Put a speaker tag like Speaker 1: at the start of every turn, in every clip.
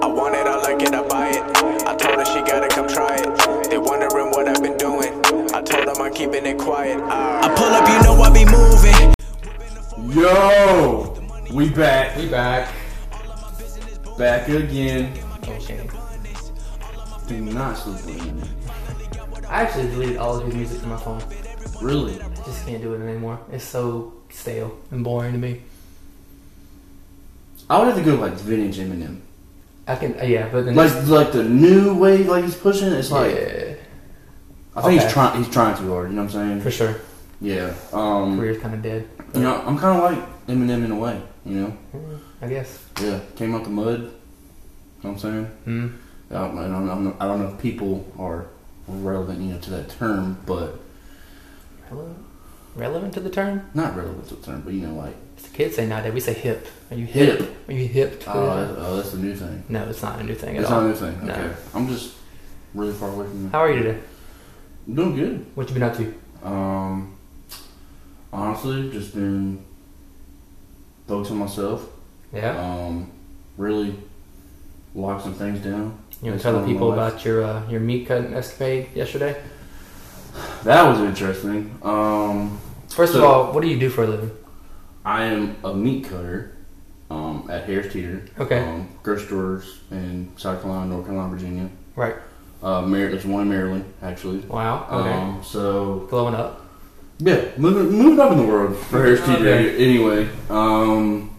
Speaker 1: I want it, I like it, I buy it. I told her she gotta come try it. They wondering what I've been doing. I told them I'm keeping it quiet. I pull up, you know I be moving.
Speaker 2: Yo, we back,
Speaker 3: We back.
Speaker 2: back again.
Speaker 3: Okay.
Speaker 2: Do not sleep on me.
Speaker 3: I actually deleted all of his music from my phone.
Speaker 2: Really?
Speaker 3: I just can't do it anymore. It's so stale and boring to me.
Speaker 2: I would have to go like vintage Eminem,
Speaker 3: I can, uh, yeah, but then
Speaker 2: like like the new way like he's pushing. it, It's like
Speaker 3: yeah,
Speaker 2: I think
Speaker 3: Okay.
Speaker 2: he's trying he's trying too hard. You know what I'm saying?
Speaker 3: for sure,
Speaker 2: Yeah. Um.
Speaker 3: career's kind of dead.
Speaker 2: You know, I'm kind of like Eminem in a way. You know?
Speaker 3: I guess.
Speaker 2: Yeah. Came out the mud. You know what I'm saying?
Speaker 3: Hmm.
Speaker 2: I don't, I don't, know, I don't know if people are relevant, you know, to that term, but
Speaker 3: Relevant, relevant to the term?
Speaker 2: not relevant to the term, but you know, like
Speaker 3: It's the kids say nowadays. We say hip. Are you hip?
Speaker 2: hip.
Speaker 3: Are you hip? To
Speaker 2: Oh,
Speaker 3: it?
Speaker 2: that- oh, that's the new thing.
Speaker 3: no, it's not a new thing at
Speaker 2: It's
Speaker 3: all.
Speaker 2: not a new thing. Okay.
Speaker 3: No.
Speaker 2: I'm just really far away from that.
Speaker 3: How are you today?
Speaker 2: I'm doing good.
Speaker 3: What you been up to?
Speaker 2: Um, honestly, just been focusing on myself.
Speaker 3: Yeah.
Speaker 2: Um, really lock some things down.
Speaker 3: You want
Speaker 2: it's
Speaker 3: to tell the
Speaker 2: going
Speaker 3: people
Speaker 2: well.
Speaker 3: about your uh, your meat cutting escapade yesterday?
Speaker 2: That was interesting. Um,
Speaker 3: First of
Speaker 2: So-
Speaker 3: all, what do you do for a living?
Speaker 2: I am a meat cutter um, at Harris Teeter.
Speaker 3: Okay.
Speaker 2: Um, grocery stores in South Carolina, North Carolina, Virginia.
Speaker 3: Right.
Speaker 2: Uh, Mar- there's one in Maryland, actually.
Speaker 3: Wow. Okay.
Speaker 2: Um, so
Speaker 3: Glowing up.
Speaker 2: Yeah, moving moving up in the world for Harris
Speaker 3: Moving up,
Speaker 2: TJ. Anyway, um,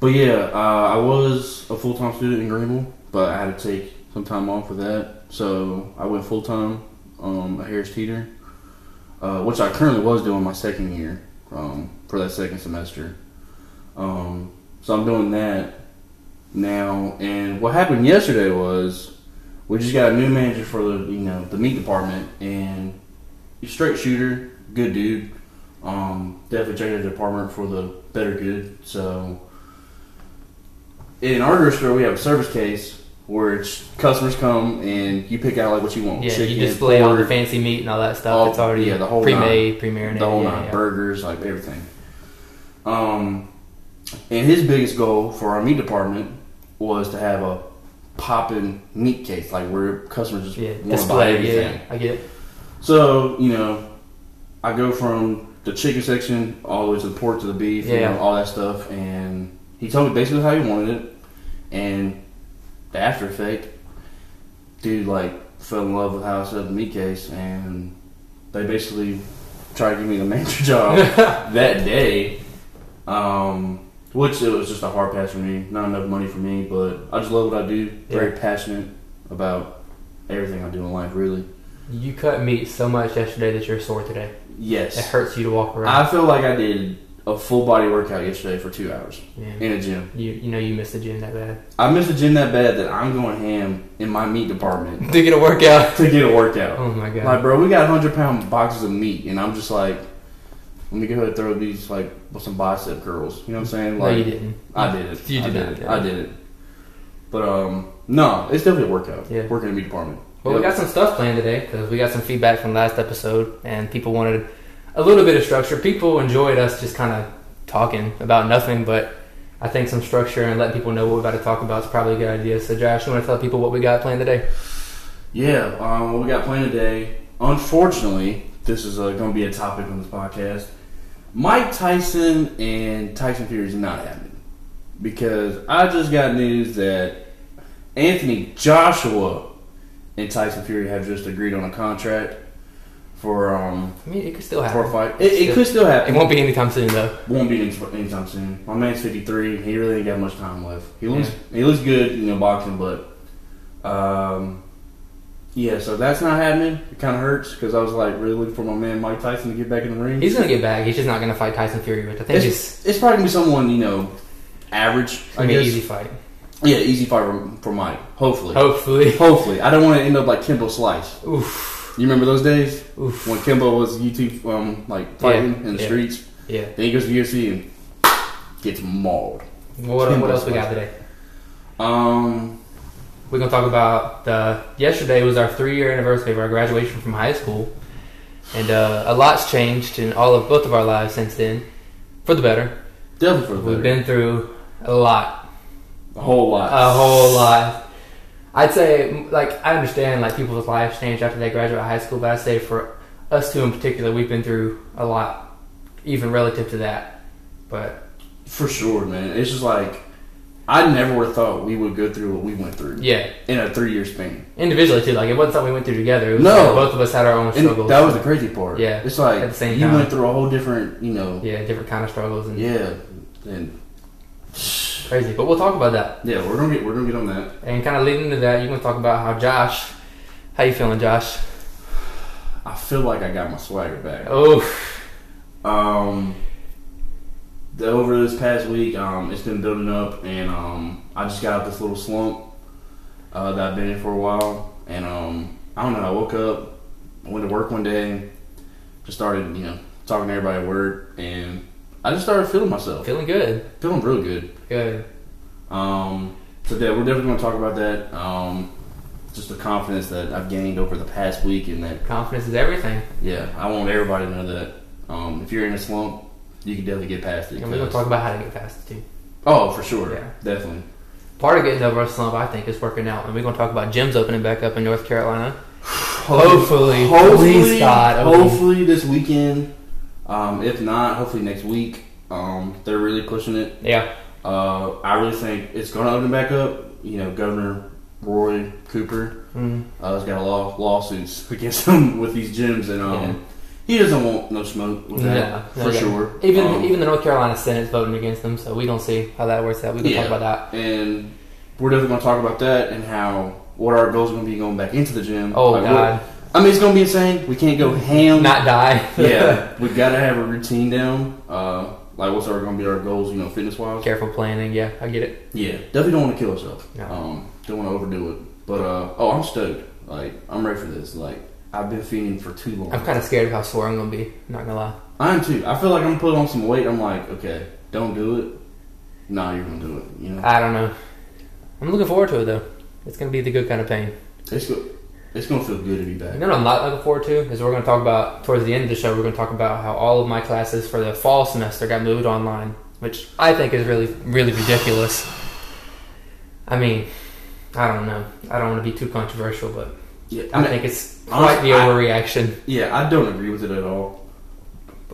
Speaker 2: but yeah, uh, I was a full time student in Greenville, but I had to take some time off for that, so I went full time um, at Harris Teeter, uh, which I currently was doing my second year um, for that second semester. Um, so I'm doing that now, and what happened yesterday was we just got a new manager for the you know the meat department, and he's a straight shooter, good dude. Um, definitely changed the department for the better good. So in our grocery store, we have a service case where it's customers come and you pick out like what you want.
Speaker 3: Yeah,
Speaker 2: Chicken,
Speaker 3: you display all the
Speaker 2: pork,
Speaker 3: fancy meat and all that stuff.
Speaker 2: all-
Speaker 3: it's already
Speaker 2: yeah, the whole
Speaker 3: pre-made, pre-marinated.
Speaker 2: the whole
Speaker 3: yeah,
Speaker 2: nine
Speaker 3: yeah.
Speaker 2: burgers, like everything. Um, and his biggest goal for our meat department was to have a popping meat case, like where customers just
Speaker 3: Yeah,
Speaker 2: want to buy
Speaker 3: display. Yeah,
Speaker 2: everything.
Speaker 3: yeah, I get it.
Speaker 2: So you know, I go from the chicken section all the way to the pork to the beef, you
Speaker 3: Yeah.
Speaker 2: know, all that stuff, and he told me basically how he wanted it, and the after effect, dude, like fell in love with how I set up the meat case, and they basically tried to give me the manager job that day, um, which it was just a hard pass for me, not enough money for me, but I just love what I do, very passionate about everything I do in life, really.
Speaker 3: You cut meat so much yesterday that you're sore today.
Speaker 2: Yes,
Speaker 3: It hurts you to walk around.
Speaker 2: I feel like I did a full body workout yesterday for two hours
Speaker 3: yeah.
Speaker 2: in a gym.
Speaker 3: You you know you missed the gym that bad.
Speaker 2: I missed the gym that bad that I'm going ham in my meat department
Speaker 3: To get a workout.
Speaker 2: to get a workout.
Speaker 3: Oh my god.
Speaker 2: Like, bro, we got 100 pound boxes of meat, and I'm just like, let me go ahead and throw these, like, with some bicep curls. You know what I'm saying?
Speaker 3: no,
Speaker 2: Like,
Speaker 3: you didn't.
Speaker 2: I did it.
Speaker 3: You
Speaker 2: I
Speaker 3: did
Speaker 2: did
Speaker 3: not,
Speaker 2: it.
Speaker 3: yeah.
Speaker 2: I did it. But, um, no, it's definitely a workout.
Speaker 3: Yeah.
Speaker 2: Working in the meat department.
Speaker 3: Well, we
Speaker 2: Yep.
Speaker 3: got some stuff planned today because we got some feedback from last episode, and people wanted a little bit of structure. People enjoyed us just kind of talking about nothing, but I think some structure and letting people know what we're about to talk about is probably a good idea. So, Josh, you want to tell people what we got planned today?
Speaker 2: Yeah, um, what we got planned today. Unfortunately, this is uh, going to be a topic on this podcast. Mike Tyson and Tyson Fury is not happening because I just got news that Anthony Joshua and Tyson Fury have just agreed on a contract for um
Speaker 3: I mean, it could still
Speaker 2: for a
Speaker 3: happen.
Speaker 2: fight. It, it could still
Speaker 3: It
Speaker 2: happen.
Speaker 3: won't be anytime soon, though.
Speaker 2: Won't be any- anytime soon. My man's fifty three. He really ain't got much time left. He looks he looks good, you know, boxing, but um, yeah. So that's not happening. It kind of hurts because I was like really looking for my man Mike Tyson to get back in the ring.
Speaker 3: He's gonna get back. He's just not gonna fight Tyson Fury, which I think is
Speaker 2: it's, it's probably gonna be someone you know, average. I
Speaker 3: gonna be an
Speaker 2: guess.
Speaker 3: easy fight.
Speaker 2: Yeah, easy fight for, for Mike. Hopefully,
Speaker 3: Hopefully.
Speaker 2: hopefully. I don't want to end up like Kimbo Slice.
Speaker 3: Oof.
Speaker 2: You remember those days
Speaker 3: Oof.
Speaker 2: when Kimbo was YouTube um like fighting in the
Speaker 3: yeah.
Speaker 2: streets?
Speaker 3: Yeah.
Speaker 2: Then he goes to UFC and gets mauled.
Speaker 3: What,
Speaker 2: Kimbo
Speaker 3: what else we got
Speaker 2: Slice.
Speaker 3: today?
Speaker 2: Um.
Speaker 3: We're gonna talk about the. Yesterday was our three year anniversary of our graduation from high school. and uh, a lot's changed in all of both of our lives since then, for the better.
Speaker 2: Definitely for the better.
Speaker 3: We've been through a lot.
Speaker 2: a whole lot.
Speaker 3: a whole life. I'd say, m- like, I understand, like, people's lives change after they graduate high school, but I'd say for us two in particular, we've been through a lot, even relative to that. But
Speaker 2: For sure, man. It's just like I never would have thought we would go through what we went through
Speaker 3: yeah,
Speaker 2: in a three year span.
Speaker 3: individually too. Like, it wasn't something we went through together. It was
Speaker 2: No.
Speaker 3: like both of us had our own
Speaker 2: And
Speaker 3: struggles.
Speaker 2: that was the crazy part.
Speaker 3: Yeah,
Speaker 2: It's like
Speaker 3: at the same
Speaker 2: you
Speaker 3: time.
Speaker 2: went through a whole different, you know.
Speaker 3: yeah, different kind of struggles and
Speaker 2: Yeah. And
Speaker 3: crazy. But we'll talk about that
Speaker 2: yeah, we're gonna get we're gonna get on that.
Speaker 3: and kind of leading into that. You can talk about how Josh, how you feeling, Josh?
Speaker 2: I feel like I got my swagger back.
Speaker 3: Oh,
Speaker 2: Um, the, over this past week, um, it's been building up, and um, I just got out this little slump uh, that I've been in for a while. And um, I don't know. I woke up, I went to work one day, just started, you know, talking to everybody at work, and I just started feeling myself,
Speaker 3: feeling good,
Speaker 2: feeling real good.
Speaker 3: good.
Speaker 2: Um, so yeah, we're definitely going to talk about that. Um, just the confidence that I've gained over the past week, and that
Speaker 3: Confidence is everything.
Speaker 2: yeah, I want everybody to know that um, if you're in a slump, you can definitely get past it.
Speaker 3: And we're gonna
Speaker 2: 'cause-
Speaker 3: talk about how to get past it too.
Speaker 2: Oh, for sure.
Speaker 3: Yeah.
Speaker 2: Definitely.
Speaker 3: Part of getting over a slump, I think, is working out, and we're going to talk about gyms opening back up in North Carolina. Hopefully, please God, open.
Speaker 2: hopefully this weekend. Um, if not, hopefully next week. Um, they're really pushing it.
Speaker 3: Yeah,
Speaker 2: Uh, I really think it's going to open back up. You know, Governor Roy Cooper
Speaker 3: mm.
Speaker 2: uh, has got a law lawsuits against him with these gyms, and um,
Speaker 3: Yeah.
Speaker 2: he doesn't want no smoke with
Speaker 3: No,
Speaker 2: that
Speaker 3: no,
Speaker 2: for
Speaker 3: no.
Speaker 2: sure.
Speaker 3: even
Speaker 2: Um,
Speaker 3: even the North Carolina Senate's voting against them, so we don't see how that works out. We can
Speaker 2: Yeah.
Speaker 3: talk about that.
Speaker 2: and we're definitely going to talk about that and how what our goals are going to be going back into the gym.
Speaker 3: Oh
Speaker 2: Like, what-
Speaker 3: God,
Speaker 2: I mean, it's going to be insane. We can't go ham.
Speaker 3: not die.
Speaker 2: yeah, we gotta have a routine down. Uh, like what's our gonna be our goals? You know, fitness wise.
Speaker 3: Careful planning. Yeah, I get it.
Speaker 2: Yeah, definitely don't want to kill ourselves.
Speaker 3: No.
Speaker 2: Um, don't want to overdo it. But uh, oh, I'm stoked. Like I'm ready for this. Like I've been feeding for too long.
Speaker 3: I'm kind of scared of how sore I'm gonna be. Not gonna lie.
Speaker 2: I am too. I feel like I'm putting on some weight. I'm like, okay, don't do it. Nah, you're gonna do it. You know,
Speaker 3: I don't know. I'm looking forward to it though. It's gonna be the good kind of pain.
Speaker 2: it's go- it's gonna feel good to be
Speaker 3: You
Speaker 2: back.
Speaker 3: know what I'm not looking forward to is we're going to talk about towards the end of the show. We're going to talk about how all of my classes for the fall semester got moved online, which I think is really really ridiculous. I mean, I don't know. I don't want to be too controversial, but
Speaker 2: Yeah,
Speaker 3: I think it's quite the
Speaker 2: I-
Speaker 3: overreaction.
Speaker 2: Yeah, I don't agree with it at all.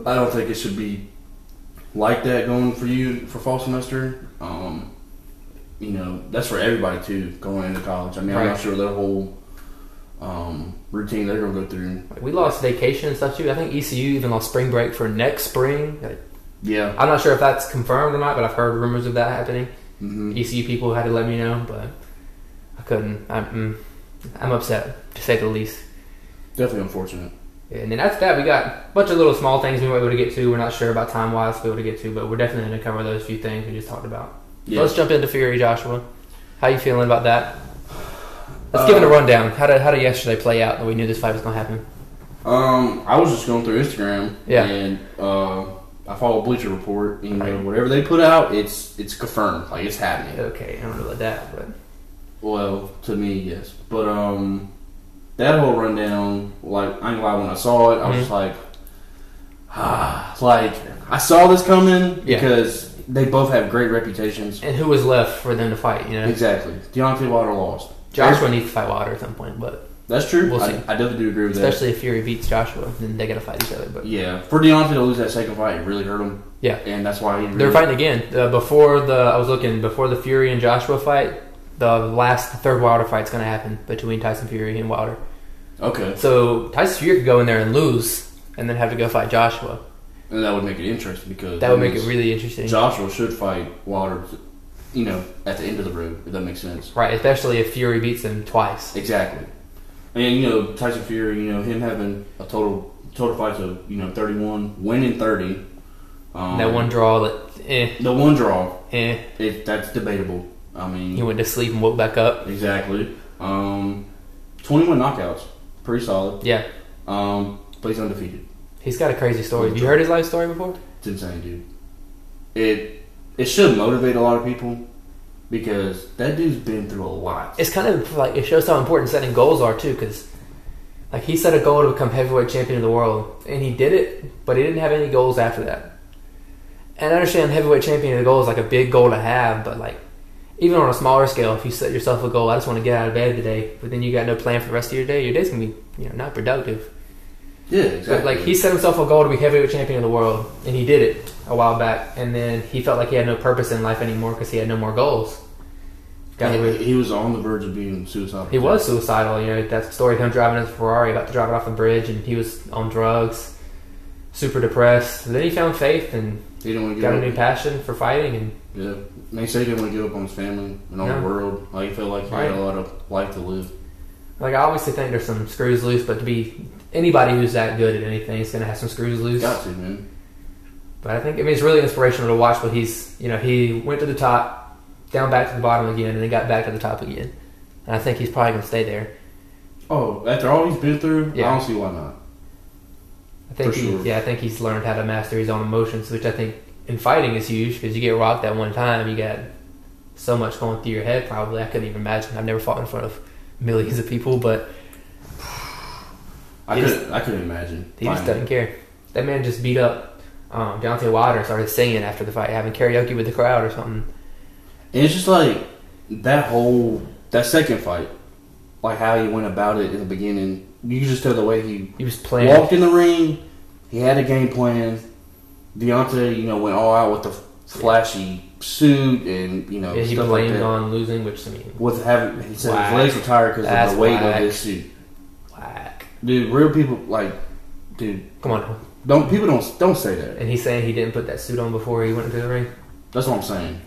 Speaker 2: I don't think it should be like that going for you for fall semester. Um, you know, that's for everybody too going into college. I mean, I'm
Speaker 3: Right.
Speaker 2: not sure their whole um, routine they're gonna go through.
Speaker 3: Like, we lost vacation and stuff too. I think ECU even lost spring break for next spring. Like,
Speaker 2: Yeah,
Speaker 3: I'm not sure if that's confirmed or not, but I've heard rumors of that happening.
Speaker 2: hmm
Speaker 3: ECU E people had to let me know, but I couldn't. I'm mm, I'm upset to say the least.
Speaker 2: definitely unfortunate.
Speaker 3: And then after that, we got a bunch of little small things we might be able to get to. We're not sure about time wise be able to get to, but we're definitely going to cover those few things we just talked about. So
Speaker 2: Yeah.
Speaker 3: let's jump into Fury, Joshua. How you feeling about that? Let's give it a
Speaker 2: Uh,
Speaker 3: rundown. How did how did yesterday play out? That we knew this fight was going to happen.
Speaker 2: Um, I was just going through Instagram.
Speaker 3: Yeah.
Speaker 2: And uh, I follow Bleacher Report. You know,
Speaker 3: Right.
Speaker 2: whatever they put out, it's it's confirmed. Like it's happening.
Speaker 3: Okay, I don't know about that, but
Speaker 2: Well, to me, yes. But um, that whole rundown, like, I ain't gonna lie, when I saw it, I was
Speaker 3: Mhm.
Speaker 2: just like, ah, like I saw this coming
Speaker 3: Yeah.
Speaker 2: because they both have great reputations.
Speaker 3: and who was left for them to fight? You know,
Speaker 2: Exactly, Deontay Wilder lost.
Speaker 3: Joshua needs to fight Wilder at some point, but
Speaker 2: That's true.
Speaker 3: We'll
Speaker 2: I,
Speaker 3: see.
Speaker 2: I definitely do agree with that.
Speaker 3: especially if Fury beats Joshua, then they got to fight each other. But
Speaker 2: Yeah, for Deontay to lose that second fight, it really hurt him.
Speaker 3: Yeah.
Speaker 2: and that's why he. Really,
Speaker 3: they're fighting again. Uh, before the I was looking before the Fury and Joshua fight, the last the third Wilder fight's going to happen between Tyson Fury and Wilder.
Speaker 2: Okay,
Speaker 3: So Tyson Fury could go in there and lose, and then have to go fight Joshua.
Speaker 2: and that would make it interesting because
Speaker 3: That would make it
Speaker 2: means
Speaker 3: really interesting,
Speaker 2: Joshua should fight Wilder, you know, at the end of the road if that makes sense.
Speaker 3: right? Especially if Fury beats him twice.
Speaker 2: Exactly. And you know Tyson Fury, you know him having a total total fights of you know thirty one, winning thirty. Um,
Speaker 3: that one draw, that eh,
Speaker 2: the one draw,
Speaker 3: eh,
Speaker 2: it, that's debatable. I mean,
Speaker 3: he went to sleep and woke back up.
Speaker 2: exactly. Um, twenty one knockouts, pretty solid.
Speaker 3: Yeah,
Speaker 2: Um, but he's undefeated.
Speaker 3: he's got a crazy story. Have you heard his life story before?
Speaker 2: It's insane, dude. It it should motivate a lot of people because that dude's been through a lot.
Speaker 3: It's kind of like it shows how important setting goals are too, because Like he set a goal to become heavyweight champion of the world, and he did it, but he didn't have any goals after that. And I understand heavyweight champion of the goal is like a big goal to have, but like even on a smaller scale, if you set yourself a goal, I just want to get out of bed today, but then you got no plan for the rest of your day, your day's gonna be you know not productive.
Speaker 2: Yeah,
Speaker 3: But
Speaker 2: exactly.
Speaker 3: like he set himself a goal to be heavyweight champion of the world, and he did it a while back, and then he felt like he had no purpose in life anymore because he had no more goals. Got rid-
Speaker 2: he, he was on the verge of being suicidal.
Speaker 3: he was suicidal. You know that story of him driving his Ferrari, about to drive it off a bridge, and he was on drugs, super depressed. Then he found faith and
Speaker 2: He didn't want to give
Speaker 3: got a
Speaker 2: up.
Speaker 3: new passion for fighting. And
Speaker 2: Yeah, and he said he didn't want to give up on his family and on
Speaker 3: No.
Speaker 2: the world. Like he felt like he had
Speaker 3: Right.
Speaker 2: a lot of life to live.
Speaker 3: like I obviously think there's some screws loose, but to be anybody who's that good at anything is going to have some screws loose.
Speaker 2: Got to man.
Speaker 3: But I think I mean it's really inspirational to watch. But he's you know he went to the top, down back to the bottom again, and then got back to the top again. And I think he's probably going to stay there.
Speaker 2: Oh, after all he's been through,
Speaker 3: Yeah.
Speaker 2: I don't see why not.
Speaker 3: I think
Speaker 2: For
Speaker 3: he,
Speaker 2: sure.
Speaker 3: yeah, I think he's learned how to master his own emotions, which I think in fighting is huge because you get rocked at one time, you got so much going through your head. Probably I couldn't even imagine. I've never fought in front of millions of people, but
Speaker 2: I
Speaker 3: He
Speaker 2: could I could imagine.
Speaker 3: he just
Speaker 2: Finally.
Speaker 3: doesn't care. That man just beat up um, Deontay Wilder and started singing after the fight, having karaoke with the crowd or something.
Speaker 2: And it's just like that whole that second fight, like how he went about it in the beginning. You could just tell the way he
Speaker 3: He was playing.
Speaker 2: walked in the ring. He had a game plan. Deontay, you know, went all out with the flashy suit and you know
Speaker 3: yeah, he
Speaker 2: stuff
Speaker 3: blamed
Speaker 2: like that.
Speaker 3: on losing, which I mean,
Speaker 2: Was having he said
Speaker 3: Whack.
Speaker 2: his legs were tired because of
Speaker 3: That's
Speaker 2: the weight
Speaker 3: whack.
Speaker 2: of his suit.
Speaker 3: whack.
Speaker 2: Dude, real people like, dude,
Speaker 3: Come on.
Speaker 2: don't people don't don't say that.
Speaker 3: And he's saying he didn't put that suit on before he went into the ring.
Speaker 2: That's what I'm saying.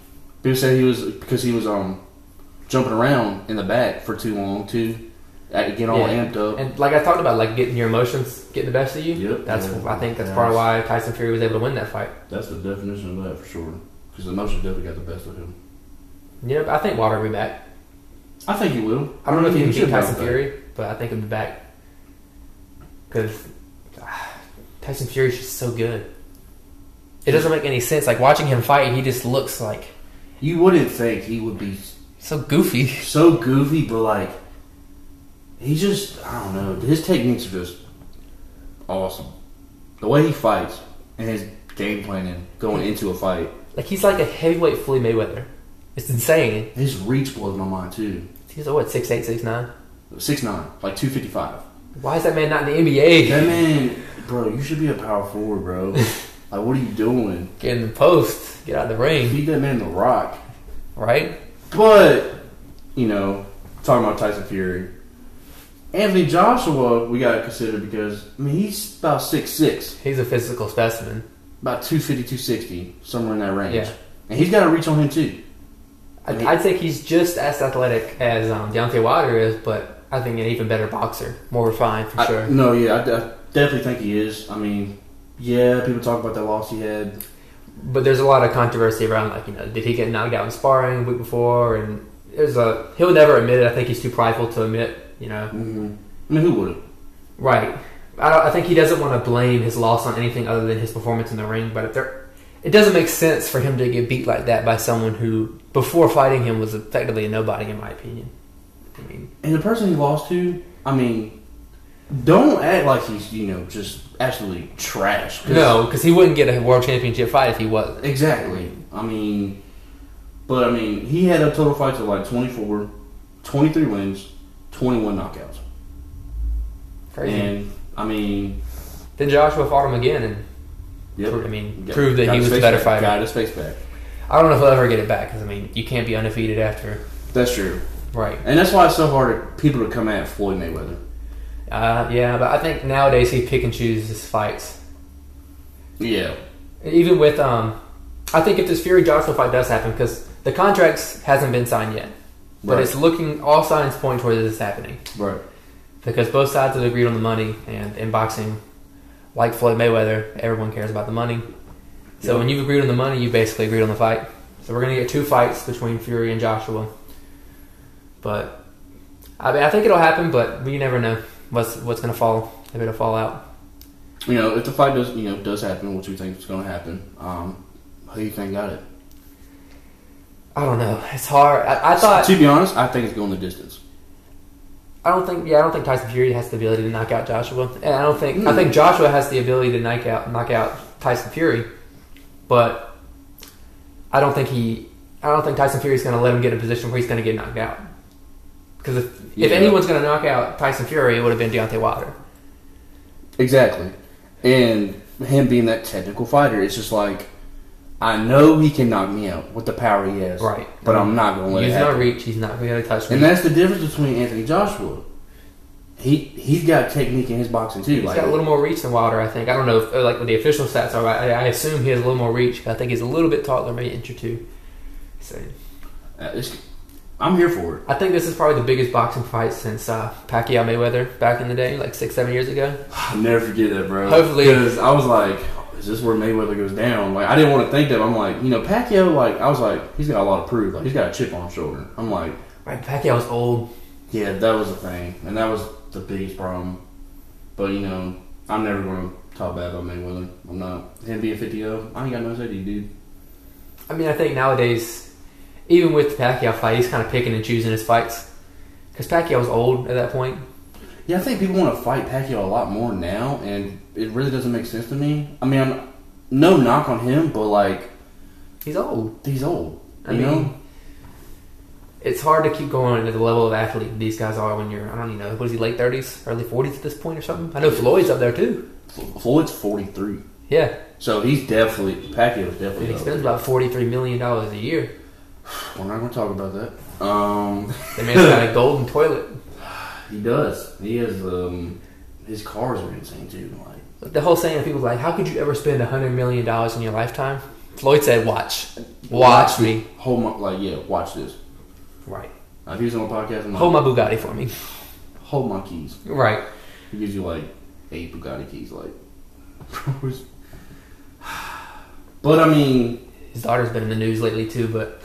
Speaker 2: People say he was because he was um jumping around in the back for too long too, uh, get all
Speaker 3: Yeah.
Speaker 2: amped up.
Speaker 3: And like I talked about, like getting your emotions getting the best of you.
Speaker 2: Yep.
Speaker 3: That's
Speaker 2: Yeah.
Speaker 3: I think that's
Speaker 2: Yeah.
Speaker 3: part of why Tyson Fury was able to win that fight.
Speaker 2: That's the definition of that for sure. Because the emotion definitely got the best of him.
Speaker 3: You know, I think Wilder will be back.
Speaker 2: I think he will.
Speaker 3: I don't know if he can beat
Speaker 2: should bounce
Speaker 3: Tyson
Speaker 2: back.
Speaker 3: Fury, but I think he'll be back because Tyson Fury's just so good. It doesn't make any sense. Like watching him fight, he just looks like
Speaker 2: You wouldn't think he would be
Speaker 3: so goofy.
Speaker 2: so goofy, but like he just I don't know. His techniques are just awesome. The way he fights and his game planning going into a fight.
Speaker 3: Like he's like a heavyweight Floyd Mayweather. It's insane.
Speaker 2: His reach blows my mind too.
Speaker 3: He's like, what six eight six nine.
Speaker 2: Six nine, like two fifty five.
Speaker 3: Why is that man not in the NBA?
Speaker 2: That man, bro, you should be a power forward, bro. like, what are you doing?
Speaker 3: Get in the post. Get out of the ring.
Speaker 2: Feed that man the rock.
Speaker 3: Right.
Speaker 2: But you know, talking about Tyson Fury, Anthony Joshua, we gotta consider because I mean he's about six six,
Speaker 3: He's a physical specimen.
Speaker 2: about 250, 260, somewhere in that range.
Speaker 3: Yeah.
Speaker 2: And he's got a reach on him too.
Speaker 3: I,
Speaker 2: I mean-
Speaker 3: I'd say he's just as athletic as um, Deontay Wilder is, but I think an even better boxer, more refined for
Speaker 2: I-
Speaker 3: sure.
Speaker 2: no, yeah, I, de- definitely think he is. I mean, yeah, people talk about that loss he had.
Speaker 3: But there's a lot of controversy around, like you know, did he get knocked out in sparring the week before? And there's a he'll never admit it. I think he's too prideful to admit. You know,
Speaker 2: Mm-hmm. I mean, who would have?
Speaker 3: right? I, don't, I think he doesn't want to blame his loss on anything other than his performance in the ring. But if there, it doesn't make sense for him to get beat like that by someone who, before fighting him, was effectively a nobody in my opinion. I mean,
Speaker 2: And the person he lost to, I mean, don't act like he's you know just absolutely trash. 'cause-
Speaker 3: no, because he wouldn't get a world championship fight if he wasn't.
Speaker 2: Exactly. I mean, but I mean, he had a total fights of like 24, 23 wins, 21 knockouts.
Speaker 3: Crazy.
Speaker 2: And I mean,
Speaker 3: Then Joshua fought him again, and
Speaker 2: yep.
Speaker 3: Pro- I mean,
Speaker 2: Got-
Speaker 3: proved that
Speaker 2: got
Speaker 3: he
Speaker 2: his
Speaker 3: was the
Speaker 2: face
Speaker 3: better
Speaker 2: back.
Speaker 3: fighter.
Speaker 2: Got his face back.
Speaker 3: I don't know if he'll ever get it back because I mean, you can't be undefeated after,
Speaker 2: That's true.
Speaker 3: right?
Speaker 2: And that's why it's so hard for people to come at Floyd Mayweather.
Speaker 3: Uh, yeah, but I think nowadays he pick and chooses his fights.
Speaker 2: Yeah.
Speaker 3: Even with, um, I think if this Fury Joshua fight does happen, because the contracts hasn't been signed yet, but
Speaker 2: Right.
Speaker 3: it's looking all signs point towards this happening
Speaker 2: Right.
Speaker 3: because both sides have agreed on the money, and in boxing, like Floyd Mayweather, everyone cares about the money. So
Speaker 2: Yeah.
Speaker 3: when you've agreed on the money, you basically agreed on the fight. So we're gonna get two fights between Fury and Joshua. But I mean, I think it'll happen, but you never know what's what's gonna fall if it'll fall out.
Speaker 2: You know, if the fight does, you know, does happen, which we think is going to happen, um, who you think got it?
Speaker 3: I don't know. It's hard. I, I thought
Speaker 2: to be honest, I think it's going the distance.
Speaker 3: I don't think. Yeah, I don't think Tyson Fury has the ability to knock out Joshua, and I don't think. I
Speaker 2: Hmm.
Speaker 3: think Joshua has the ability to knock out knock out Tyson Fury, but I don't think he. I don't think Tyson Fury's going to let him get in a position where he's going to get knocked out. Because if, if
Speaker 2: Yeah.
Speaker 3: anyone's going to knock out Tyson Fury, it would have been Deontay Wilder.
Speaker 2: Exactly. And him being that technical fighter, it's just like I know he can knock me out with the power he has.
Speaker 3: Right.
Speaker 2: But I'm not gonna let it
Speaker 3: He's not
Speaker 2: happen.
Speaker 3: reach. He's not going to touch me.
Speaker 2: And that's the difference between Anthony Joshua. He he's got technique in his boxing too.
Speaker 3: He's
Speaker 2: like
Speaker 3: got a little more reach than Wilder, I think. I don't know, if, uh, like what the official stats are. I, I assume he has a little more reach. But I think he's a little bit taller, maybe an inch or two. So
Speaker 2: uh, it's, I'm here for it.
Speaker 3: I think this is probably the biggest boxing fight since uh, Pacquiao Mayweather back in the day, like six, seven years ago.
Speaker 2: I'll never forget that, bro.
Speaker 3: Hopefully-
Speaker 2: because I was like, is this where Mayweather goes down? Like I didn't want to think that. I'm like, you know, Pacquiao. Like I was like, he's got a lot of proof. Like he's got a chip on his shoulder. I'm like,
Speaker 3: Right, Pacquiao was old.
Speaker 2: yeah, that was the thing, and that was the biggest problem. But you know, I'm never going to talk bad about Mayweather. I'm not him being 50 0. I ain't got no safety, dude.
Speaker 3: I mean, I think nowadays, even with the Pacquiao fight, he's kind of picking and choosing his fights because Pacquiao was old at that point.
Speaker 2: Yeah, I think people want to fight Pacquiao a lot more now, and it really doesn't make sense to me. I mean, I'm, no knock on him, but like
Speaker 3: He's old.
Speaker 2: he's old.
Speaker 3: I
Speaker 2: you
Speaker 3: mean,
Speaker 2: know,
Speaker 3: It's hard to keep going to the level of athlete these guys are when you're, I don't even know, what is he, late 30s, early 40s at this point or something? I know Floyd's up there too.
Speaker 2: F- Floyd's 43,
Speaker 3: Yeah.
Speaker 2: so he's definitely Pacquiao's
Speaker 3: And
Speaker 2: definitely.
Speaker 3: he
Speaker 2: up
Speaker 3: spends
Speaker 2: there.
Speaker 3: about $43 million a year.
Speaker 2: We're not going to talk about that. Um,
Speaker 3: The man's got a golden toilet.
Speaker 2: he does. He has um, his cars are insane too. Like.
Speaker 3: The whole saying of people like, how could you ever spend $100 million in your lifetime? Floyd said, watch. Watch me.
Speaker 2: Hold my like yeah, watch this.
Speaker 3: Right.
Speaker 2: Uh, if he was on a podcast, I'm like,
Speaker 3: Hold my Bugatti for me.
Speaker 2: hold my keys.
Speaker 3: Right.
Speaker 2: He gives you like eight Bugatti keys, like. bros. but I mean,
Speaker 3: His daughter's been in the news lately too, but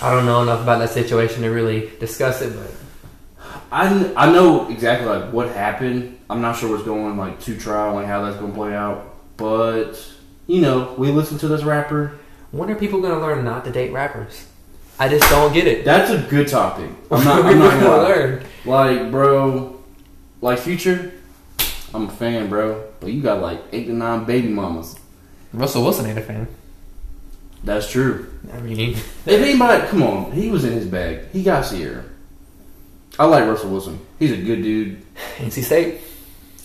Speaker 3: I don't know enough about that situation to really discuss it, but
Speaker 2: I kn- I know exactly like what happened. I'm not sure what's going like to trial, like how that's gonna play out. But you know, we listen to this rapper.
Speaker 3: when are people going to learn not to date rappers? I just don't get it.
Speaker 2: That's a good topic. I'm not. I'm not gonna lie.
Speaker 3: learn.
Speaker 2: Like, bro, like Future, I'm a fan, bro. But you got like eight to nine baby mamas.
Speaker 3: Russell Wilson ain't a fan.
Speaker 2: That's true.
Speaker 3: I mean,
Speaker 2: If anybody, come on, he was in his bag. He got Sierra. I like Russell Wilson. He's a good dude.
Speaker 3: NC State.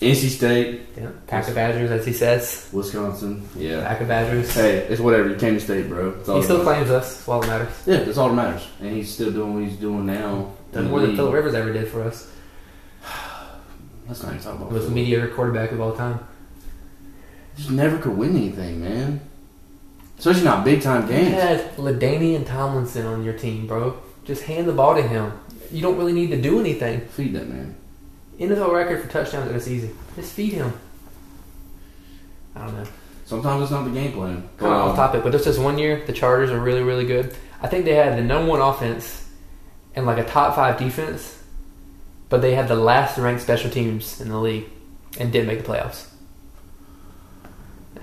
Speaker 2: NC State,
Speaker 3: Yeah, pack of Badgers, as he says.
Speaker 2: Wisconsin. Yeah.
Speaker 3: Pack of Badgers.
Speaker 2: Hey, it's whatever. You came to state, bro. It's all
Speaker 3: He still
Speaker 2: that
Speaker 3: claims us. That's all that matters.
Speaker 2: matters. Yeah, that's all that matters. And he's still doing what he's doing now.
Speaker 3: Done
Speaker 2: in
Speaker 3: more
Speaker 2: the
Speaker 3: than Phil
Speaker 2: league.
Speaker 3: Rivers ever did for us.
Speaker 2: That's not even talk about.
Speaker 3: Most
Speaker 2: Phil.
Speaker 3: mediocre quarterback of all time.
Speaker 2: Just never could win anything, man. Especially not big time
Speaker 3: You
Speaker 2: games.
Speaker 3: had Ladainian Tomlinson on your team, bro. Just hand the ball to him. You don't really need to do anything.
Speaker 2: Feed that man.
Speaker 3: NFL record for touchdowns in a season. Just feed him. I don't know.
Speaker 2: Sometimes it's not the game plan. But,
Speaker 3: Kind of off
Speaker 2: um,
Speaker 3: topic, but just this one year, the Chargers are really, really good. I think they had the number one offense and like a top five defense, but they had the last ranked special teams in the league and didn't make the playoffs. So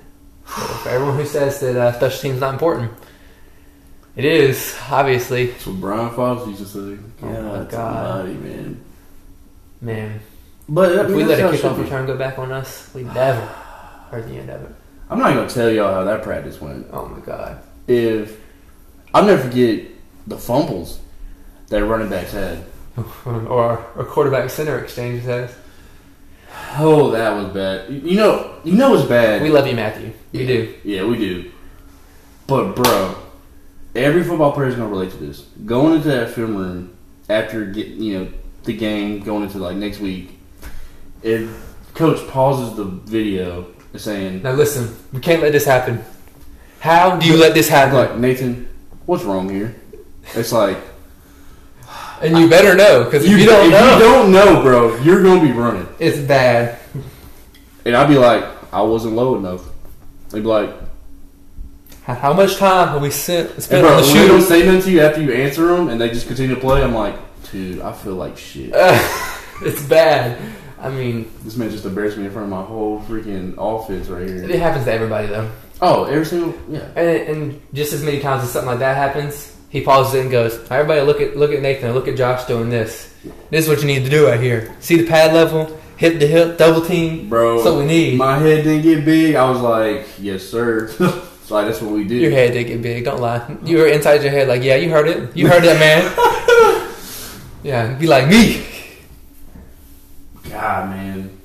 Speaker 3: for everyone who says that uh, special teams not important, it is obviously.
Speaker 2: that's what Brian Fox used to say.
Speaker 3: Oh my God.
Speaker 2: somebody, man.
Speaker 3: Man,
Speaker 2: But I
Speaker 3: if
Speaker 2: mean,
Speaker 3: we let
Speaker 2: that's
Speaker 3: a
Speaker 2: how it should
Speaker 3: kickoff
Speaker 2: be.
Speaker 3: return go back on us, we never heard the end of it.
Speaker 2: I'm not gonna tell y'all how that practice went.
Speaker 3: Oh my god!
Speaker 2: If I'll never forget the fumbles that running backs had.
Speaker 3: or or quarterback center exchange says,
Speaker 2: Oh, that was bad. You know, you know it's bad.
Speaker 3: "We love you, Matthew. We do."
Speaker 2: Yeah, we do. But bro, every football player is gonna relate to this. Going into that film room after getting you know the game, going into like next week, if coach pauses the video and saying
Speaker 3: Now listen, we can't let this happen. How do you let this happen?
Speaker 2: like Nathan, what's wrong here? It's like
Speaker 3: And you better know, because if you don't
Speaker 2: if
Speaker 3: know,
Speaker 2: you don't know, bro, you're gonna be running.
Speaker 3: it's bad.
Speaker 2: And I'd be like, I wasn't low enough. They'd be like,
Speaker 3: How- How much time have we sent,
Speaker 2: hey,
Speaker 3: spent
Speaker 2: bro,
Speaker 3: on the
Speaker 2: when they don't
Speaker 3: shoes?
Speaker 2: say nothing to you after you answer them and they just continue to play, I'm like, dude, I feel like shit.
Speaker 3: it's bad. I mean,
Speaker 2: This man just embarrassed me in front of my whole freaking offense right
Speaker 3: it
Speaker 2: here.
Speaker 3: happens to everybody though.
Speaker 2: Oh, every single, yeah.
Speaker 3: And, and just as many times as something like that happens, he pauses it and goes, "Everybody, look at look at Nathan. Look at Josh doing this." This is what you need to do right here. See the pad level, hip to hip, double team.
Speaker 2: Bro,
Speaker 3: That's what we need.
Speaker 2: my head didn't get big. I was like, yes, sir. it's like, that's what we do.
Speaker 3: Your head did get big. Don't lie. You were inside your head, like, yeah, you heard it. You heard that, man. yeah, be like me.
Speaker 2: God, man.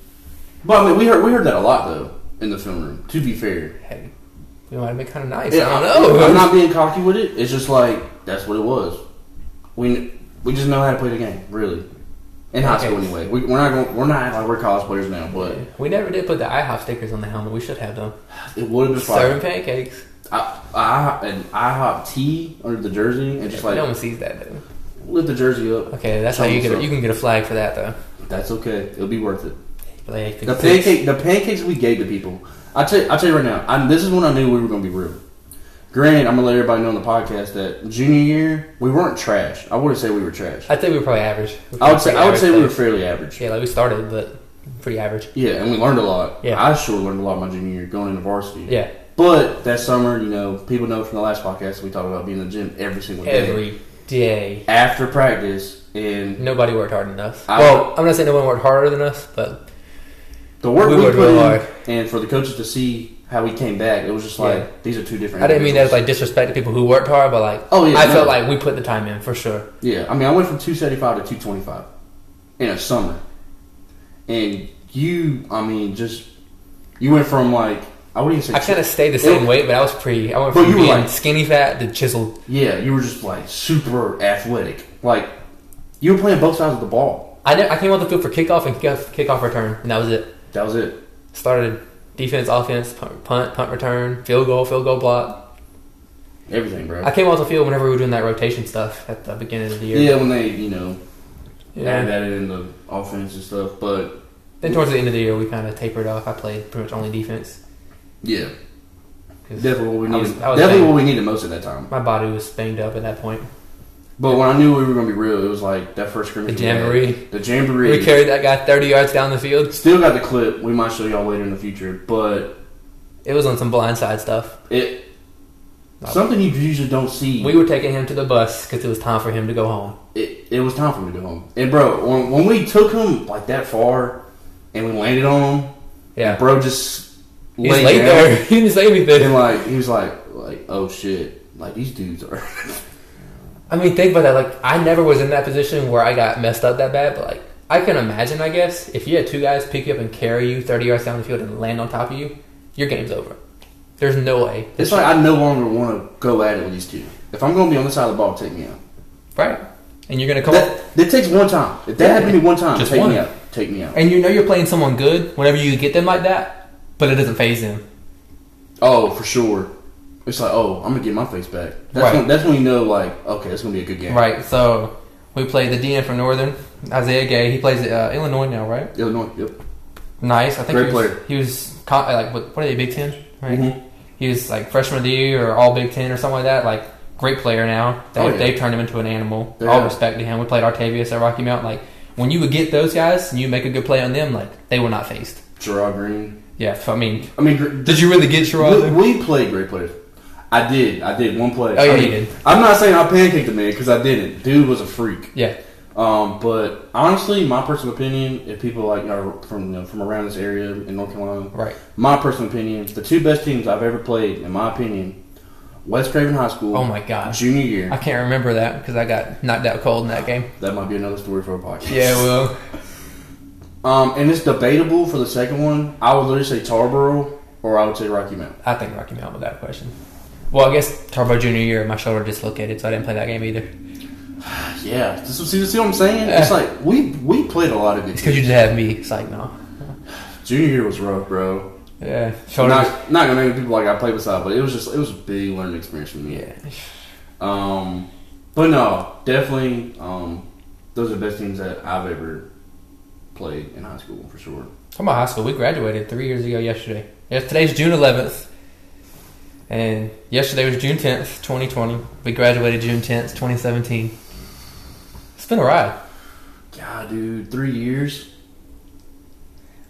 Speaker 2: But I mean, we heard we heard that a lot though in the film room. To be fair,
Speaker 3: Hey, we might have been kind of nice.
Speaker 2: Yeah,
Speaker 3: I don't know.
Speaker 2: I'm not being cocky with it. It's just like that's what it was. We we just know how to play the game, really. In high
Speaker 3: Okay.
Speaker 2: school, anyway. We, we're not going. We're not acting like we're college players now, but
Speaker 3: we never did put the IHOP stickers on the helmet. We should have them.
Speaker 2: it would have been
Speaker 3: Serving
Speaker 2: fire.
Speaker 3: pancakes.
Speaker 2: I, I an IHOP T under the jersey and just like
Speaker 3: no one sees that though.
Speaker 2: lift the jersey up.
Speaker 3: Okay, that's how
Speaker 2: Tell
Speaker 3: you
Speaker 2: them
Speaker 3: get.
Speaker 2: so.
Speaker 3: A, you can get a flag for that though.
Speaker 2: That's okay. It'll be worth it.
Speaker 3: Like,
Speaker 2: The pancake, the pancakes we gave to people. I tell, I tell you right now. I, this is when I knew we were gonna be real. Granted, I'm gonna let everybody know on the podcast that junior year we weren't trash. I wouldn't say we were trash.
Speaker 3: I'd say we were probably average. We
Speaker 2: I would say
Speaker 3: pretty
Speaker 2: I would
Speaker 3: average
Speaker 2: say we were
Speaker 3: players.
Speaker 2: fairly average.
Speaker 3: Yeah, like we started, but pretty average.
Speaker 2: Yeah, and we learned a lot.
Speaker 3: Yeah.
Speaker 2: I sure learned a lot my junior year going into varsity.
Speaker 3: Yeah,
Speaker 2: But that summer, you know, people know from the last podcast we talked about being in the gym every single day
Speaker 3: every Mm-hmm. day.
Speaker 2: after practice, and
Speaker 3: Nobody worked hard enough.
Speaker 2: I-
Speaker 3: well, I'm not saying no one worked harder than us, but
Speaker 2: the work
Speaker 3: We
Speaker 2: we,
Speaker 3: worked
Speaker 2: put
Speaker 3: real
Speaker 2: in,
Speaker 3: hard.
Speaker 2: and for the coaches to see how we came back, it was just like
Speaker 3: Yeah.
Speaker 2: these are two different.
Speaker 3: I didn't mean that
Speaker 2: individuals.
Speaker 3: as like disrespect to people who worked hard, but like
Speaker 2: Oh, yeah,
Speaker 3: I
Speaker 2: no.
Speaker 3: felt like we put the time in for sure.
Speaker 2: Yeah, I mean, I went from 275 to 225 in a summer. And you, I mean, just, you went from like, I wouldn't even say.
Speaker 3: I kind of
Speaker 2: chi-
Speaker 3: stayed the same
Speaker 2: It-
Speaker 3: weight, but I was pretty. I went
Speaker 2: But
Speaker 3: from
Speaker 2: you were,
Speaker 3: being
Speaker 2: like-
Speaker 3: skinny fat to chiseled.
Speaker 2: Yeah, you were just like super athletic. Like, you were playing both sides of the ball.
Speaker 3: I ne- I came off the field for kickoff and kickoff, kickoff return, and that was it.
Speaker 2: That was it.
Speaker 3: Started defense, offense, punt, punt, punt return, field goal, field goal block.
Speaker 2: Everything, bro.
Speaker 3: I came off the field whenever we were doing that rotation stuff at the beginning of the year.
Speaker 2: yeah, when they, you know,
Speaker 3: Yeah.
Speaker 2: added that in the offense and stuff. But,
Speaker 3: Then towards the end of the year, we kind of tapered off. I played pretty much only defense.
Speaker 2: yeah,
Speaker 3: 'cause
Speaker 2: definitely what we
Speaker 3: I
Speaker 2: needed.
Speaker 3: was- I was
Speaker 2: definitely
Speaker 3: saying-
Speaker 2: what we needed most at that time.
Speaker 3: My body was banged up at that point.
Speaker 2: But when I knew we were going to be real, it was like that first scrimmage.
Speaker 3: The
Speaker 2: we had.
Speaker 3: jamboree.
Speaker 2: The jamboree.
Speaker 3: We carried that guy 30 yards down the field.
Speaker 2: Still got the clip. We might show y'all later in the future, but
Speaker 3: It was on some blindside stuff.
Speaker 2: it something you usually don't see.
Speaker 3: We were taking him to the bus because it was time for him to go home.
Speaker 2: it, it was time for me to go home. And bro, when, when we took him like that far, and we landed on him,
Speaker 3: Yeah.
Speaker 2: bro, just
Speaker 3: He was late there. He didn't say
Speaker 2: and
Speaker 3: anything.
Speaker 2: like he was like like oh shit, like these dudes are.
Speaker 3: I mean, think about that. Like, I never was in that position where I got messed up that bad, but like, I can imagine, I guess, if you had two guys pick you up and carry you 30 yards down the field and land on top of you, your game's over. There's no way.
Speaker 2: it's like I no longer want to go at it with these two. If I'm gonna be on the side of the ball, take me out.
Speaker 3: Right. And you're going to come up.
Speaker 2: That, that takes one time. If that happened to me one time,
Speaker 3: Just
Speaker 2: take
Speaker 3: one.
Speaker 2: me out. Take me out.
Speaker 3: And you know you're playing someone good whenever you get them like that, but it doesn't phase them.
Speaker 2: Oh, for sure. It's like, oh, I'm gonna get my face back. That's,
Speaker 3: Right.
Speaker 2: when, that's when you know, like, okay, it's gonna be a good game.
Speaker 3: Right. So we played the DN from Northern, Isaiah Gay. He plays at uh, Illinois now, right?
Speaker 2: Illinois. Yep.
Speaker 3: Nice. I think
Speaker 2: Great
Speaker 3: he was,
Speaker 2: player.
Speaker 3: He was co- uh, like what, what are they Big Ten? Right.
Speaker 2: Mhm.
Speaker 3: He was like freshman of the year or all Big Ten or something like that. Like great player now. They,
Speaker 2: Oh, yeah.
Speaker 3: They've turned him into an animal.
Speaker 2: Yeah.
Speaker 3: All respect to him. We played Artavius at Rocky Mountain. Like when you would get those guys and you make a good play on them, like they were not faced.
Speaker 2: Gerard Green.
Speaker 3: Yeah. So, I mean,
Speaker 2: I mean, Gr-
Speaker 3: did you really
Speaker 2: we,
Speaker 3: get Sherrod?
Speaker 2: we played great players. I did. I did one play.
Speaker 3: Oh, yeah,
Speaker 2: I
Speaker 3: you
Speaker 2: mean,
Speaker 3: did.
Speaker 2: I'm not saying I pancaked the man because I didn't. Dude was a freak.
Speaker 3: Yeah.
Speaker 2: Um, but honestly, my personal opinion, if people like are from you know, from around this area in North Carolina,
Speaker 3: Right.
Speaker 2: my personal opinion, the two best teams I've ever played, in my opinion, West Craven High School.
Speaker 3: Oh my gosh.
Speaker 2: Junior year.
Speaker 3: I can't remember that because I got knocked out cold in that game.
Speaker 2: That might be another story for a podcast.
Speaker 3: Yeah, well,
Speaker 2: Um, and it's debatable for the second one. I would literally say Tarboro, or I would say Rocky Mountain.
Speaker 3: I think Rocky Mountain without question. Well, I guess Turbo Junior year, my shoulder dislocated, so I didn't play that game either. It's
Speaker 2: Yeah, this, see, see what I'm saying? It's like we we played a lot of good.
Speaker 3: because you
Speaker 2: teams.
Speaker 3: just have me. It's like no.
Speaker 2: Junior year was rough, bro.
Speaker 3: Yeah,
Speaker 2: Not
Speaker 3: shoulder.
Speaker 2: not gonna name people like I played beside, but it was just it was a big learning experience for me.
Speaker 3: yeah,
Speaker 2: Um, but no, definitely. Um, those are the best teams that I've ever played in high school for sure.
Speaker 3: talking about high school, we graduated three years ago yesterday. Yeah, today's June 11th, and yesterday was June 10th, 2020. We graduated June 10th, 2017. It's been a ride.
Speaker 2: God, dude, three years.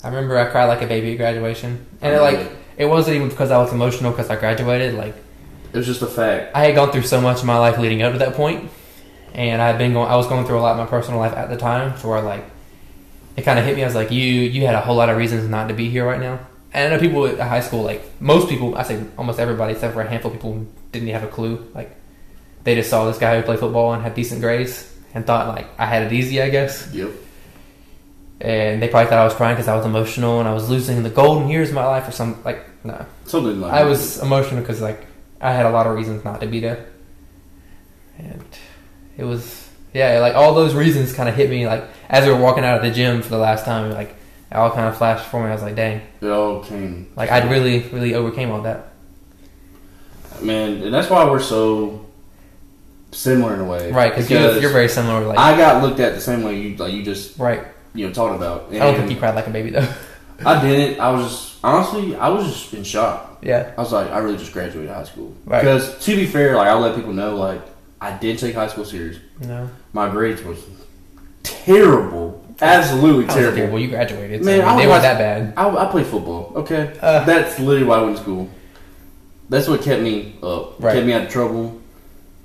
Speaker 3: I remember I cried like a baby at graduation, and it, like it wasn't even because I was emotional because I graduated. Like
Speaker 2: It was just a fact.
Speaker 3: I had gone through so much in my life leading up to that point, and I had been going. I was going through a lot in my personal life at the time, to where like it kind of hit me. I was like, you you had a whole lot of reasons not to be here right now. And I know people at high school, like most people, I say almost everybody except for a handful of people, didn't have a clue. Like they just saw this guy who played football and had decent grades and thought like I had it easy, I guess.
Speaker 2: Yep.
Speaker 3: And they probably thought I was crying because I was emotional and I was losing the golden years of my life or something. Like no,
Speaker 2: Something like
Speaker 3: I
Speaker 2: that.
Speaker 3: was emotional because like I had a lot of reasons not to be there, and it was yeah like all those reasons kind of hit me like as we were walking out of the gym for the last time like it all kind of flashed for me. I was like, dang,
Speaker 2: It all came.
Speaker 3: like I really really overcame all that.
Speaker 2: Man, and that's why we're so similar in a way.
Speaker 3: Right, cause you're, you're very similar. Like
Speaker 2: I got looked at the same way you like you just
Speaker 3: right,
Speaker 2: you know talked about.
Speaker 3: I don't think you cried like a baby though.
Speaker 2: I didn't. I was just honestly, I was just in shock.
Speaker 3: yeah,
Speaker 2: I was like, I really just graduated high school.
Speaker 3: Right.
Speaker 2: Because to be fair, like I'll let people know, like I did take high school serious.
Speaker 3: no,
Speaker 2: My grades was terrible, absolutely
Speaker 3: I was terrible.
Speaker 2: terrible.
Speaker 3: terrible. You graduated. so,
Speaker 2: Man,
Speaker 3: I mean,
Speaker 2: I
Speaker 3: they
Speaker 2: was-
Speaker 3: weren't that bad.
Speaker 2: I, I played football. Okay,
Speaker 3: Uh.
Speaker 2: that's literally why I went to school. That's what kept me up,
Speaker 3: Right.
Speaker 2: kept me out of trouble.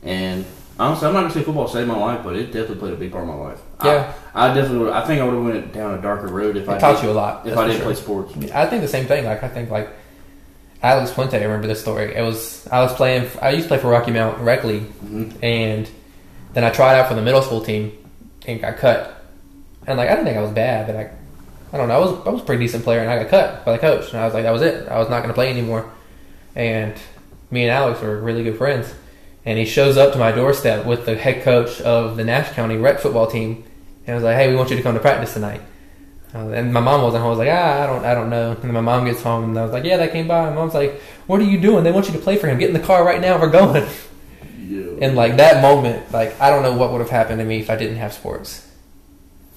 Speaker 2: And honestly, I'm not gonna say football saved my life, but it definitely played a big part in my life.
Speaker 3: Yeah.
Speaker 2: I, I definitely. Would, I think I would have went down a darker road if I
Speaker 3: It taught
Speaker 2: did,
Speaker 3: you a lot.
Speaker 2: if
Speaker 3: that's
Speaker 2: I
Speaker 3: for
Speaker 2: didn't
Speaker 3: sure.
Speaker 2: play sports.
Speaker 3: I think the same thing. Like I think like Alex Puente. I remember this story. It was I was playing. I used to play for Rocky Mount Rec League,
Speaker 2: Mhm.
Speaker 3: and then I tried out for the middle school team and got cut. And like I didn't think I was bad, but I, I don't know. I was I was a pretty decent player, and I got cut by the coach. And I was like, that was it. I was not going to play anymore. And me and Alex were really good friends. And he shows up to my doorstep with the head coach of the Nash County rec football team, and I was like, "Hey, we want you to come to practice tonight." Uh, and my mom wasn't home. I was like, ah, I don't, I don't know. And then my mom gets home, and I was like, yeah, that came by. And mom's like, what are you doing? They want you to play for him. Get in the car right now. We're going.
Speaker 2: Yeah.
Speaker 3: And like that moment, like I don't know what would have happened to me if I didn't have sports.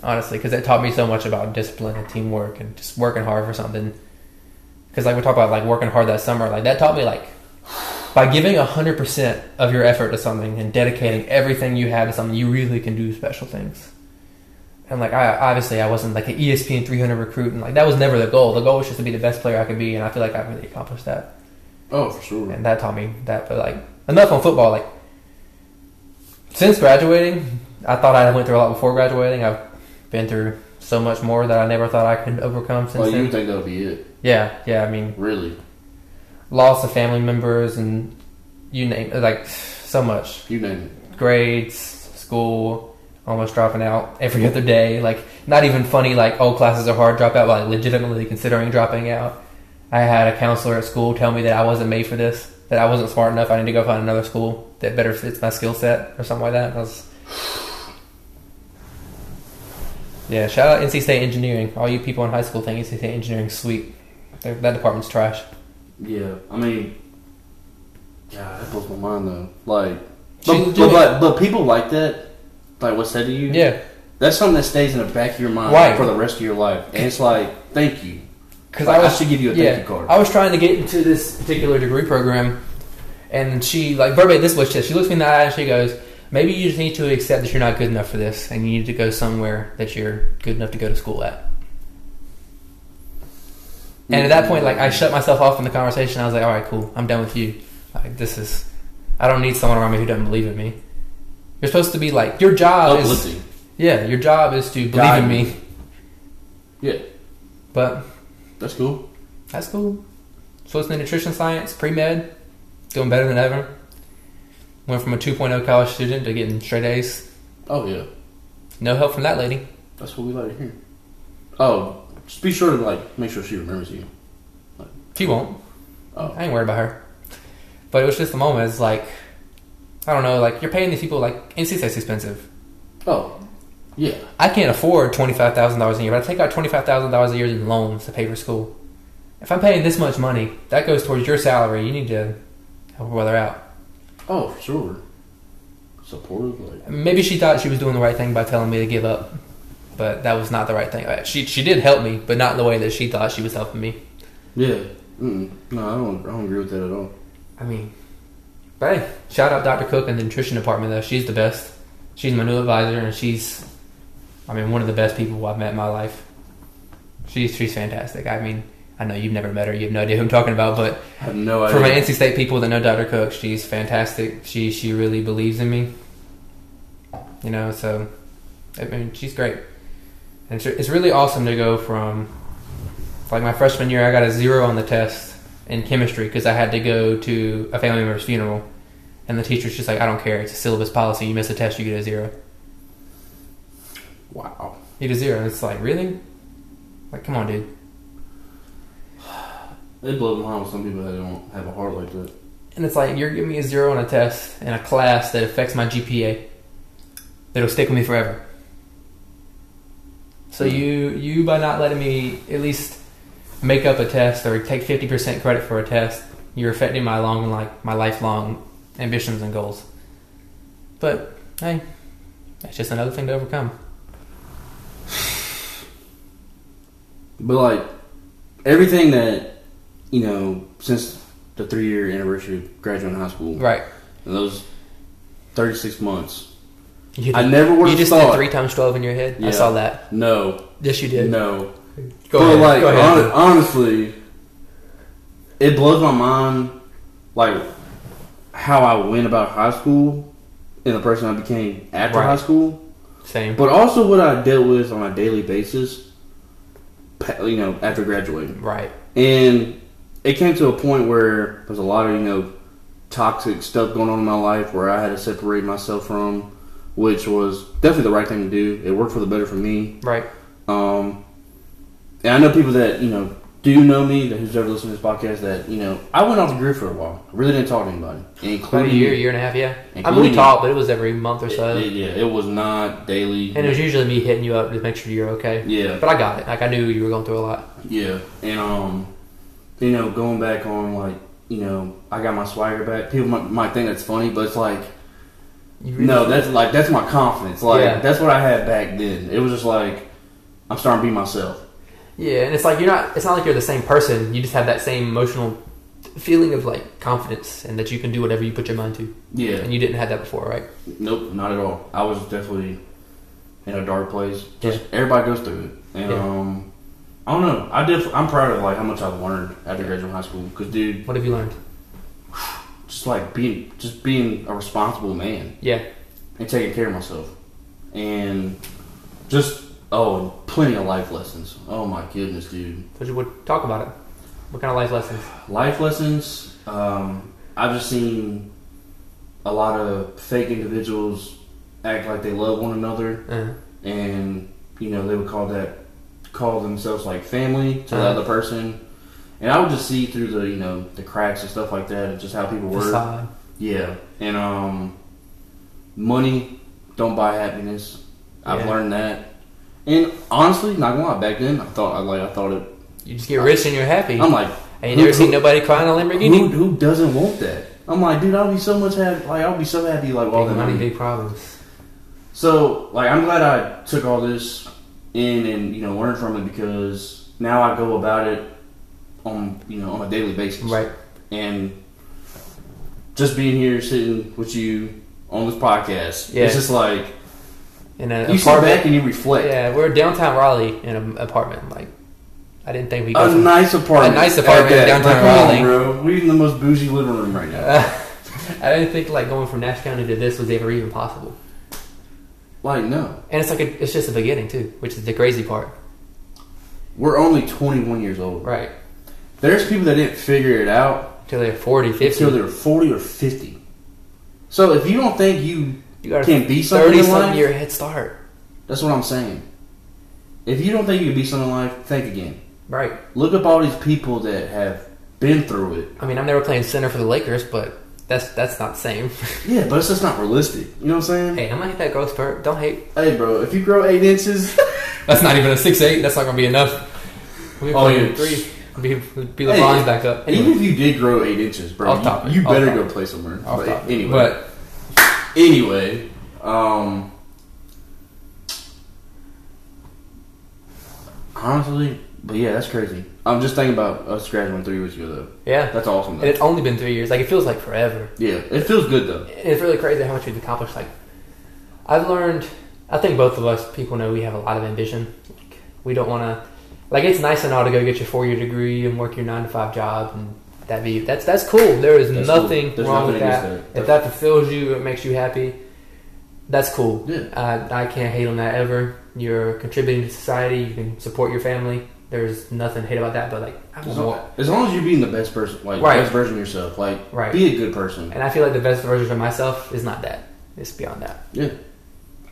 Speaker 3: Honestly, because it taught me so much about discipline and teamwork and just working hard for something. Because like we talk about like working hard that summer, like that taught me like by giving hundred percent of your effort to something and dedicating everything you have to something, you really can do special things. And like I obviously I wasn't like an E ESPN 300 recruit, and like that was never the goal. The goal was just to be the best player I could be, and I feel like I really accomplished that
Speaker 2: oh, for sure.
Speaker 3: and that taught me that. But like enough on football. Like since graduating, I thought I went through a lot before graduating. I've been through so much more that I never thought I could overcome since
Speaker 2: Well, you
Speaker 3: then.
Speaker 2: would think that would be it,
Speaker 3: yeah, yeah. I mean,
Speaker 2: really.
Speaker 3: loss of family members and you name like so much
Speaker 2: You name it.
Speaker 3: grades, school, almost dropping out every other day. Like not even funny. Like oh, classes are hard. Drop out. Like legitimately considering dropping out. I had a counselor at school tell me that I wasn't made for this, that I wasn't smart enough. I need to go find another school that better fits my skill set or something like that. I was, yeah, shout out NC State Engineering. All you people in high school think NC State Engineering sweet. They're- That department's trash.
Speaker 2: Yeah, I mean, yeah, that blows my mind though. Like,
Speaker 3: She's
Speaker 2: but,
Speaker 3: doing-
Speaker 2: but, but, but people like that, like what's said to you,
Speaker 3: Yeah,
Speaker 2: that's something that stays in the back of your mind
Speaker 3: Right.
Speaker 2: for the rest of your life. And it's like, thank you.
Speaker 3: because
Speaker 2: Like,
Speaker 3: I
Speaker 2: I,
Speaker 3: was
Speaker 2: should give you a
Speaker 3: yeah,
Speaker 2: thank you card.
Speaker 3: I was trying to get into this particular degree program, and she like verbatim this was she looks me in the eye and she goes, "Maybe you just need to accept that you're not good enough for this, and you need to go somewhere that you're good enough to go to school at." And at that point, like I shut myself off from the conversation. I was like, "All right, cool, I'm done with you. Like this is, I don't need someone around me who doesn't believe in me." You're supposed to be like your job is
Speaker 2: uplifting.
Speaker 3: yeah, your job is to believe
Speaker 2: Guide
Speaker 3: in
Speaker 2: me.
Speaker 3: me,
Speaker 2: Yeah,
Speaker 3: but
Speaker 2: that's cool.
Speaker 3: That's cool. So it's in nutrition science, pre med, doing better than ever. Went from a 2.0 college student to getting straight A's.
Speaker 2: Oh yeah,
Speaker 3: No help from that lady.
Speaker 2: that's what we like to hear. Oh, just be sure to like make sure she remembers you.
Speaker 3: She won't.
Speaker 2: Oh,
Speaker 3: I ain't worried about her. But it was just the moment. It's like, I don't know, like you're paying these people, like, NC State's expensive.
Speaker 2: oh, yeah.
Speaker 3: I can't afford $25,000 a year, but I take out $25,000 a year in loans to pay for school. If I'm paying this much money, that goes towards your salary. You need to help her brother out.
Speaker 2: Oh, for sure. Supportive, like
Speaker 3: Maybe she thought she was doing the right thing by telling me to give up, but that was not the right thing. Uh, She she did help me, but not in the way that she thought she was helping me.
Speaker 2: yeah. Mm-mm. No, I don't. I don't agree with that at all.
Speaker 3: I mean, but hey, shout out Dr. Cook in the nutrition department though. She's the best. She's my new advisor, and she's, I mean, one of the best people I've met in my life. She's she's fantastic. I mean, I know you've never met her, you have no idea who I'm talking about, but
Speaker 2: I have no idea.
Speaker 3: for my NC State people that know Dr. Cook, she's fantastic. She she really believes in me. you know. So, I mean, she's great, and it's, it's really awesome to go from like my freshman year. I got a zero on the test in chemistry because I had to go to a family member's funeral, and the teacher's just like, "I don't care. It's a syllabus policy. You miss a test, you get a zero.
Speaker 2: Wow.
Speaker 3: You get a zero. And it's like, really? Like, come on, dude.
Speaker 2: It blows my mind with some people that don't have a heart like that.
Speaker 3: And it's like you're giving me a zero on a test in a class that affects my GPA. That'll stick with me forever. So you you by not letting me at least make up a test or take fifty percent credit for a test, you're affecting my long like my lifelong ambitions and goals. But hey, that's just another thing to overcome.
Speaker 2: But like everything that you know since the three year anniversary of graduating high school,
Speaker 3: Right.
Speaker 2: and those thirty six months.
Speaker 3: You
Speaker 2: I never would've
Speaker 3: You just
Speaker 2: thought-
Speaker 3: did three times twelve in your head. I
Speaker 2: Yeah.
Speaker 3: saw that.
Speaker 2: No,
Speaker 3: Yes, you did.
Speaker 2: no.
Speaker 3: Go
Speaker 2: but
Speaker 3: ahead.
Speaker 2: like
Speaker 3: Go ahead.
Speaker 2: hon- honestly, it blows my mind. Like how I went about high school and the person I became after
Speaker 3: Right.
Speaker 2: high school.
Speaker 3: Same.
Speaker 2: But also what I dealt with on a daily basis, pa- you know, after graduating.
Speaker 3: Right.
Speaker 2: And it came to a point where there's a lot of, you know, toxic stuff going on in my life where I had to separate myself from, which was definitely the right thing to do. It worked for the better for me.
Speaker 3: Right.
Speaker 2: Um, and I know people that, you know, do know me, that who's ever listened to this podcast, that, you know, I went off the grid for a while. I really didn't talk to anybody.
Speaker 3: About
Speaker 2: Including
Speaker 3: a year, year and a half, yeah. I mean,
Speaker 2: Including-
Speaker 3: we talked, but it was every month or so,
Speaker 2: It, yeah, it was not daily.
Speaker 3: and it was usually me hitting you up to make sure you're okay.
Speaker 2: yeah.
Speaker 3: But I got it. Like I knew you were going through a lot.
Speaker 2: Yeah, and um, you know, going back on like you know, I got my swagger back. People might, might think that's funny, but it's like
Speaker 3: You really-
Speaker 2: no, that's like that's my confidence. Like
Speaker 3: Yeah.
Speaker 2: that's what I had back then. It was just like I'm starting to be myself.
Speaker 3: Yeah, and it's like you're not. It's not like you're the same person. You just have that same emotional feeling of like confidence and that you can do whatever you put your mind to.
Speaker 2: Yeah,
Speaker 3: And you didn't have that before, right?
Speaker 2: nope, not at all. I was definitely in a dark place.
Speaker 3: Yeah.
Speaker 2: Just everybody goes through it, and
Speaker 3: Yeah.
Speaker 2: um. I don't know. I def- I'm proud of like how much I've learned after graduating high school. Cause dude,
Speaker 3: What have you learned?
Speaker 2: just like being just being a responsible man.
Speaker 3: Yeah,
Speaker 2: and taking care of myself. And just, oh, plenty of life lessons. Oh my goodness, dude.
Speaker 3: so you would talk about it. What kind of life lessons?
Speaker 2: Life lessons, um, I've just seen a lot of fake individuals act like they love one another
Speaker 3: Uh,
Speaker 2: and, you know, they would call that, call themselves like family to the
Speaker 3: Uh-huh.
Speaker 2: other person. And I would just see through the, you know, the cracks and stuff like that and just how people work.
Speaker 3: facade.
Speaker 2: Yeah, and um, money don't buy happiness. I've
Speaker 3: Yeah.
Speaker 2: learned that, and honestly, not gonna lie, back then I thought I like I thought it.
Speaker 3: You just get rich and you're happy.
Speaker 2: I'm like,
Speaker 3: and you never
Speaker 2: who-
Speaker 3: seen nobody crying on a
Speaker 2: who,
Speaker 3: Lamborghini.
Speaker 2: who doesn't want that? I'm like, dude, I'll be so much happy. Like, I'll be so happy. Like, with all
Speaker 3: Big
Speaker 2: that money.
Speaker 3: money, big problems.
Speaker 2: So, like, I'm glad I took all this in and you know learned from it because now I go about it on you know on a daily basis.
Speaker 3: Right.
Speaker 2: and just being here sitting with you on this podcast
Speaker 3: Yeah.
Speaker 2: it's just like
Speaker 3: In an
Speaker 2: you sit
Speaker 3: apartment.
Speaker 2: back and you reflect
Speaker 3: Yeah, we're downtown Raleigh in an apartment. Like, I didn't think we.
Speaker 2: a
Speaker 3: From,
Speaker 2: nice apartment
Speaker 3: A nice apartment
Speaker 2: at that.
Speaker 3: downtown
Speaker 2: Like, come on,
Speaker 3: Raleigh.
Speaker 2: bro we in the most bougie living room right now
Speaker 3: uh, I didn't think like going from Nash County to this was ever even possible.
Speaker 2: like no
Speaker 3: And it's like a, it's just the beginning too, which is the crazy part,
Speaker 2: we're only 21 years old
Speaker 3: right?
Speaker 2: there's people that didn't figure it out
Speaker 3: Until they're 40, 50.
Speaker 2: until they're 40 or 50 so if you don't think you
Speaker 3: you got
Speaker 2: can
Speaker 3: a
Speaker 2: be something
Speaker 3: 30
Speaker 2: in
Speaker 3: something
Speaker 2: life
Speaker 3: year head start,
Speaker 2: that's what i'm saying if you don't think you can be something in life think again
Speaker 3: right?
Speaker 2: look up all these people that have been through it
Speaker 3: I mean, I'm never playing center for the Lakers, but that's that's not the same.
Speaker 2: Yeah, but it's just not realistic. You know what I'm saying?
Speaker 3: hey, I'm gonna hit that growth spurt. Don't hate.
Speaker 2: Hey, bro, if you grow eight inches,
Speaker 3: That's not even a six eight. That's not gonna be enough. We
Speaker 2: Oh,
Speaker 3: oh,
Speaker 2: yeah.
Speaker 3: three. Be, be
Speaker 2: Hey,
Speaker 3: LeBron's back up.
Speaker 2: even if you did grow eight inches, bro,
Speaker 3: Off
Speaker 2: you-
Speaker 3: topic,
Speaker 2: you,
Speaker 3: off
Speaker 2: better go
Speaker 3: topic.
Speaker 2: play somewhere.
Speaker 3: Off
Speaker 2: But
Speaker 3: topic.
Speaker 2: anyway,
Speaker 3: But
Speaker 2: anyway, um, honestly, but yeah, that's crazy. I'm just thinking about us graduating three years ago, though.
Speaker 3: yeah,
Speaker 2: That's awesome.
Speaker 3: and
Speaker 2: Though.
Speaker 3: it's only been three years. Like it feels like forever.
Speaker 2: Yeah, it feels good though.
Speaker 3: And it's really crazy how much we've accomplished. Like, I've learned. I think both of us people know we have a lot of ambition. Like, we don't want to. Like, it's nice and all to go get your four year degree and work your nine to five job, and that be that's that's cool. There is
Speaker 2: That's cool.
Speaker 3: nothing
Speaker 2: There's
Speaker 3: wrong
Speaker 2: nothing
Speaker 3: with
Speaker 2: against
Speaker 3: that.
Speaker 2: that.
Speaker 3: If that fulfills you, it makes you happy. that's cool.
Speaker 2: Yeah.
Speaker 3: I, I can't hate on that ever. You're contributing to society. You can support your family. There's nothing to hate about that. But like, I
Speaker 2: As
Speaker 3: want more.
Speaker 2: long, as long as you're being the best person, like
Speaker 3: Right.
Speaker 2: the best version of yourself, like
Speaker 3: Right.
Speaker 2: be a good person.
Speaker 3: And I feel like the best version of myself is not that. It's beyond that.
Speaker 2: Yeah,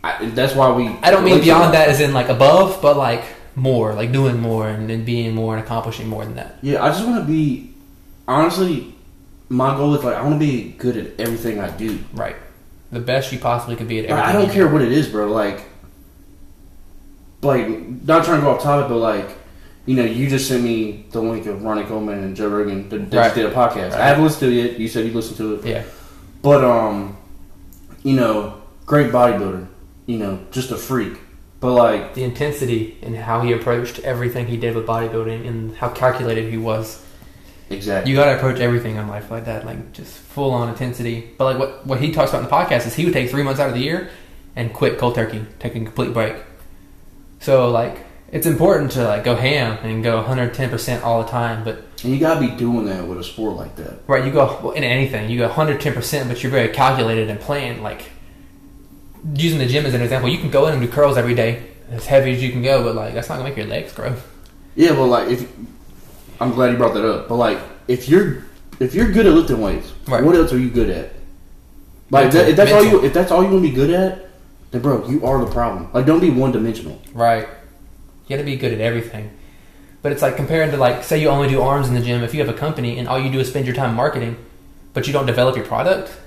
Speaker 2: I, that's why we.
Speaker 3: I don't mean beyond that as in like uh, above, but like more, like doing more and, and being more and accomplishing more than that.
Speaker 2: Yeah, I just want to be. Honestly, my goal is like I want to be good at everything I do.
Speaker 3: Right. The best you possibly could be at
Speaker 2: Like,
Speaker 3: everything.
Speaker 2: I don't
Speaker 3: you
Speaker 2: care what it is, bro. Like, like not trying to go off topic, but like, you know, you just sent me the link of Ronnie Coleman and Joe Rogan that that
Speaker 3: Right.
Speaker 2: did a podcast. I haven't listened to it yet. You said you listened to it,
Speaker 3: do. Yeah.
Speaker 2: but um, you know, great bodybuilder. You know, just a freak. But like,
Speaker 3: The intensity and how he approached everything he did with bodybuilding and how calculated he was.
Speaker 2: exactly.
Speaker 3: You gotta approach everything in life like that, like just full on intensity. But like what what he talks about in the podcast is he would take three months out of the year and quit cold turkey, take a complete break. So like it's important to like go ham and go 110 percent all the time. But
Speaker 2: and you gotta be doing that with a sport like that.
Speaker 3: right, you go well, in anything, you go 110 percent, but you're very calculated and planned. Like using the gym as an example, you can go in and do curls every day as heavy as you can go, but like that's not gonna make your legs grow.
Speaker 2: Yeah, well, like if I'm glad you brought that up, but like if you're if you're good at lifting weights,
Speaker 3: Right.
Speaker 2: what else are you good at? Like if that, if that's all you if that's all you want to be good at, then bro, you are the problem. Like don't be one dimensional.
Speaker 3: Right. You got to be good at everything. But it's like comparing to like say you only do arms in the gym. If you have a company and all you do is spend your time marketing, but you don't develop your product,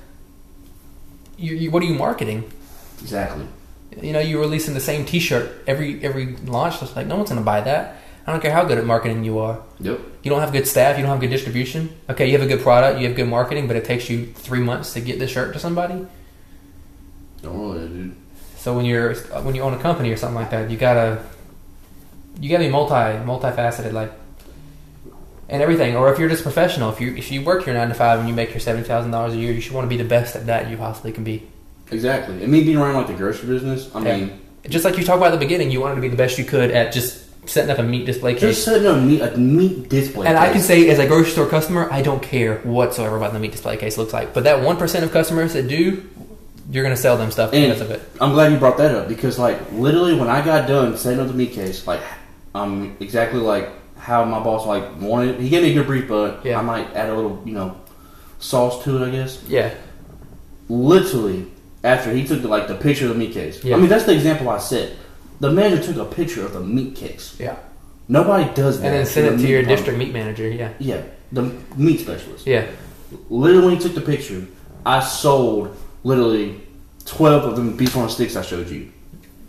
Speaker 3: you, you what are you marketing?
Speaker 2: Exactly.
Speaker 3: You know, you're releasing the same T-shirt every every launch. It's like no one's gonna buy that. I don't care how good at marketing you are.
Speaker 2: Yep.
Speaker 3: You don't have good staff. You don't have good distribution. Okay, you have a good product. You have good marketing, but it takes you three months to get the shirt to somebody.
Speaker 2: Don't roll that, dude.
Speaker 3: So when you're when you own a company or something like that, you gotta you gotta be multi multifaceted, like and everything. Or if you're just professional, if you if you work your nine to five and you make your seventy thousand dollars a year, you should want to be the best at that you possibly can be.
Speaker 2: Exactly. And me being around like the grocery business, I
Speaker 3: Yeah.
Speaker 2: mean,
Speaker 3: Just like you talked about at the beginning, you wanted to be the best you could at just setting up a meat display
Speaker 2: just
Speaker 3: case.
Speaker 2: setting up meat a meat display.
Speaker 3: And I can
Speaker 2: place.
Speaker 3: say, as a grocery store customer, I don't care whatsoever about the meat display case looks like. But that one percent of customers that do, you're gonna sell them stuff
Speaker 2: And-
Speaker 3: because of it.
Speaker 2: I'm glad you brought that up because, like, literally when I got done setting up the meat case, like, um, exactly like how my boss like wanted. He gave me a good brief, but
Speaker 3: Yeah.
Speaker 2: I might add a little, you know, sauce to it. I guess.
Speaker 3: Yeah,
Speaker 2: Literally, after he took like the picture of the meat case.
Speaker 3: Yeah.
Speaker 2: I mean, that's the example I said. The manager took a picture of the meat case.
Speaker 3: yeah.
Speaker 2: Nobody does that.
Speaker 3: And then send
Speaker 2: The
Speaker 3: it to
Speaker 2: meat
Speaker 3: your
Speaker 2: department.
Speaker 3: district meat manager. Yeah,
Speaker 2: Yeah, the meat specialist.
Speaker 3: yeah.
Speaker 2: Literally, when he took the picture, I sold literally twelve of them beef on sticks I showed you.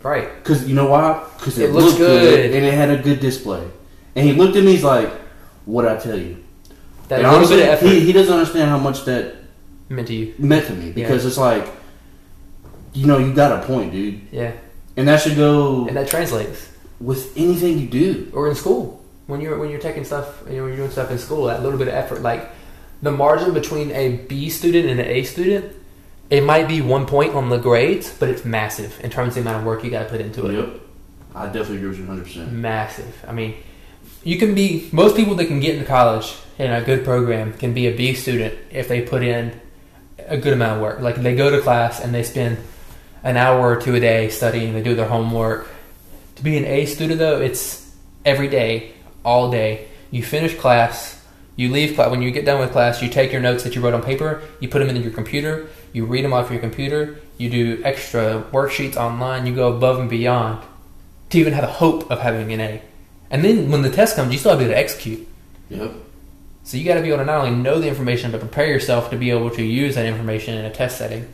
Speaker 3: Right.
Speaker 2: Because you know why? Because it,
Speaker 3: It looks
Speaker 2: looked good.
Speaker 3: good.
Speaker 2: and it had a good display. And he looked at me, he's like, "What I tell you?"
Speaker 3: That
Speaker 2: and
Speaker 3: little bit of effort
Speaker 2: he, he doesn't understand how much that
Speaker 3: meant to you.
Speaker 2: meant to me because it's like, you know, you got a point, dude,
Speaker 3: Yeah.
Speaker 2: and that should go
Speaker 3: And that translates.
Speaker 2: with anything you do.
Speaker 3: Or in school. When you're when you're taking stuff you know, when you're doing stuff in school, that little bit of effort, like the margin between a B student and an A student, it might be one point on the grades, but it's massive in terms of the amount of work you gotta put into it.
Speaker 2: Yep, I definitely agree with you 100. percent
Speaker 3: Massive. I mean you can be most people that can get into college in a good program can be a B student if they put in a good amount of work. Like they go to class and they spend an hour or two a day studying, they do their homework. To be an A student though, it's every day, all day. You finish class, you leave class. When you get done with class, you take your notes that you wrote on paper, you put them into your computer, you read them off your computer, you do extra worksheets online, you go above and beyond to even have a hope of having an A. And then when the test comes, you still have to be able to execute.
Speaker 2: Yep,
Speaker 3: So you got to be able to not only know the information, but prepare yourself to be able to use that information in a test setting.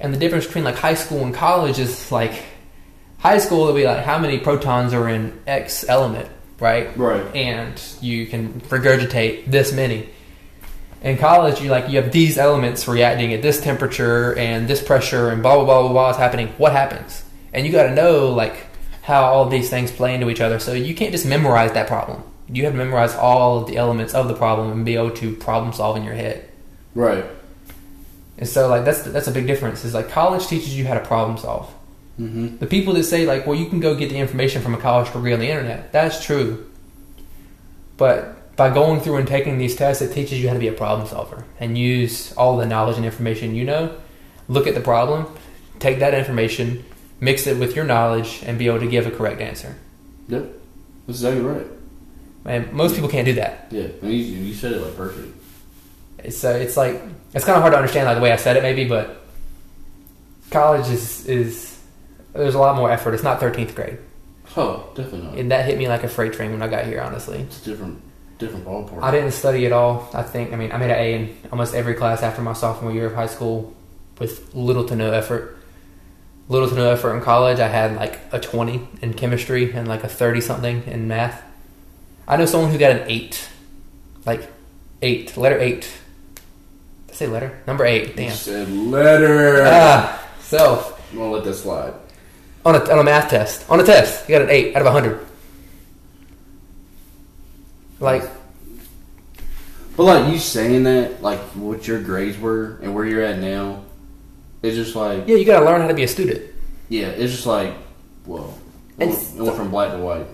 Speaker 3: And the difference between like high school and college is like high school will be like how many protons are in X element, right?
Speaker 2: right.
Speaker 3: And you can regurgitate this many. In college, you like you have these elements reacting at this temperature and this pressure and blah blah blah blah blah is happening. What happens? And you got to know like how all these things play into each other. So you can't just memorize that problem. You have to memorize all of the elements of the problem and be able to problem solve in your head.
Speaker 2: Right.
Speaker 3: And so like that's that's a big difference. Is like college teaches you how to problem solve.
Speaker 2: Mm-hmm.
Speaker 3: The people that say like, well, you can go get the information from a college degree on the internet. That's true. But by going through and taking these tests, it teaches you how to be a problem solver and use all the knowledge and information you know. Look at the problem, take that information, mix it with your knowledge, and be able to give a correct answer.
Speaker 2: Yep. That's exactly right.
Speaker 3: And most people can't do that.
Speaker 2: Yeah. I mean, you, you said it like perfect.
Speaker 3: It's uh, it's like it's kind of hard to understand like the way I said it maybe, but college is is there's a lot more effort. It's not 13th grade,
Speaker 2: Oh, definitely not.
Speaker 3: and that hit me like a freight train when I got here. Honestly,
Speaker 2: It's a different, different ballpark.
Speaker 3: I didn't study at all. I think I mean I made an A in almost every class after my sophomore year of high school with little to no effort. Little to no effort in college. I had like a 20 in chemistry and like a 30 something in math. I know someone who got an 8. Like 8, letter 8. Did I say letter? Number 8.
Speaker 2: You
Speaker 3: Damn.
Speaker 2: said letter.
Speaker 3: Ah, so
Speaker 2: I'm gonna let that slide.
Speaker 3: on a, on a math test. On a test, you got an 8 out of 100. Like,
Speaker 2: But like you saying that, like what your grades were and where you're at now, it's just like yeah,
Speaker 3: yeah, you got to learn how to be a student.
Speaker 2: it's just like whoa. It
Speaker 3: It's-
Speaker 2: went, it went from black to white.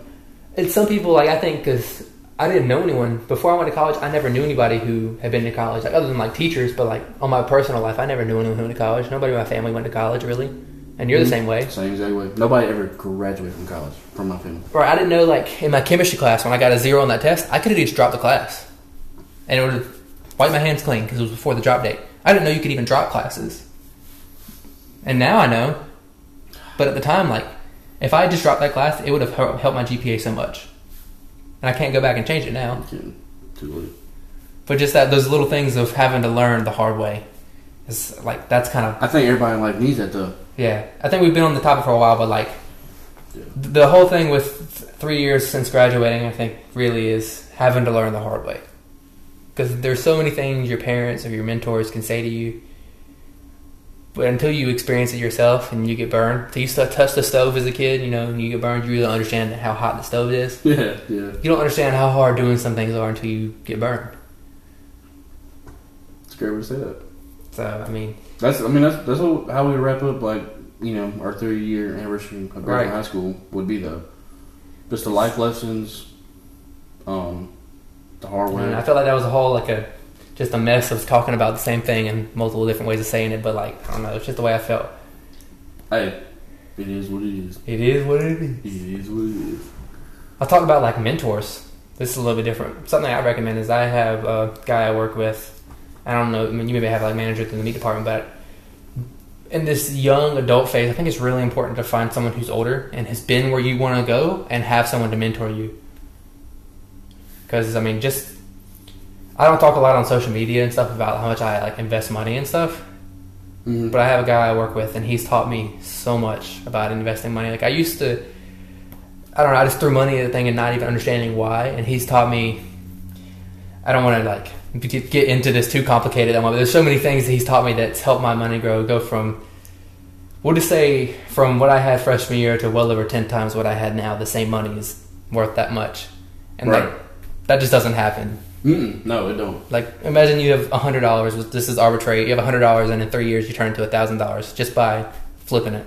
Speaker 3: And some people, like, I think because I didn't know anyone before I went to college, I never knew anybody who had been to college, like, other than like teachers, but like on my personal life, I never knew anyone who went to college. Nobody in my family went to college, really. And you're the same way.
Speaker 2: Same exact way. Nobody ever graduated from college from my family.
Speaker 3: Or I didn't know, like, in my chemistry class, when I got a zero on that test, I could have just dropped the class. And it would have wiped my hands clean because it was before the drop date. I didn't know you could even drop classes. And now I know. But at the time, like, if I had just dropped that class, it would have hel- helped my GPA so much. And I can't go back and change it now.
Speaker 2: Can't- Too late.
Speaker 3: But just that, those little things of having to learn the hard way. It's like, that's kind of
Speaker 2: I think everybody in life needs that though.
Speaker 3: yeah, I think we've been on the topic for a while, but like
Speaker 2: Yeah.
Speaker 3: th the whole thing with th- three years since graduating, I think really is having to learn the hard way because there's so many things your parents or your mentors can say to you, but until you experience it yourself and you get burned, until you stu- touch the stove as a kid, you know, and you get burned, you really don't understand how hot the stove is.
Speaker 2: Yeah, yeah.
Speaker 3: You don't understand how hard doing some things are until you get burned.
Speaker 2: It's a great way to say that.
Speaker 3: So I mean,
Speaker 2: That's I mean that's that's all- how we wrap up like you know our three year anniversary of
Speaker 3: Right.
Speaker 2: graduating high school would be though. Just the life lessons, um, the hard
Speaker 3: I,
Speaker 2: way.
Speaker 3: mean, I felt like that was a whole like a just a mess of talking about the same thing and multiple different ways of saying it, but like I don't know, it's just the way I felt.
Speaker 2: Hey, it is what it is.
Speaker 3: It is what it is.
Speaker 2: It is what it is.
Speaker 3: I'll talk about like mentors. This is a little bit different. Something I recommend is I have a guy I work with. I don't know. I mean, you maybe have like managers in the meat department, but in this young adult phase, I think it's really important to find someone who's older and has been where you want to go and have someone to mentor you. Because I mean, just I don't talk a lot on social media and stuff about how much I like invest money and stuff.
Speaker 2: Mhm.
Speaker 3: But I have a guy I work with, and he's taught me so much about investing money. Like I used to, I don't know, I just threw money at the thing and not even understanding why. And he's taught me. I don't want to like get get into this too complicated. But there's so many things that he's taught me that's helped my money grow. Go from, we'll just say from what I had freshman year to well over ten times what I had now. The same money is worth that much, and
Speaker 2: Right.
Speaker 3: like that just doesn't happen.
Speaker 2: Mm-mm, no, it don't.
Speaker 3: Like imagine you have hundred dollars. This is arbitrary. You have hundred dollars, and in three years you turn into thousand dollars just by flipping it.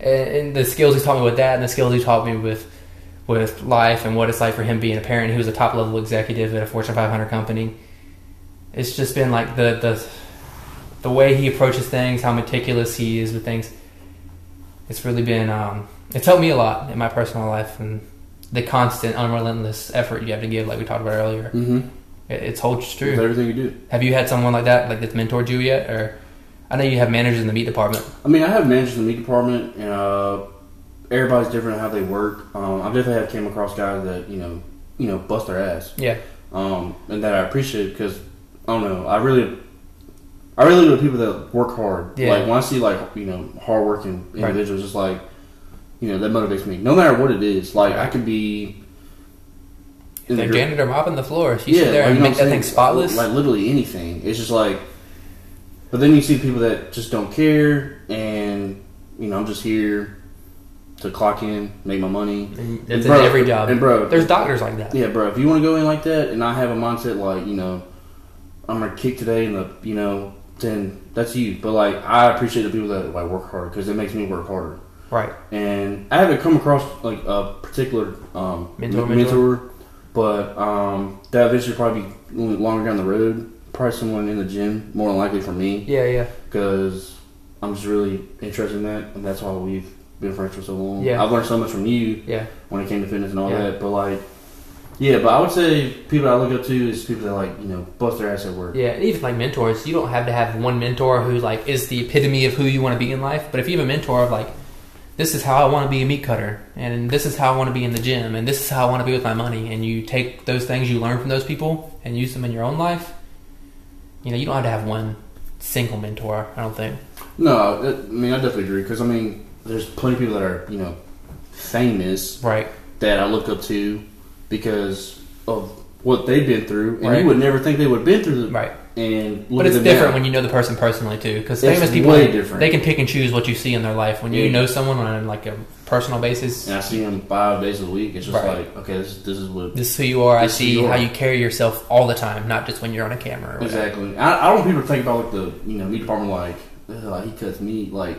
Speaker 3: And, and the skills he taught me with that, and the skills he taught me with with life, and what it's like for him being a parent. He was a top level executive at a Fortune 500 company. It's just been like the the the way he approaches things, how meticulous he is with things. It's really been um, it's helped me a lot in my personal life and the constant, unrelentless effort you have to give, like we talked about earlier.
Speaker 2: Mm-hmm.
Speaker 3: It, it's holds
Speaker 2: With
Speaker 3: true.
Speaker 2: everything you do.
Speaker 3: Have you had someone like that, like that's mentored you yet? Or I know you have managers in the meat department.
Speaker 2: I mean, I have managed the meat department, and uh, everybody's different in how they work. Um, I definitely have came across guys that you know, you know, bust their ass,
Speaker 3: Yeah,
Speaker 2: um, and that I appreciate because I don't know, I really, I really know people that work hard.
Speaker 3: Yeah.
Speaker 2: Like when I see like you know hardworking
Speaker 3: Right.
Speaker 2: individuals, it's like you know that motivates me. No matter what it is, like I could be. in
Speaker 3: the
Speaker 2: gr-
Speaker 3: janitor mopping the floor. She sit there and
Speaker 2: you know
Speaker 3: make
Speaker 2: what
Speaker 3: that
Speaker 2: I'm
Speaker 3: thing
Speaker 2: saying?
Speaker 3: spotless.
Speaker 2: Like literally anything. It's just like, but then you see people that just don't care, and you know I'm just here to clock in, make my money.
Speaker 3: And That's
Speaker 2: Bro,
Speaker 3: in every job.
Speaker 2: and bro-
Speaker 3: there's doctors like that.
Speaker 2: Yeah, bro. If you want to go in like that, and I have a mindset like you know, I'm gonna kick today, and the you know, then that's you. But like I appreciate the people that like work hard because it makes me work harder.
Speaker 3: Right.
Speaker 2: and I haven't come across like a particular um,
Speaker 3: Mentor,
Speaker 2: mentor, mentor, but um, that eventually probably be longer down the road. probably someone in the gym, more than likely for me,
Speaker 3: Yeah, yeah.
Speaker 2: because I'm just really interested in that, and that's why we've been friends for so long.
Speaker 3: Yeah.
Speaker 2: I've learned so much from you
Speaker 3: Yeah.
Speaker 2: when it came to fitness and all
Speaker 3: Yeah.
Speaker 2: that, but like, yeah, but I would say people I look up to is people that like you know bust their ass at work.
Speaker 3: Yeah, and even like mentors, you don't have to have one mentor who like is the epitome of who you want to be in life. But if you have a mentor of like, this is how I want to be a meat cutter, and this is how I want to be in the gym, and this is how I want to be with my money, and you take those things you learn from those people and use them in your own life. You know, you don't have to have one single mentor. I don't think.
Speaker 2: No, I- I mean I definitely agree because I mean there's plenty of people that are you know famous
Speaker 3: Right.
Speaker 2: that I look up to because of what they've been through, and
Speaker 3: Right.
Speaker 2: you would never think they would have been through. The,
Speaker 3: Right.
Speaker 2: And look
Speaker 3: But
Speaker 2: at
Speaker 3: it's
Speaker 2: them
Speaker 3: different
Speaker 2: now.
Speaker 3: when you know the person personally too, because
Speaker 2: It's
Speaker 3: famous people
Speaker 2: way different.
Speaker 3: they can pick and choose what you see in their life. When you
Speaker 2: Yeah.
Speaker 3: know someone on like a personal basis,
Speaker 2: and I see them five days a week. It's just
Speaker 3: Right.
Speaker 2: like okay, this, this is what
Speaker 3: This is who you are. I
Speaker 2: This is who
Speaker 3: see
Speaker 2: you are.
Speaker 3: how you carry yourself all the time, not just when you're on a camera. Or whatever.
Speaker 2: exactly. I, I don't want people to think about like the you know meat department like "Ugh, like he cuts meat like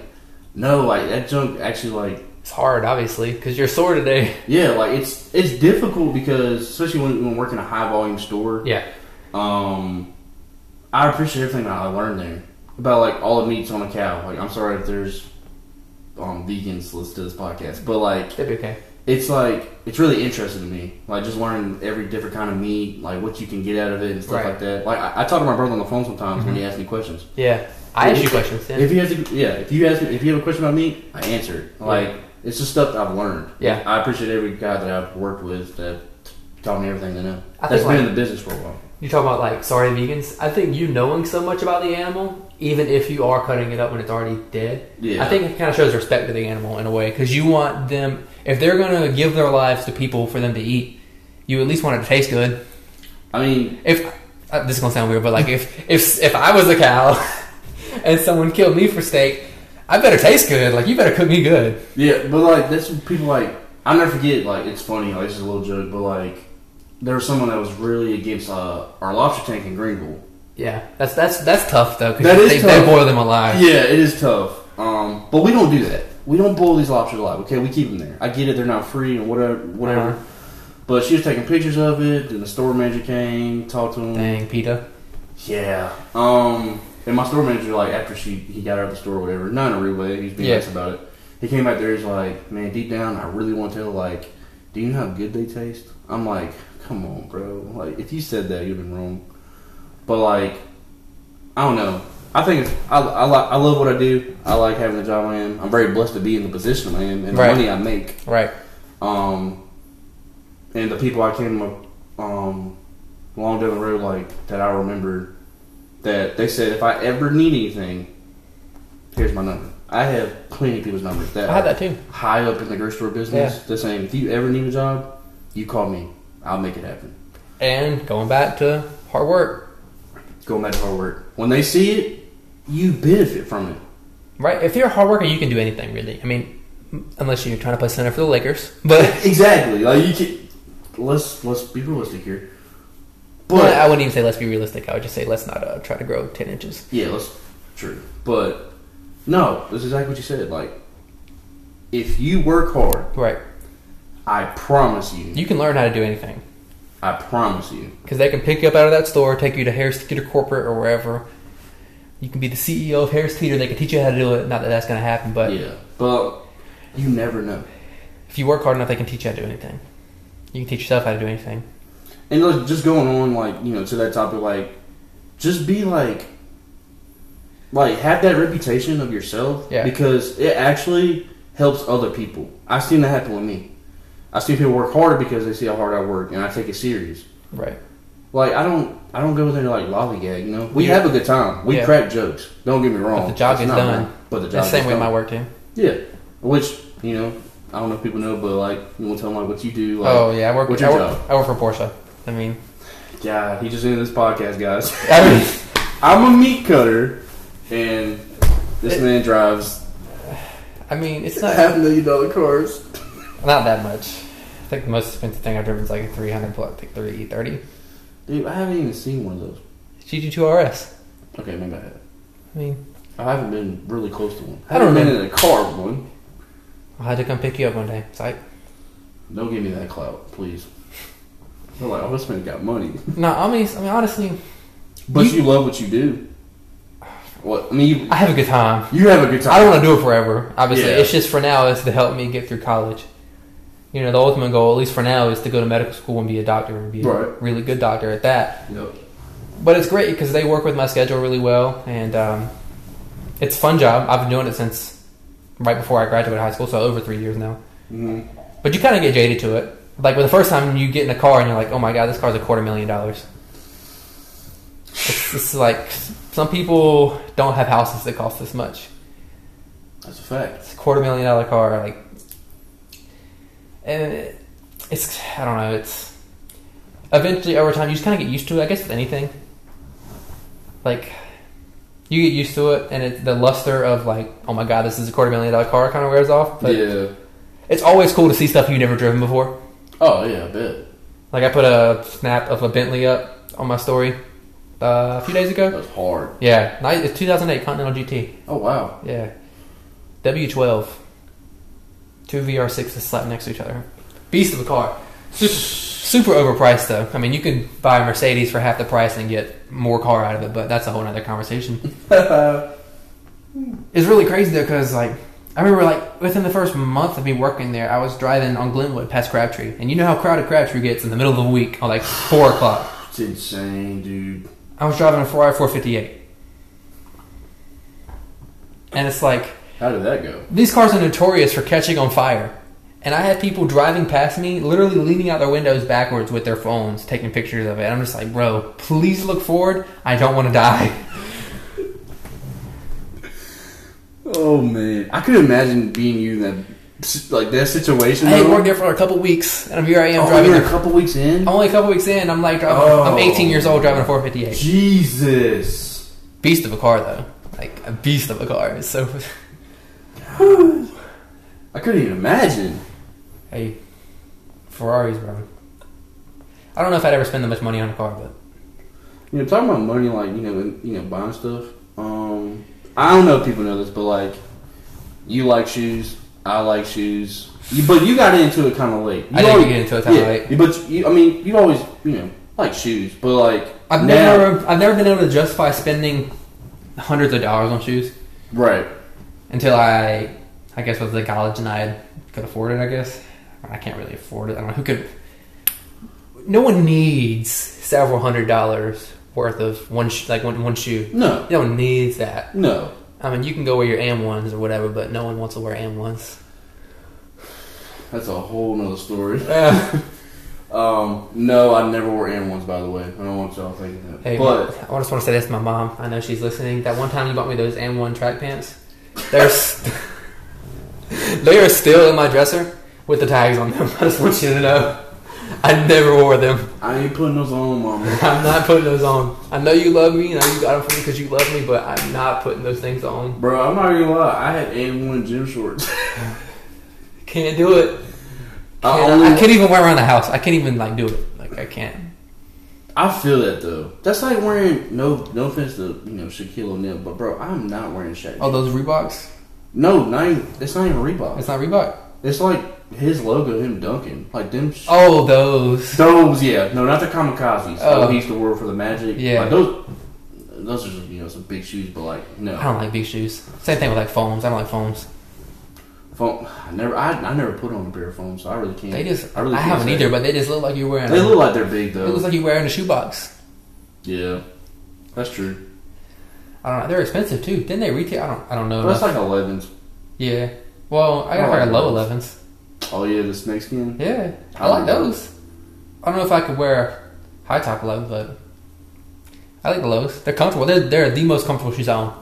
Speaker 2: no like that junk actually like
Speaker 3: It's hard, obviously, because you're sore today.
Speaker 2: yeah like it's it's difficult because especially when when working a high volume store
Speaker 3: Yeah,
Speaker 2: um I appreciate everything that I learned there about like all the meats on a cow like I'm sorry if there's um vegans listen to this podcast but like
Speaker 3: that'd be okay.
Speaker 2: it's like it's really interesting to me. Like just learning every different kind of meat, like what you can get out of it and stuff
Speaker 3: Right.
Speaker 2: like that. Like I, I talk to my brother on the phone sometimes when he asks me questions.
Speaker 3: Yeah, I
Speaker 2: If-
Speaker 3: ask you questions. Yeah.
Speaker 2: If he has, a, yeah, if you ask me, if you have a question about meat, I answer. it. Like it's just stuff that I've learned.
Speaker 3: Yeah.
Speaker 2: I appreciate every guy that I've worked with that taught me everything they know.
Speaker 3: I
Speaker 2: That's
Speaker 3: think,
Speaker 2: been in
Speaker 3: like-
Speaker 2: the business for a while.
Speaker 3: You talk about like sorry vegans. I think you knowing so much about the animal, even if you are cutting it up when it's already dead,
Speaker 2: Yeah.
Speaker 3: I think it kind of shows respect to the animal in a way because you want them if they're going to give their lives to people for them to eat, you at least want it to taste good.
Speaker 2: I mean,
Speaker 3: If uh, this is gonna sound weird, but like if if if I was a cow and someone killed me for steak, I better taste good. Like you better cook me good.
Speaker 2: Yeah, but like that's what people like. I never forget. Like it's funny. Like it's a little joke, but like there was someone that was really against uh, our lobster tank in Greenville.
Speaker 3: Yeah, that's that's that's tough though. 'cause
Speaker 2: That is
Speaker 3: they,
Speaker 2: tough.
Speaker 3: they boil them alive.
Speaker 2: Yeah, it is tough. Um, but we don't do that. We don't boil these lobsters alive. Okay, we keep them there. I get it; they're not free and whatever, whatever.
Speaker 3: Uh-huh.
Speaker 2: But she was taking pictures of it. Then the store manager came, talked to him.
Speaker 3: Dang, PETA.
Speaker 2: Yeah. Um, and my store manager, like after she he got out of the store, or whatever, not in a rude way. He's being
Speaker 3: Yeah.
Speaker 2: nice about it. He came back there. He's like, man, deep down, I really want to tell. Like, do you know how good they taste? I'm like, come on, bro. Like, if you said that, you've been wrong. But like, I don't know. I think it's, I I, li- I love what I do. I like having the job I am. I'm very blessed to be in the position I am and
Speaker 3: Right.
Speaker 2: the money I make.
Speaker 3: Right.
Speaker 2: Um, and the people I came up um, long down the road, like that I remember, that they said if I ever need anything, here's my number. I have plenty of people's numbers that
Speaker 3: I had that too.
Speaker 2: are high up in the grocery store business.
Speaker 3: Yeah.
Speaker 2: They're saying if you ever need a job, you call me. I'll make it happen.
Speaker 3: And going back to hard work.
Speaker 2: Go back to hard work. When they see it, you benefit from it.
Speaker 3: Right. If you're a hard worker, you can do anything really. I mean, unless you're trying to play center for the Lakers. But
Speaker 2: Exactly. Like you can. Let's let's be realistic here.
Speaker 3: but I wouldn't even say let's be realistic. I would just say let's not uh, try to grow ten inches.
Speaker 2: Yeah, that's true. But no, that's exactly what you said. Like, if you work hard,
Speaker 3: Right.
Speaker 2: I promise you,
Speaker 3: You can learn how to do anything
Speaker 2: I promise you,
Speaker 3: because they can pick you up out of that store, take you to Harris Teeter Corporate or wherever. You can be the CEO of Harris Teeter. They can teach you how to do it. Not that that's going to happen, but
Speaker 2: yeah. But you never know.
Speaker 3: if you work hard enough, they can teach you how to do anything. You can teach yourself how to do anything.
Speaker 2: And look, just going on, like you know, to that topic, like, just be like, like have that reputation of yourself,
Speaker 3: Yeah.
Speaker 2: because it actually helps other people. I've seen that happen with me. I see people work harder because they see how hard I work, and I take it serious.
Speaker 3: Right.
Speaker 2: Like I don't, I don't go in there like lollygag. You know, we
Speaker 3: Yeah.
Speaker 2: have a good time. We
Speaker 3: Yeah.
Speaker 2: crack jokes. Don't get me wrong.
Speaker 3: But the job
Speaker 2: It's
Speaker 3: is
Speaker 2: not
Speaker 3: done.
Speaker 2: wrong, but the job
Speaker 3: That's the same
Speaker 2: is
Speaker 3: way
Speaker 2: done.
Speaker 3: my work too.
Speaker 2: Yeah, which you know, I don't know if people know, but like you want to tell them like what you do. Like,
Speaker 3: oh yeah, I work.
Speaker 2: what's
Speaker 3: I
Speaker 2: your
Speaker 3: work,
Speaker 2: job?
Speaker 3: I work for Porsche. I mean,
Speaker 2: yeah, he just ended this podcast, guys.
Speaker 3: I mean,
Speaker 2: I'm a meat cutter, and this man drives
Speaker 3: I mean, it's not
Speaker 2: half million dollar cars.
Speaker 3: not that much. I think the most expensive thing I've driven is like a 300 plus, like 330
Speaker 2: Dude, I haven't even seen one of those.
Speaker 3: GT2 RS.
Speaker 2: Okay, maybe I have.
Speaker 3: I mean,
Speaker 2: I haven't been really close to one.
Speaker 3: I don't
Speaker 2: haven't been
Speaker 3: remember.
Speaker 2: in a car with one.
Speaker 3: I'll have to come pick you up one day. It's like,
Speaker 2: Don't give me that clout, please. They're like, oh, this man got money.
Speaker 3: no, I mean, I mean, honestly,
Speaker 2: But
Speaker 3: You-
Speaker 2: you, love what you do. What I mean, you,
Speaker 3: I have a good time.
Speaker 2: you have a good time.
Speaker 3: I don't want to do it forever. Obviously,
Speaker 2: Yeah.
Speaker 3: it's just for now. It's to help me get through college. You know, the ultimate goal, at least for now, is to go to medical school and be a doctor and be a
Speaker 2: Right.
Speaker 3: really good doctor at that.
Speaker 2: Yep.
Speaker 3: But it's great because they work with my schedule really well, and um, it's a fun job. I've been doing it since right before I graduated high school, so over three years now.
Speaker 2: Mhm.
Speaker 3: But you kind of get jaded to it. Like when the first time you get in a car and you're like, "Oh my god, this car's a quarter million dollars." It's, it's like some people don't have houses that cost this much.
Speaker 2: That's a fact.
Speaker 3: It's a quarter million dollar car, like, and it's I don't know. It's eventually over time you just kind of get used to it. I guess with anything, like you get used to it, and it, the luster of like, oh my god, this is a quarter million dollar car, kind of wears off. But
Speaker 2: yeah.
Speaker 3: it's always cool to see stuff you've never driven before.
Speaker 2: Oh yeah, I bet.
Speaker 3: Like I put a snap of a Bentley up on my story uh, a few days ago.
Speaker 2: That's hard.
Speaker 3: Yeah, ni- it's 2008 Continental GT.
Speaker 2: Oh wow.
Speaker 3: Yeah, W12. Two VR6s slapped next to each other. Beast of a car. Super, super overpriced though. I mean, you can buy a Mercedes for half the price and get more car out of it, but that's a whole other conversation. It's really crazy though, because like I remember, like within the first month of me working there, I was driving on Glenwood past Crabtree, and you know how crowded Crabtree gets in the middle of the week, on like four o'clock.
Speaker 2: It's insane, dude.
Speaker 3: I was driving a Ferrari 458, and it's like
Speaker 2: How did that go?
Speaker 3: these cars are notorious for catching on fire. And I had people driving past me, literally leaning out their windows backwards with their phones, taking pictures of it. I'm just like, bro, please look forward. I don't want to die.
Speaker 2: Oh man, I could imagine being you in that like that situation.
Speaker 3: I had
Speaker 2: though.
Speaker 3: worked there for a couple weeks, and here I am
Speaker 2: oh,
Speaker 3: driving.
Speaker 2: you're a
Speaker 3: A,
Speaker 2: couple weeks in.
Speaker 3: only a couple weeks in, I'm like, driving, I'm
Speaker 2: Oh.
Speaker 3: 18 years old driving a 458.
Speaker 2: Jesus.
Speaker 3: Beast of a car, though. Like, a beast of a car. It's so.
Speaker 2: I couldn't even imagine.
Speaker 3: hey, Ferraris, bro. I don't know if I'd ever spend that much money on a car, but.
Speaker 2: You know, talking about money, like you know, and, you know, buying stuff. Um, I don't know if people know this, but like, you like shoes, I like shoes. You, but you got into it kind of late. You
Speaker 3: I did
Speaker 2: always-
Speaker 3: get into it kinda
Speaker 2: yeah,
Speaker 3: late.
Speaker 2: But you, I mean, you always, you know, like shoes, but like
Speaker 3: I've
Speaker 2: now-
Speaker 3: never, I've never been able to justify spending hundreds of dollars on shoes
Speaker 2: right.
Speaker 3: until I, I guess, was in college and I could afford it. I guess I can't really afford it. I don't know who could. No one needs several hundred dollars worth of one sh- like one, one shoe.
Speaker 2: No,
Speaker 3: No one needs that.
Speaker 2: no.
Speaker 3: I mean, you can go wear your AM ones or whatever, but no one wants to wear AM ones.
Speaker 2: That's a whole nother story.
Speaker 3: hey,
Speaker 2: Um, no, I never wore Air Ones, by the way. I don't want y'all thinking that.
Speaker 3: but,
Speaker 2: but
Speaker 3: I just want to say this to my mom. I know she's listening. That one time you bought me those AM one track pants. They're st- they are still in my dresser with the tags on them. I just want you to know. I never wore them.
Speaker 2: I ain't putting those on, mama.
Speaker 3: I'm not putting those on. I know you love me, and I know you got them for me because you love me, but I'm not putting those things on.
Speaker 2: Bro, I'm not gonna lie. I had Air One gym shorts.
Speaker 3: Can't do it.
Speaker 2: I,
Speaker 3: Can't-
Speaker 2: only,
Speaker 3: I can't even wear around the house. I can't even like do it. Like I can't.
Speaker 2: I feel that though. That's like wearing no no offense to you know Shaquille O'Neal, but bro, I'm not wearing Shaq.
Speaker 3: Oh, those Reeboks.
Speaker 2: no, not even, it's not even Reebok. It's,
Speaker 3: It's not Reebok.
Speaker 2: like his logo, him dunking, like them. Sh-
Speaker 3: Oh, those.
Speaker 2: Those, yeah, no, not the kamikazes.
Speaker 3: Oh.
Speaker 2: Like, he used to wear for the Magic.
Speaker 3: Yeah.
Speaker 2: like, those. Those are you know some big shoes, but like no,
Speaker 3: I don't like big shoes. Same thing with like foams. I don't like foams.
Speaker 2: Foam. I never, I, I never put on a pair of foam, so I really can't.
Speaker 3: They just. I,
Speaker 2: really can't
Speaker 3: haven't
Speaker 2: say.
Speaker 3: either, but they just look like you're wearing.
Speaker 2: They look like they're big
Speaker 3: it
Speaker 2: though.
Speaker 3: looks like you're wearing a shoebox.
Speaker 2: yeah, that's true.
Speaker 3: I don't know. They're expensive too. Didn't they retail? I don't. I don't know.
Speaker 2: But that's
Speaker 3: enough.
Speaker 2: like elevens.
Speaker 3: yeah. Well, I
Speaker 2: I
Speaker 3: got
Speaker 2: like
Speaker 3: like a low
Speaker 2: those.
Speaker 3: elevens.
Speaker 2: Oh yeah, the snakeskin.
Speaker 3: Yeah, I
Speaker 2: I
Speaker 3: like
Speaker 2: like
Speaker 3: those. I don't know if I could wear a high top low, but I like the lows. They're comfortable. They're they're the most comfortable shoes I own.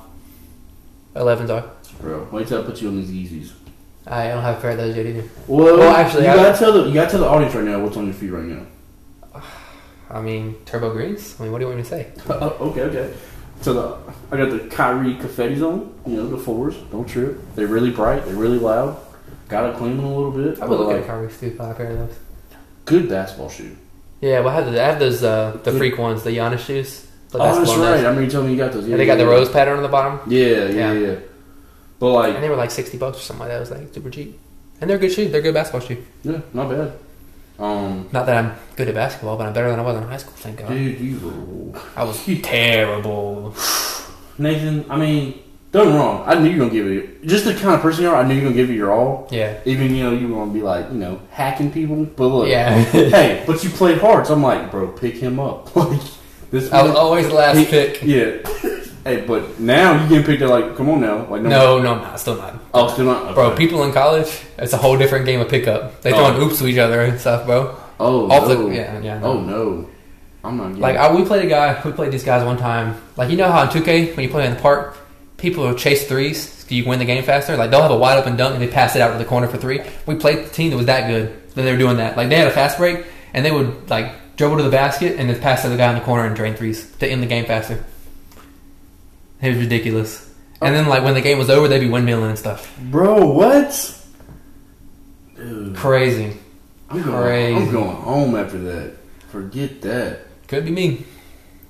Speaker 3: Elevens are.
Speaker 2: Bro, wait till I put you on these Yeezys.
Speaker 3: I don't have a pair of those yet either.
Speaker 2: Well,
Speaker 3: Well, actually,
Speaker 2: you
Speaker 3: I-
Speaker 2: gotta tell the you gotta tell the audience right now what's on your feet right now.
Speaker 3: I mean, turbo greens. I mean, what do you want me to say?
Speaker 2: Oh, okay, okay. So the I got the Kyrie confettis on. You know the fours. Don't trip. They're really bright. They're really loud. Gotta clean them a little bit.
Speaker 3: I would
Speaker 2: but,
Speaker 3: look at
Speaker 2: like,
Speaker 3: a car race too if I had a pair of those.
Speaker 2: good basketball shoe.
Speaker 3: Yeah, well, I have those, I have those uh, the
Speaker 2: Good.
Speaker 3: freak ones, the Giannis shoes. The
Speaker 2: oh, that's
Speaker 3: basketball
Speaker 2: right.
Speaker 3: ones.
Speaker 2: I mean, you told me you got those. Yeah,
Speaker 3: And they got the
Speaker 2: yeah,
Speaker 3: rose pattern on the bottom,
Speaker 2: Yeah, yeah, yeah.
Speaker 3: Yeah.
Speaker 2: yeah. But
Speaker 3: and
Speaker 2: like,
Speaker 3: they were like sixty bucks or something like that. It was like super cheap, and they're a good shoe. They're a good basketball shoe.
Speaker 2: yeah, not bad. Um,
Speaker 3: Not that I'm good at basketball, but I'm better than I was in high school. Thank God.
Speaker 2: dude, you rule.
Speaker 3: I was terrible.
Speaker 2: Nathan, I mean, don't get me wrong. I knew you were gonna give it. Just the kind of person you are, I knew you were gonna give it your all.
Speaker 3: Yeah.
Speaker 2: Even you know you were gonna be like you know hacking people, but look,
Speaker 3: Yeah.
Speaker 2: hey, but you played hard. So I'm like, bro, pick him up. Like this.
Speaker 3: I was always the last pick.
Speaker 2: Yeah. hey, but now you get picked up. Like, come on now. Like,
Speaker 3: No, no, I'm not. Still not.
Speaker 2: Oh, still not.
Speaker 3: Bro,
Speaker 2: okay.
Speaker 3: people in college, it's a whole different game of pickup. They throwing
Speaker 2: Oh.
Speaker 3: oops to each other and stuff, bro.
Speaker 2: Oh,
Speaker 3: off the-
Speaker 2: no.
Speaker 3: yeah, yeah, no.
Speaker 2: Oh no. I'm not. Getting
Speaker 3: Like I, we played a guy. We played these guys one time. Like you know how in 2K when you play in the park, people will chase threes. so You can win the game faster. Like they'll have a wide open dunk and they pass it out to the corner for three. We played the team that was that good. Then they were doing that. Like they had a fast break and they would like dribble to the basket and then pass to the guy in the corner and drain threes to end the game faster. It was ridiculous. And then like when the game was over, they'd be windmilling and stuff.
Speaker 2: bro, what? Dude,
Speaker 3: Crazy.
Speaker 2: I'm going.
Speaker 3: crazy.
Speaker 2: I'm going home after that. Forget that.
Speaker 3: Could be me.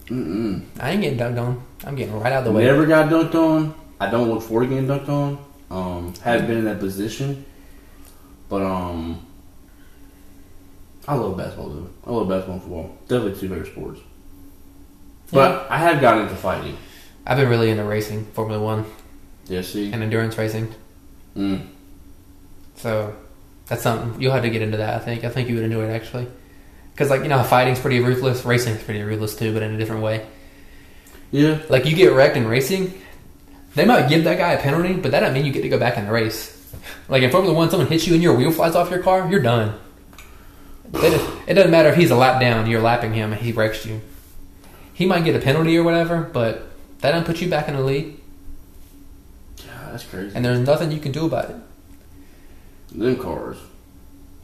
Speaker 2: Mm-mm.
Speaker 3: I ain't getting dunked on. I'm getting right out of the way.
Speaker 2: Never got dunked on. I don't look forward to getting dunked on. Um, haven't been in that position, but um, I love basketball though. I love basketball and football. Definitely two favorite sports. But I have gotten into fighting.
Speaker 3: I've been really into racing, Formula One,
Speaker 2: Yeah, see.
Speaker 3: and endurance racing.
Speaker 2: Mm.
Speaker 3: So that's something you'll have to get into that. I think. I think you would enjoy it actually, because like you know, how fighting's pretty ruthless. Racing's pretty ruthless too, but in a different way.
Speaker 2: Yeah.
Speaker 3: Like you get wrecked in racing, they might give that guy a penalty, but that doesn't mean you get to go back in the race. Like in Formula One, someone hits you and your wheel flies off your car, you're done. It, it doesn't matter if he's a lap down, you're lapping him, and he wrecks you. He might get a penalty or whatever, but that doesn't put you back in the lead,
Speaker 2: God, that's crazy.
Speaker 3: and there's nothing you can do about it.
Speaker 2: Them cars.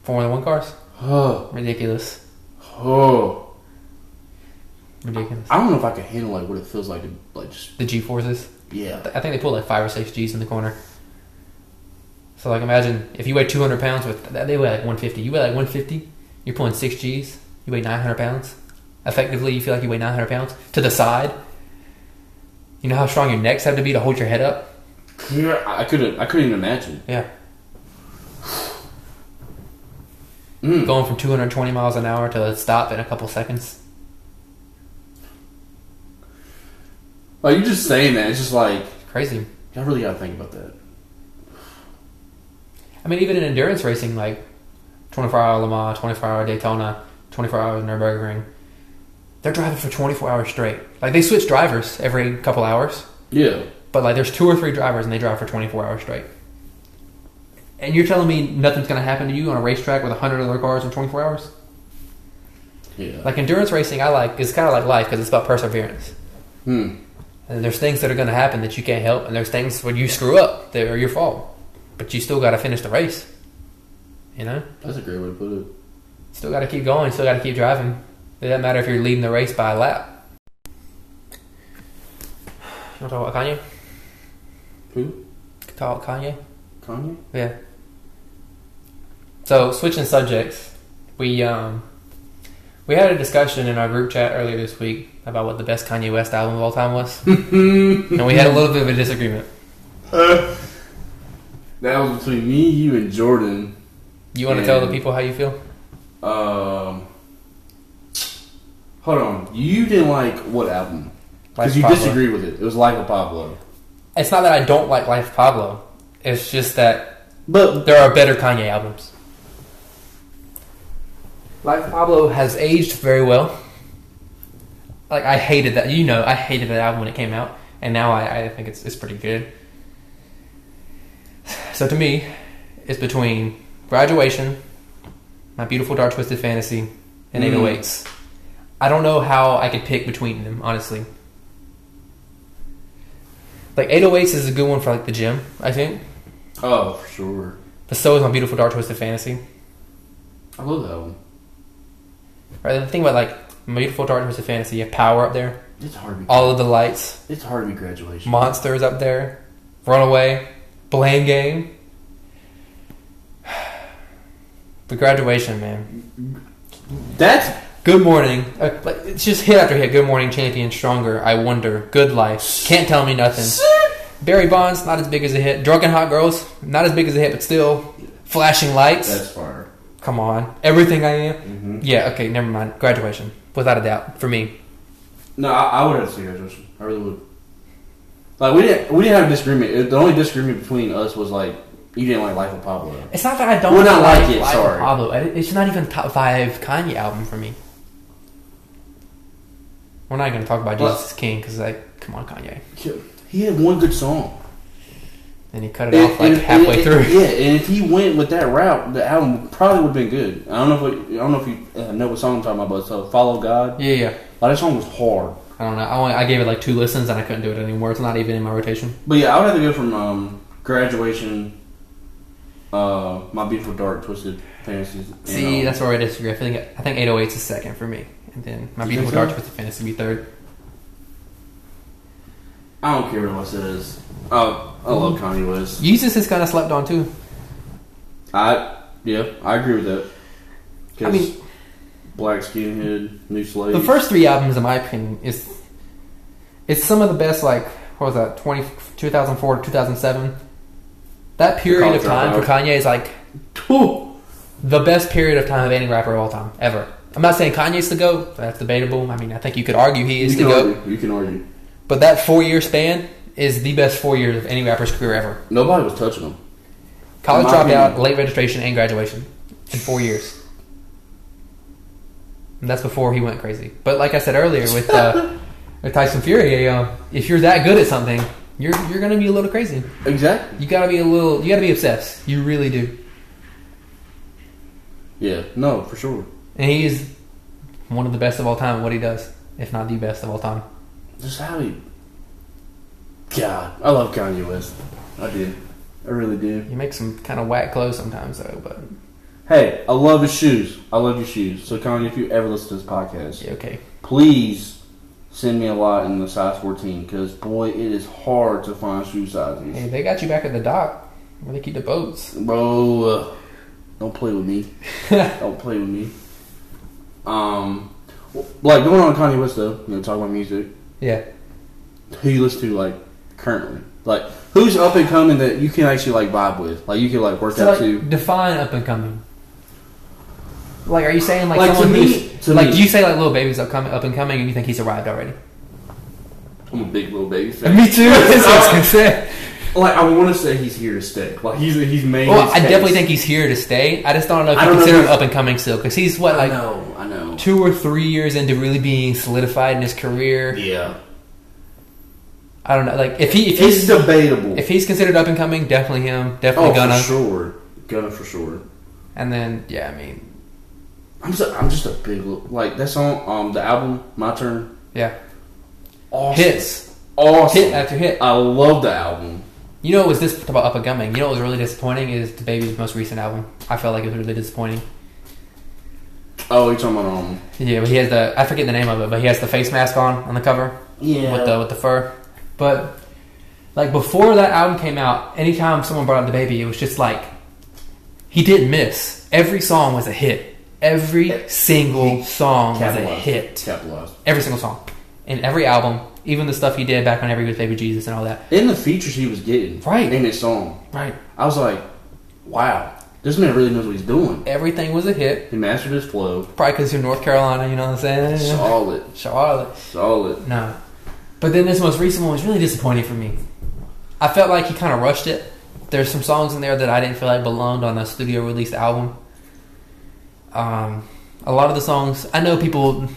Speaker 3: Formula One cars,
Speaker 2: Oh,
Speaker 3: ridiculous,
Speaker 2: oh.
Speaker 3: ridiculous.
Speaker 2: I don't know if I can handle like what it feels like to like just
Speaker 3: The G forces.
Speaker 2: yeah.
Speaker 3: I think they pull like five or six G's in the corner. So like imagine if you weigh 200 pounds with they weigh like 150. You weigh like 150. You're pulling six G's. You weigh 900 pounds. Effectively, you feel like you weigh 900 pounds to the side. You know how strong your necks have to be to hold your head up.
Speaker 2: Yeah, I couldn't. I couldn't even imagine.
Speaker 3: Yeah,
Speaker 2: Mm.
Speaker 3: going from 220 miles an hour to a stop in a couple seconds.
Speaker 2: Like you just saying that, it's just like
Speaker 3: Crazy.
Speaker 2: I really gotta think about that.
Speaker 3: I mean, even in endurance racing, like 24 hour Le Mans, 24 hour Daytona, 24 hours Nurburgring, they're driving for 24 hours straight. Like they switch drivers every couple hours,
Speaker 2: Yeah,
Speaker 3: but like there's two or three drivers and they drive for 24 hours straight. And you're telling me nothing's going to happen to you on a racetrack with 100 other cars in 24 hours?
Speaker 2: yeah.
Speaker 3: Like endurance racing, I like it's kind of like life because it's about perseverance.
Speaker 2: hmm.
Speaker 3: And there's things that are going to happen that you can't help, and there's things where you screw up that are your fault, but you still got to finish the race. You know.
Speaker 2: That's a great way to put it.
Speaker 3: Still got to keep going. Still got to keep driving. It doesn't matter if you're leading the race by a lap. You want to talk about Kanye?
Speaker 2: Who?
Speaker 3: Talk about Kanye?
Speaker 2: Kanye?
Speaker 3: Yeah. So switching subjects, we um, we had a discussion in our group chat earlier this week about what the best Kanye West album of all time was,
Speaker 2: Hmm.
Speaker 3: and we had a little bit of a disagreement.
Speaker 2: That was between me, you, and Jordan.
Speaker 3: You want to tell the
Speaker 2: Yeah.
Speaker 3: people how you feel?
Speaker 2: Um, hold on. You didn't like what album?
Speaker 3: Life
Speaker 2: Because you
Speaker 3: Pablo.
Speaker 2: disagree with it. It was Life of Pablo.
Speaker 3: It's not that I don't like Life of Pablo. It's just that
Speaker 2: But
Speaker 3: there are better Kanye albums. Life of Pablo has aged very well. Like I hated that, you know, I hated that album when it came out, and now I, I think it's it's pretty good. So to me, it's between graduation, my beautiful dark twisted fantasy, and
Speaker 2: Mm.
Speaker 3: 808s. I don't know how I could pick between them, honestly. Like 808s is a good one for like the gym, I think.
Speaker 2: oh, for sure.
Speaker 3: But so is my beautiful dark twisted fantasy.
Speaker 2: I love that one.
Speaker 3: Right, the thing about like My Beautiful Dark Twisted Fantasy, you have Power up there,
Speaker 2: It's hard. To be,
Speaker 3: All of the Lights,
Speaker 2: it's hard to be graduation.
Speaker 3: Monsters up there, Runaway, Blame Game. But graduation, man.
Speaker 2: That's
Speaker 3: Good morning. Uh, like, it's just hit after hit. Good morning, champion. Stronger. I wonder. Good life. Can't tell me nothing. Barry Bonds, not as big as a hit. Drunken Hot Girls, not as big as a hit, but still. Flashing lights.
Speaker 2: that's fire.
Speaker 3: Come on. Everything I am.
Speaker 2: hmm
Speaker 3: Yeah, okay, never mind. Graduation. Without a doubt. For me.
Speaker 2: No, I, I would have to say graduation. I really would. Like we didn't we didn't have a disagreement. It- the only disagreement between us was like you didn't like Life of Pablo.
Speaker 3: It's not that I don't
Speaker 2: Well, not like it,
Speaker 3: Life of
Speaker 2: sorry.
Speaker 3: Pablo. I- It's not even top five Kanye album for me. We're not going to talk about
Speaker 2: Well-
Speaker 3: Jesus is King because, like, come on, Kanye.
Speaker 2: He had one good song.
Speaker 3: And he cut it off like
Speaker 2: And- and-
Speaker 3: halfway
Speaker 2: and-
Speaker 3: through.
Speaker 2: Yeah, and if he went with that route, the album probably would have been good. I don't know if what, I don't know if you uh, know what song I'm talking about, but so Follow God.
Speaker 3: yeah, yeah.
Speaker 2: Like that song was hard.
Speaker 3: I don't know. I, only, I gave it like two listens and I couldn't do it anymore. It's not even in my rotation.
Speaker 2: But yeah, I would have to go from um, graduation, uh, my beautiful dark twisted fantasies. and,
Speaker 3: See,
Speaker 2: um,
Speaker 3: that's where I disagree. I think I think 808 is second for me, and then my
Speaker 2: You
Speaker 3: beautiful
Speaker 2: think
Speaker 3: dark
Speaker 2: so?
Speaker 3: twisted fantasy be third.
Speaker 2: I don't care what else it is. Oh, I
Speaker 3: Mm-hmm.
Speaker 2: love Kanye West.
Speaker 3: Jesus is kind of slept on too.
Speaker 2: I yeah, I agree with that. 'Cause
Speaker 3: I mean-
Speaker 2: black skinhead, new slave.
Speaker 3: The first three albums, in my opinion, is it's some of the best. Like what was that? 20, 2004 to 2007. That period
Speaker 2: College
Speaker 3: of time for Kanye is like whew, the best period of time of any rapper of all time ever. I'm not saying Kanye's the goat. That's debatable. I mean, I think you could argue he
Speaker 2: you
Speaker 3: is the
Speaker 2: can,
Speaker 3: goat.
Speaker 2: argue, you can argue.
Speaker 3: But that four year span is the best four years of any rapper's career ever.
Speaker 2: Nobody was touching him.
Speaker 3: College
Speaker 2: In my
Speaker 3: dropout,
Speaker 2: opinion.
Speaker 3: late registration, and graduation in four years. And that's before he went crazy. But like I said earlier, with, uh, with Tyson Fury, uh, if you're that good at something, you're you're gonna be a little crazy.
Speaker 2: Exactly.
Speaker 3: You gotta be a little. You gotta be obsessed. You really do.
Speaker 2: Yeah. No, for sure.
Speaker 3: And he is one of the best of all time. at What he does, if not the best of all time.
Speaker 2: Just how he. God, I love Kanye West. I do. I really do.
Speaker 3: He makes some kind of whack clothes sometimes, though. But
Speaker 2: Hey, I love his shoes. I love your shoes. So, Kanye, if you ever listen to this podcast,
Speaker 3: yeah, okay.
Speaker 2: please send me a lot in the size 14 because, boy, it is hard to find shoe sizes.
Speaker 3: Hey, they got you back at the dock where they keep the boats.
Speaker 2: Bro, uh, don't play with me. don't play with me. Um, like, going on Kanye West, though, you know, talking about music,
Speaker 3: Yeah.
Speaker 2: who you listen to, like, currently? Like, who's up and coming that you can actually, like, vibe with? Like, you can, like, work
Speaker 3: So
Speaker 2: out
Speaker 3: like,
Speaker 2: to.
Speaker 3: define up and coming. Like, are you saying like,
Speaker 2: Like, to
Speaker 3: someone
Speaker 2: me-
Speaker 3: who's
Speaker 2: to
Speaker 3: like
Speaker 2: me-
Speaker 3: do you say like little baby's up coming up and coming, and you think he's arrived already?
Speaker 2: I'm a big little baby fan.
Speaker 3: Me too. That's what I was gonna say.
Speaker 2: Like I want to say he's here to stay. Like he's he's made.
Speaker 3: Well,
Speaker 2: his
Speaker 3: I
Speaker 2: case.
Speaker 3: definitely think he's here to stay. I just don't know if
Speaker 2: I
Speaker 3: you
Speaker 2: don't know
Speaker 3: consider
Speaker 2: if
Speaker 3: him
Speaker 2: he's-
Speaker 3: up and coming still, because he's what
Speaker 2: I
Speaker 3: like
Speaker 2: know. I know.
Speaker 3: two or three years into really being solidified in his career.
Speaker 2: Yeah,
Speaker 3: I don't know. Like if he if
Speaker 2: it's
Speaker 3: he's
Speaker 2: debatable.
Speaker 3: if he's considered up and coming, definitely him. Definitely
Speaker 2: oh,
Speaker 3: Gunna.
Speaker 2: for sure, Gunna for sure.
Speaker 3: And then yeah, I mean
Speaker 2: I'm just I'm just a big li- like that song. Um, the album, my turn.
Speaker 3: yeah,
Speaker 2: Awesome.
Speaker 3: hits
Speaker 2: Awesome.
Speaker 3: hit after hit.
Speaker 2: I love the album.
Speaker 3: You know what was this about up and coming? You know what was really disappointing is the baby's most recent album. I felt like it was really disappointing.
Speaker 2: Oh, you're talking about um.
Speaker 3: Yeah, but he has the I forget the name of it, but he has the face mask on on the cover
Speaker 2: Yeah.
Speaker 3: with the with the fur. But like before that album came out, anytime someone brought up the baby, it was just like he didn't miss. Every song was a hit. Every single song was a
Speaker 2: capitalized.
Speaker 3: hit.
Speaker 2: Capitalized.
Speaker 3: Every single song, in every album, even the stuff he did back whenever he was Baby Jesus and all that.
Speaker 2: In the features he was getting
Speaker 3: Right.
Speaker 2: in his song,
Speaker 3: Right.
Speaker 2: I was like, wow, this man really knows what he's doing.
Speaker 3: Everything was a hit.
Speaker 2: He mastered his flow.
Speaker 3: Probably because you're North Carolina, you know what I'm saying?
Speaker 2: Solid,
Speaker 3: Charlotte.
Speaker 2: solid.
Speaker 3: No. But then this most recent one was really disappointing for me. I felt like he kind of rushed it. There's some songs in there that I didn't feel like belonged on a studio released album. Um, a lot of the songs, I know people,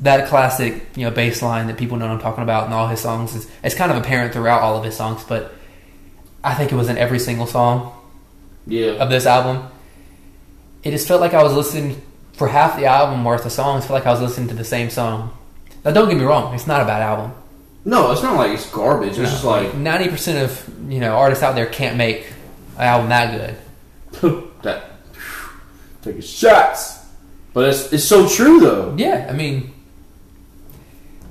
Speaker 3: that classic, you know, bass line that people know what I'm talking about in all his songs is it's kind of apparent throughout all of his songs, but I think it was in every single song
Speaker 2: Yeah.
Speaker 3: of this album, it just felt like I was listening for half the album worth of songs. Felt like I was listening to the same song. Now, don't get me wrong; it's not a bad album.
Speaker 2: No, it's not like it's garbage. It's just like
Speaker 3: ninety percent of you know artists out there can't make an album that good.
Speaker 2: that taking shots. But it's it's so true though.
Speaker 3: Yeah, I mean,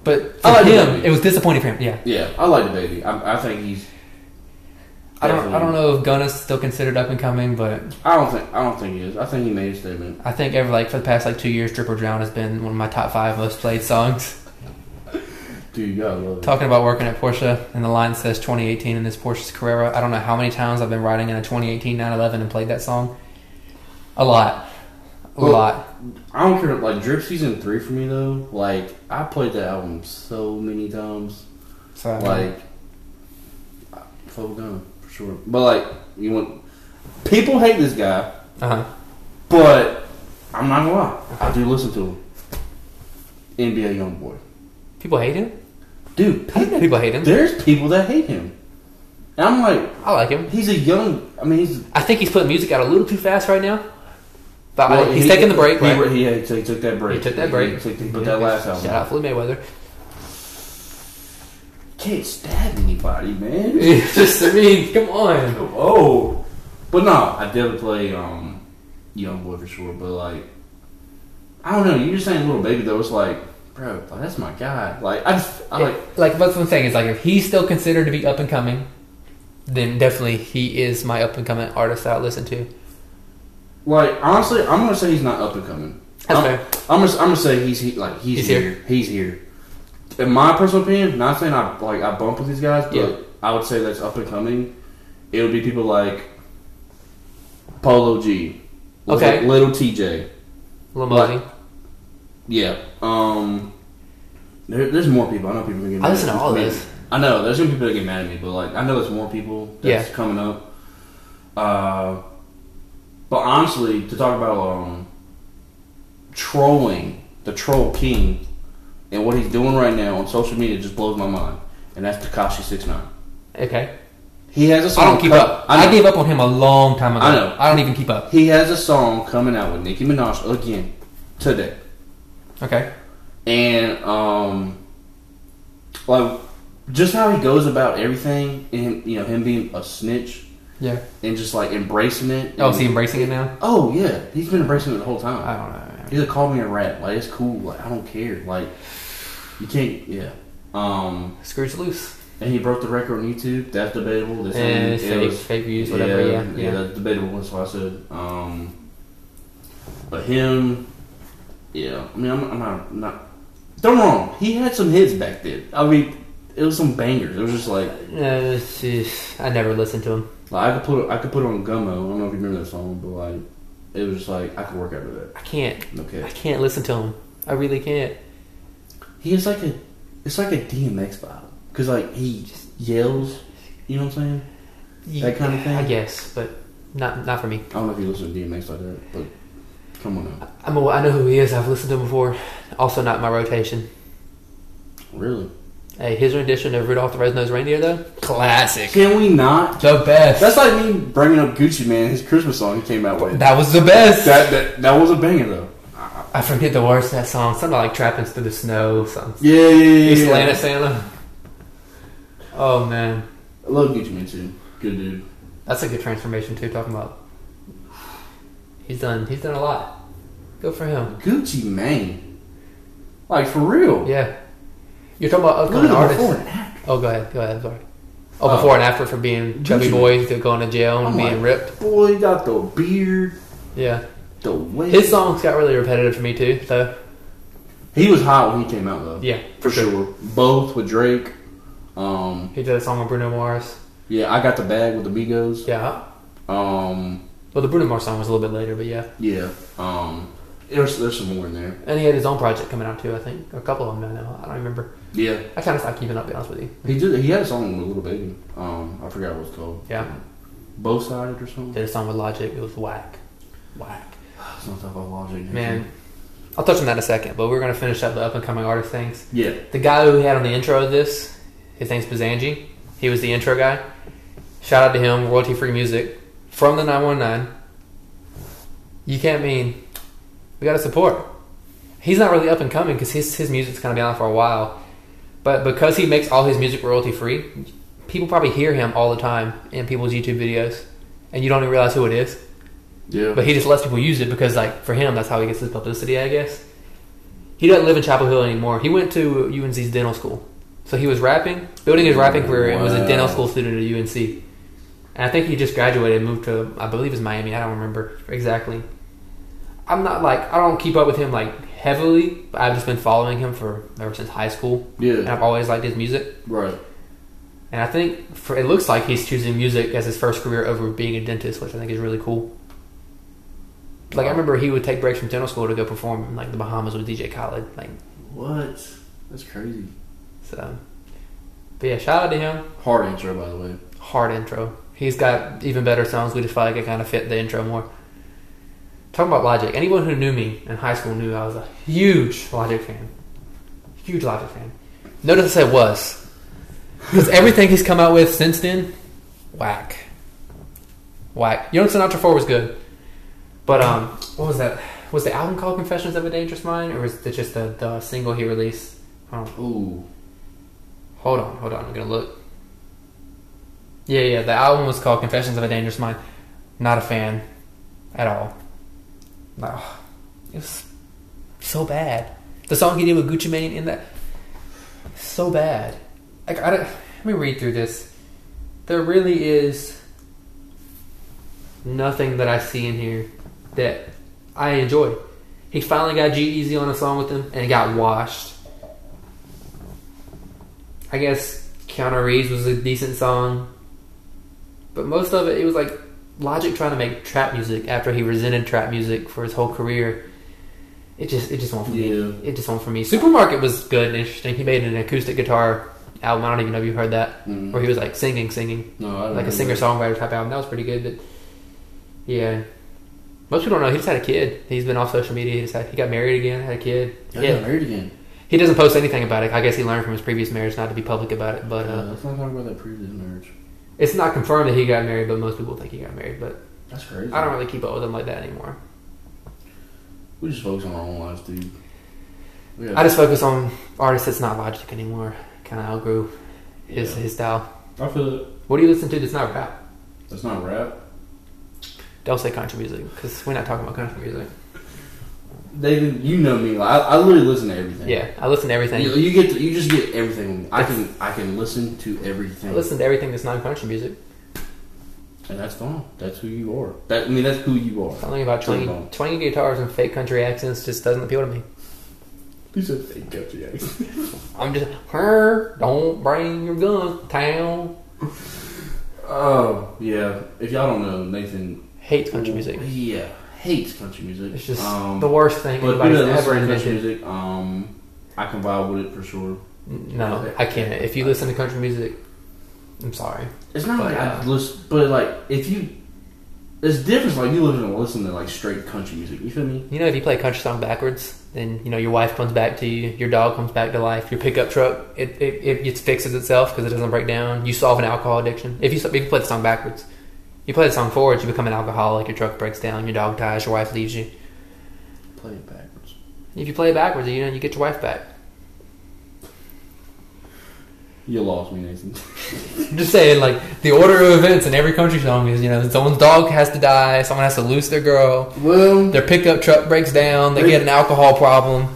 Speaker 3: but for
Speaker 2: I like the
Speaker 3: him,
Speaker 2: baby.
Speaker 3: it was disappointing for him. Yeah,
Speaker 2: Yeah, I like the baby. I, I think he's.
Speaker 3: I don't, I
Speaker 2: definitely-
Speaker 3: don't know if Gunna's still considered up and coming, but
Speaker 2: I don't think. I don't think he is. I think he made a statement.
Speaker 3: I think ever like for the past like two years, "Drip or Drown" has been one of my top five most played songs.
Speaker 2: Dude, you gotta love it.
Speaker 3: Talking about working at Porsche, and the line says 2018 in this Porsche's Carrera. I don't know how many times I've been riding in a 2018 911 and played that song. A lot. a
Speaker 2: Well-
Speaker 3: lot.
Speaker 2: I don't care. Like Drip season three for me though. Like I played that album so many times.
Speaker 3: So
Speaker 2: Like Full Gun for sure. But like you want people hate this guy,
Speaker 3: uh-huh.
Speaker 2: but I'm not gonna lie. I do listen to him. NBA YoungBoy,
Speaker 3: people hate him.
Speaker 2: dude.
Speaker 3: I didn't know people hate him.
Speaker 2: There's people that hate him, and I'm like,
Speaker 3: I like him.
Speaker 2: he's a young. I mean, he's
Speaker 3: I think he's putting music out a little too fast right now. But I-
Speaker 2: Well,
Speaker 3: Uh, he's
Speaker 2: he-
Speaker 3: taking the break.
Speaker 2: He,
Speaker 3: right?
Speaker 2: he, yeah, he took, took that break.
Speaker 3: He took that break.
Speaker 2: He took- he put that last album.
Speaker 3: Shout out Floyd Mayweather.
Speaker 2: Can't stab anybody, man.
Speaker 3: Just I mean, come on.
Speaker 2: oh, but no, I definitely play um, Young Boy for sure. But like, I don't know. You just saying little baby though. It's like, bro, like, that's my guy. Like I just, I like.
Speaker 3: like that's what I'm saying is like if he's still considered to be up and coming, then definitely he is my up and coming artist that I listen to.
Speaker 2: Like honestly, I'm gonna say he's not up and coming.
Speaker 3: That's
Speaker 2: I'm,
Speaker 3: fair.
Speaker 2: I'm gonna, I'm gonna say he's he, like he's,
Speaker 3: He's
Speaker 2: here.
Speaker 3: here.
Speaker 2: He's here. In my personal opinion, not saying I like I bump with these guys, but
Speaker 3: Yeah.
Speaker 2: I would say that's up and coming. It would be people like Polo G, Little-
Speaker 3: Okay.
Speaker 2: Little TJ,
Speaker 3: Lil Mosey.
Speaker 2: yeah. Um, there, there's more people. I know people. Are gonna get mad
Speaker 3: listen
Speaker 2: at
Speaker 3: to all
Speaker 2: me.
Speaker 3: this.
Speaker 2: I know there's gonna be people that get mad at me, but like I know there's more people that's
Speaker 3: Yeah.
Speaker 2: coming up. Uh, but honestly, to talk about um, trolling the troll king and what he's doing right now on social media just blows my mind, and that's Takashi Six Nine.
Speaker 3: Okay.
Speaker 2: He has a
Speaker 3: I
Speaker 2: song.
Speaker 3: don't keep
Speaker 2: co-
Speaker 3: up.
Speaker 2: I,
Speaker 3: I
Speaker 2: know.
Speaker 3: gave up on him a long time ago.
Speaker 2: I know.
Speaker 3: I don't even keep up.
Speaker 2: He has a song coming out with Nicki Minaj again today.
Speaker 3: Okay.
Speaker 2: and um, like just how he goes about everything, and you know him being a snitch
Speaker 3: Yeah.
Speaker 2: and just like embracing it.
Speaker 3: Oh,
Speaker 2: and-
Speaker 3: is he embracing it now?
Speaker 2: Oh yeah, he's been embracing it the whole time.
Speaker 3: I don't know.
Speaker 2: He's like, call me a rat. Like it's cool. Like I don't care. Like you can't. Yeah. Um,
Speaker 3: Screws loose.
Speaker 2: and he broke the record on YouTube. That's debatable. That's
Speaker 3: And
Speaker 2: it
Speaker 3: fake,
Speaker 2: was-
Speaker 3: fake views, whatever. Yeah. Yeah.
Speaker 2: yeah, that's debatable. That's why I said. Um, but him, yeah. I mean, I'm, I'm not, I'm not. Don't get me wrong. He had some hits back then. I mean, it was some bangers. It was just like,
Speaker 3: No, it's just- Uh, I never listened to him.
Speaker 2: like I could put I could put on Gummo. I don't know if you remember that song, but like it was just like I could work out of that.
Speaker 3: I can't. I
Speaker 2: Okay.
Speaker 3: can't listen to him. I really can't.
Speaker 2: He is like a it's like a DMX vibe because like he just yells. You know what I'm saying? That kind of thing?
Speaker 3: I guess, but not not for me.
Speaker 2: I don't know if you listen to DMX like that, but come on now.
Speaker 3: I'm aw- I know who he is. I've listened to him before. Also, not my rotation.
Speaker 2: Really?
Speaker 3: Hey, his rendition of Rudolph the Red-Nosed Reindeer, though, classic,
Speaker 2: Can we not
Speaker 3: the best.
Speaker 2: That's like me bringing up Gucci Man, his Christmas song he came out with. That
Speaker 3: that was the best.
Speaker 2: that that, was a banger though.
Speaker 3: I forget the words to that song. Something like "Trapping Through the Snow." Something.
Speaker 2: Yeah, yeah, yeah.
Speaker 3: East Atlanta Santa. Oh man,
Speaker 2: I love Gucci Man too. Good dude.
Speaker 3: that's a good transformation too. Talking about, he's done. He's done a lot. Good for him.
Speaker 2: Gucci Man, like for real.
Speaker 3: Yeah. You're talking about
Speaker 2: Look
Speaker 3: upcoming
Speaker 2: at the
Speaker 3: artists.
Speaker 2: before and after.
Speaker 3: Oh, go ahead. Go ahead. Sorry. Oh,
Speaker 2: Oh.
Speaker 3: before and after from being chubby
Speaker 2: Gucci.
Speaker 3: boys to going to jail and
Speaker 2: I'm
Speaker 3: being
Speaker 2: like-
Speaker 3: ripped.
Speaker 2: Boy, he got the beard,
Speaker 3: Yeah.
Speaker 2: the way
Speaker 3: His songs got really repetitive for me too. So
Speaker 2: He was hot when he came out though.
Speaker 3: yeah,
Speaker 2: for sure. Both with Drake. Um,
Speaker 3: he did a song with Bruno Mars.
Speaker 2: yeah, I got the bag with the Migos.
Speaker 3: Yeah.
Speaker 2: Um,
Speaker 3: Well, the Bruno Mars song was a little bit later, but yeah.
Speaker 2: yeah. Um, there's there's some more in there.
Speaker 3: And he had his own project coming out too. I think a couple of them. I know. I don't remember.
Speaker 2: Yeah.
Speaker 3: I kind of stopped keeping up. To be honest with you.
Speaker 2: He did. He had a song with Little Baby. Um, I forgot what it's called.
Speaker 3: Yeah.
Speaker 2: Both sided or something.
Speaker 3: Did a song with Logic. It was whack. Whack.
Speaker 2: It's not that about logic.
Speaker 3: Man. I'll touch on that in a second, but we're gonna finish up the up and coming artist things.
Speaker 2: Yeah.
Speaker 3: The guy who we had on the intro of this, his name's Bazanji. He was the intro guy. Shout out to him, royalty free music from the 919. You can't mean we got to support. He's not really up and coming because his, his music's kind of been out for a while. But because he makes all his music royalty free, people probably hear him all the time in people's YouTube videos. And you don't even realize who it is.
Speaker 2: Yeah.
Speaker 3: But he just lets people use it because, like, for him, that's how he gets his publicity, I guess. He doesn't live in Chapel Hill anymore. He went to UNC's dental school. So he was rapping, building his rapping career, and was a dental
Speaker 2: Wow.
Speaker 3: school student at UNC. And I think he just graduated and moved to, I believe it's Miami. I don't remember exactly. I'm not like, I don't keep up with him, like, heavily. But I've just been following him for ever since high school. And
Speaker 2: yeah.
Speaker 3: I've always liked his music.
Speaker 2: Right.
Speaker 3: And I think for, it looks like he's choosing music as his first career over being a dentist, which I think is really cool. Like I remember he would take breaks from dental school to go perform in like the Bahamas with DJ Khaled. Like
Speaker 2: What? That's crazy.
Speaker 3: so, but yeah, shout out to him.
Speaker 2: Hard intro, by the way.
Speaker 3: Hard intro. He's got even better songs. We just felt like it kind of fit the intro more. Talking about Logic, anyone who knew me in high school knew I was a huge Logic fan. Huge Logic fan. Notice I said was. Because everything he's come out with since then, whack. Whack. Young Sinatra 4 was good. But um, what was that? Was the album called Confessions of a Dangerous Mind? Or was it just the, the single he released? I don't
Speaker 2: Ooh,
Speaker 3: Hold on, hold on. I'm gonna look. Yeah, yeah. The album was called "Confessions of a Dangerous Mind." Not a fan at all. No, it was so bad. The song he did with Gucci Mane in that so bad. Like, I don't- let me read through this. There really is nothing that I see in here that I enjoy. He finally got G Easy on a song with him, and it got washed. I guess Keanu Reeves was a decent song, but most of it it was like Logic trying to make trap music after he resented trap music for his whole career. It just it just won't for
Speaker 2: Yeah.
Speaker 3: me. It just won't for me. Supermarket was good and interesting. He made an acoustic guitar album. I don't even know if you heard that,
Speaker 2: Mhm.
Speaker 3: where he was like singing, singing,
Speaker 2: no, I don't
Speaker 3: like
Speaker 2: know.
Speaker 3: a singer songwriter type album. That was pretty good, but yeah. Most people don't know he just had a kid. He's been off social media. He just had, he got married again, had a kid.
Speaker 2: Yeah,
Speaker 3: Yeah.
Speaker 2: got married again.
Speaker 3: He doesn't post anything about it. I guess he learned from his previous marriage not to be public about it. But
Speaker 2: uh,
Speaker 3: uh,
Speaker 2: let's not talk about that previous marriage.
Speaker 3: it's not confirmed that he got married, but most people think he got married. But
Speaker 2: That's crazy.
Speaker 3: I don't really keep up with him like that anymore.
Speaker 2: We just focus on our own lives, dude. We got-
Speaker 3: I just focus on artists that's not Logic anymore. Kind of outgrew his,
Speaker 2: Yeah.
Speaker 3: his style.
Speaker 2: I feel it.
Speaker 3: What do you listen to that's not rap?
Speaker 2: That's not rap.
Speaker 3: Don't say country music because we're not talking about country music.
Speaker 2: David, you know me. Like, I, I literally listen to everything.
Speaker 3: Yeah, I listen to everything.
Speaker 2: You, you get to, you just get everything. I can I can listen to
Speaker 3: I
Speaker 2: everything.
Speaker 3: listen to everything that's not country music.
Speaker 2: And that's fine. That's who you are. That I mean that's who you are.
Speaker 3: Something about
Speaker 2: Turn it
Speaker 3: twanging,
Speaker 2: on.
Speaker 3: twanging guitars and fake country accents just doesn't appeal to me.
Speaker 2: You said fake country accent.
Speaker 3: I'm just, her, don't bring your gun, to town.
Speaker 2: Oh yeah. If y'all don't know, Nathan
Speaker 3: Hate country music.
Speaker 2: Yeah, hates country music.
Speaker 3: It's just
Speaker 2: um,
Speaker 3: the worst thing
Speaker 2: But you
Speaker 3: anybody's
Speaker 2: know,
Speaker 3: ever
Speaker 2: listen to country
Speaker 3: invented.
Speaker 2: music. Um, I can vibe with it for sure.
Speaker 3: No, I can't. If you listen to country music, I'm sorry.
Speaker 2: It's not
Speaker 3: But,
Speaker 2: like
Speaker 3: uh,
Speaker 2: I listen, but like if you, it's different. Like you listen to listen to like straight country music. You feel me?
Speaker 3: You know, if you play a country song backwards, then you know your wife comes back to you, your dog comes back to life, your pickup truck it it, it, it fixes itself because it doesn't break down. You solve an alcohol addiction. If you if you play the song backwards, you play the song forwards, you become an alcoholic. Your truck breaks down, your dog dies, your wife leaves you.
Speaker 2: Play it backwards.
Speaker 3: If you play it backwards, you know you get your wife back.
Speaker 2: You lost me, Nathan.
Speaker 3: I'm just saying, like the order of events in every country song is, you know, someone's dog has to die, someone has to lose their girl,
Speaker 2: well,
Speaker 3: Their pickup truck breaks down. They get an alcohol problem.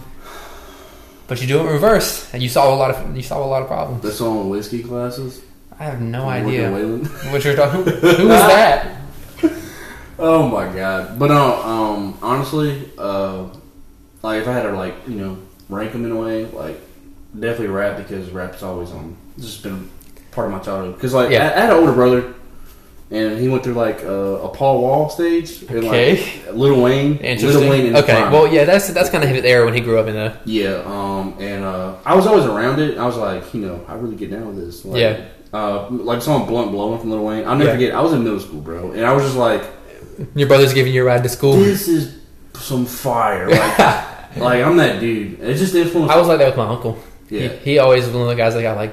Speaker 3: But you do it in reverse, and you solve a lot of you solve a lot of problems.
Speaker 2: the song "Whiskey Glasses."
Speaker 3: I have no
Speaker 2: Morgan
Speaker 3: idea
Speaker 2: Wallen.
Speaker 3: what you're talking. Who was that?
Speaker 2: Oh my god! But no, um, honestly, uh, like if I had to like you know rank them in a way, like definitely rap because rap's always on. It's just been part of my childhood. Because like
Speaker 3: Yeah.
Speaker 2: I, I had an older brother, and he went through like uh, a, a Paul Wall stage. And,
Speaker 3: Okay.
Speaker 2: Like, Little Wayne. Little
Speaker 3: Interesting.
Speaker 2: Wayne. in his
Speaker 3: Okay,
Speaker 2: prime.
Speaker 3: well, yeah, that's that's kind of his era when he grew up uh, in the.
Speaker 2: Yeah, um, and uh, I was always around it. I was like, you know, I really get down with this. Like,
Speaker 3: Yeah.
Speaker 2: Uh, like someone blunt blowing from Lil Wayne. I'll never
Speaker 3: Yeah.
Speaker 2: forget. I was in middle school, bro, and I was just like,
Speaker 3: Your brother's giving you a ride to school.
Speaker 2: this is some fire. Like, like I'm that dude. It just influenced.
Speaker 3: I was like that with my uncle.
Speaker 2: yeah,
Speaker 3: He, he always was one of the guys that got like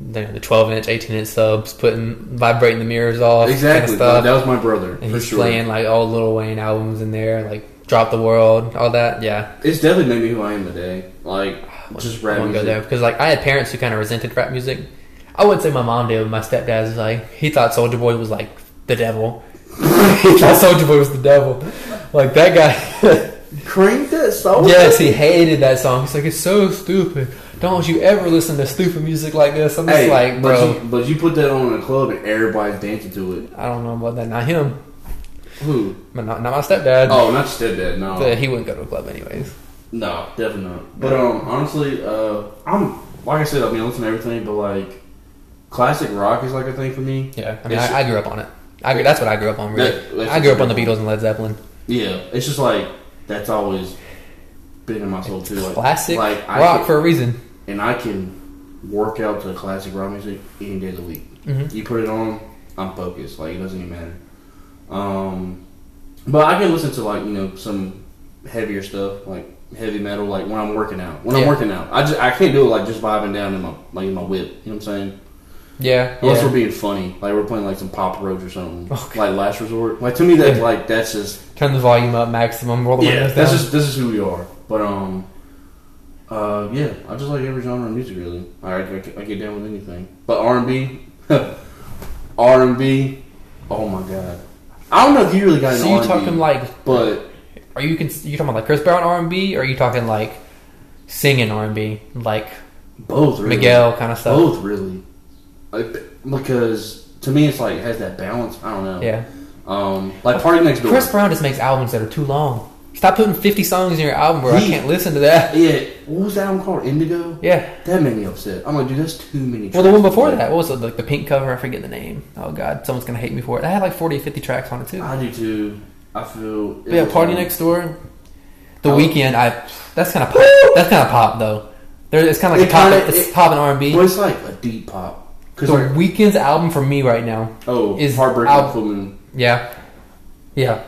Speaker 3: the the 12 inch, 18 inch subs, putting vibrating the mirrors off,
Speaker 2: exactly.
Speaker 3: Kind of stuff.
Speaker 2: That was my brother
Speaker 3: and
Speaker 2: for
Speaker 3: he's
Speaker 2: sure.
Speaker 3: playing like all Little Wayne albums in there, like Drop the World, all that. Yeah.
Speaker 2: It's definitely made me who I am today. Like, just
Speaker 3: I
Speaker 2: rap
Speaker 3: won't go
Speaker 2: music.
Speaker 3: there because like I had parents who kind of resented rap music. I wouldn't say my mom did, but my stepdad was like he thought Soldier Boy was like the devil. he thought Soldier Boy was the devil. Like that guy.
Speaker 2: Crank that soul.
Speaker 3: yes, he hated that song. He's like it's so stupid. Don't you ever listen to stupid music like this? I'm just
Speaker 2: Hey,
Speaker 3: like, bro.
Speaker 2: But you, but you put that on in a club and everybody's dancing to it.
Speaker 3: I don't know about that. Not him.
Speaker 2: Who?
Speaker 3: But not, not my stepdad.
Speaker 2: Oh, not stepdad. No.
Speaker 3: But He wouldn't go to a club anyways.
Speaker 2: No, definitely not. But um, honestly, uh, I'm like I said, I mean, I listen to everything, but like classic rock is like a thing for me.
Speaker 3: Yeah, I mean,
Speaker 2: It's-
Speaker 3: I, I grew up on it. I, grew- that's what I grew up on. Really,
Speaker 2: That- that's
Speaker 3: I grew up
Speaker 2: what
Speaker 3: on the
Speaker 2: you grew
Speaker 3: Beatles and Led Zeppelin.
Speaker 2: Yeah, it's just like that's always been in my soul too. Like,
Speaker 3: Classic
Speaker 2: like, I
Speaker 3: rock
Speaker 2: can-
Speaker 3: for a reason.
Speaker 2: and I can work out to classic rock music any day of the week.
Speaker 3: Mhm.
Speaker 2: You put it on, I'm focused. Like it doesn't even matter. Um, but I can listen to like you know some heavier stuff like heavy metal like when I'm working out. When I'm
Speaker 3: Yeah.
Speaker 2: working out, I just I can't do it like just vibing down in my like in my whip. You know what I'm saying?
Speaker 3: Yeah,
Speaker 2: Unless
Speaker 3: yeah.
Speaker 2: we're being funny, like we're playing like some pop roach or something,
Speaker 3: Okay.
Speaker 2: like Last Resort. Like to me, that
Speaker 3: Yeah.
Speaker 2: like that's just
Speaker 3: Turn the volume up maximum. Roll the
Speaker 2: yeah,
Speaker 3: windows
Speaker 2: that's
Speaker 3: down.
Speaker 2: just this is who we are. But um, uh, yeah, I just like every genre of music really. I, I, I get down with anything, but R and B, R and B. Oh my god, I don't know if you really got.
Speaker 3: so you talking like?
Speaker 2: But
Speaker 3: Are you cons- you talking about like Chris Brown R and B? Or are you talking like singing R and B, like
Speaker 2: both really.
Speaker 3: Miguel kind of stuff?
Speaker 2: both really, like, because to me it's like it has that balance. I don't know.
Speaker 3: Yeah.
Speaker 2: Um, like Party Next Door.
Speaker 3: Chris Brown just makes albums that are too long. Stop putting fifty songs in your album where I
Speaker 2: He-
Speaker 3: can't listen to that.
Speaker 2: yeah, what was that one called? Indigo.
Speaker 3: Yeah.
Speaker 2: That made me upset. I'm like, dude, that's too many.
Speaker 3: Well, the one
Speaker 2: tracks.
Speaker 3: before
Speaker 2: Like,
Speaker 3: that, what was it? Like the pink cover? I forget the name. Oh God, someone's gonna hate me for it. That had like 40, 50 tracks on it too.
Speaker 2: I do too. I feel.
Speaker 3: But yeah,
Speaker 2: was,
Speaker 3: party
Speaker 2: um,
Speaker 3: next door. The
Speaker 2: I was-
Speaker 3: weekend, I that's kind of pop. That's kind of pop though. There, it's kind of like
Speaker 2: It
Speaker 3: a pop.
Speaker 2: kinda-
Speaker 3: it's
Speaker 2: it-
Speaker 3: pop and R and B.
Speaker 2: um, Well, it's like a deep pop. Cause
Speaker 3: The
Speaker 2: like,
Speaker 3: weekend's album for me right now.
Speaker 2: oh,
Speaker 3: is
Speaker 2: is heartbreaking
Speaker 3: out-
Speaker 2: Full Moon.
Speaker 3: Yeah, yeah.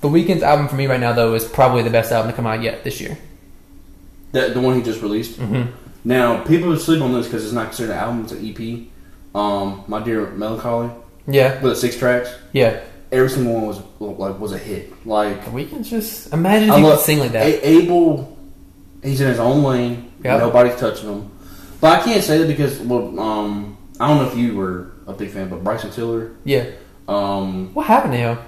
Speaker 3: The weekend's album for me right now though is probably the best album to come out yet this year.
Speaker 2: That the one he just released.
Speaker 3: Mhm.
Speaker 2: Now people sleep on this because it's not considered an album; it's an EP. Um, my dear melancholy
Speaker 3: Yeah,
Speaker 2: with six tracks.
Speaker 3: yeah.
Speaker 2: Every single one was like was a hit. Like
Speaker 3: The weekend's just imagine if
Speaker 2: I
Speaker 3: you
Speaker 2: love
Speaker 3: could sing like that.
Speaker 2: A- Abel, he's in his own lane.
Speaker 3: Yep.
Speaker 2: Nobody's touching him. But I can't say that because well, um, I don't know if you were a big fan, but Bryson Tiller,
Speaker 3: yeah.
Speaker 2: um,
Speaker 3: What happened to him?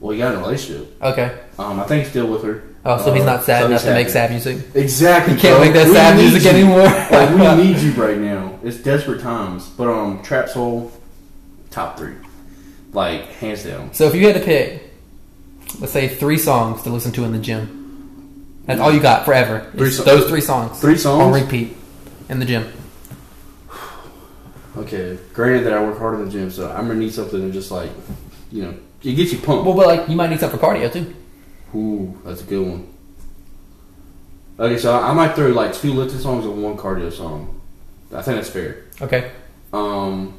Speaker 2: well, he got in a relationship.
Speaker 3: Okay.
Speaker 2: Um, I think he's still with her.
Speaker 3: Oh, so he's
Speaker 2: Uh,
Speaker 3: not sad
Speaker 2: so
Speaker 3: enough
Speaker 2: he's
Speaker 3: to make
Speaker 2: happy.
Speaker 3: sad music.
Speaker 2: Exactly.
Speaker 3: You can't
Speaker 2: bro.
Speaker 3: make that
Speaker 2: We
Speaker 3: sad
Speaker 2: need
Speaker 3: music
Speaker 2: you.
Speaker 3: anymore.
Speaker 2: like we need you right now. It's desperate times. But um, Trap Soul, top three, like hands down.
Speaker 3: So if you had to pick, let's say three songs to listen to in the gym, that's all you got forever.
Speaker 2: Three
Speaker 3: It's
Speaker 2: so-
Speaker 3: those three songs.
Speaker 2: Three songs?
Speaker 3: on repeat in the gym.
Speaker 2: Okay, granted that I work hard in the gym, so I'm gonna need something to just like, you know, it gets you pumped.
Speaker 3: Well, but like you might need something for cardio too.
Speaker 2: Ooh, that's a good one. Okay, so I might throw like two lifting songs and one cardio song. I think that's fair.
Speaker 3: Okay.
Speaker 2: Um,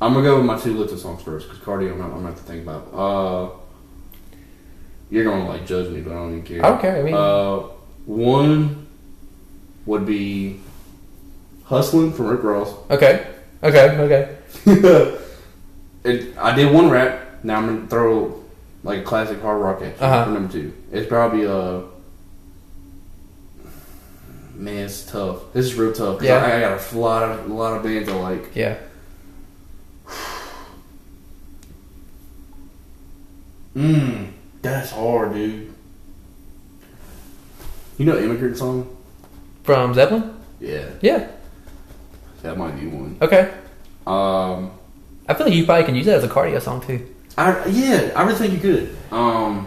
Speaker 2: I'm gonna go with my two lifting songs first because cardio I'm not, I'm gonna have to think about. Uh, you're gonna like judge me, but I don't even care.
Speaker 3: I don't care, I mean-
Speaker 2: uh, one would be "Hustling" from Rick Ross.
Speaker 3: Okay. Okay. Okay.
Speaker 2: it, I did one rap. Now I'm gonna throw like a classic hard rock at you
Speaker 3: Uh-huh.
Speaker 2: for number two. It's probably uh man, it's tough. This is real tough. 'cause
Speaker 3: Yeah.
Speaker 2: I, I got a lot of lot of bands I like.
Speaker 3: Yeah.
Speaker 2: Mm, that's hard, dude. You know immigrant song?
Speaker 3: From Zeppelin.
Speaker 2: Yeah,
Speaker 3: Yeah.
Speaker 2: that might be one.
Speaker 3: Okay.
Speaker 2: Um,
Speaker 3: I feel like you probably can use that as a cardio song too.
Speaker 2: I yeah, I really think you could. Um,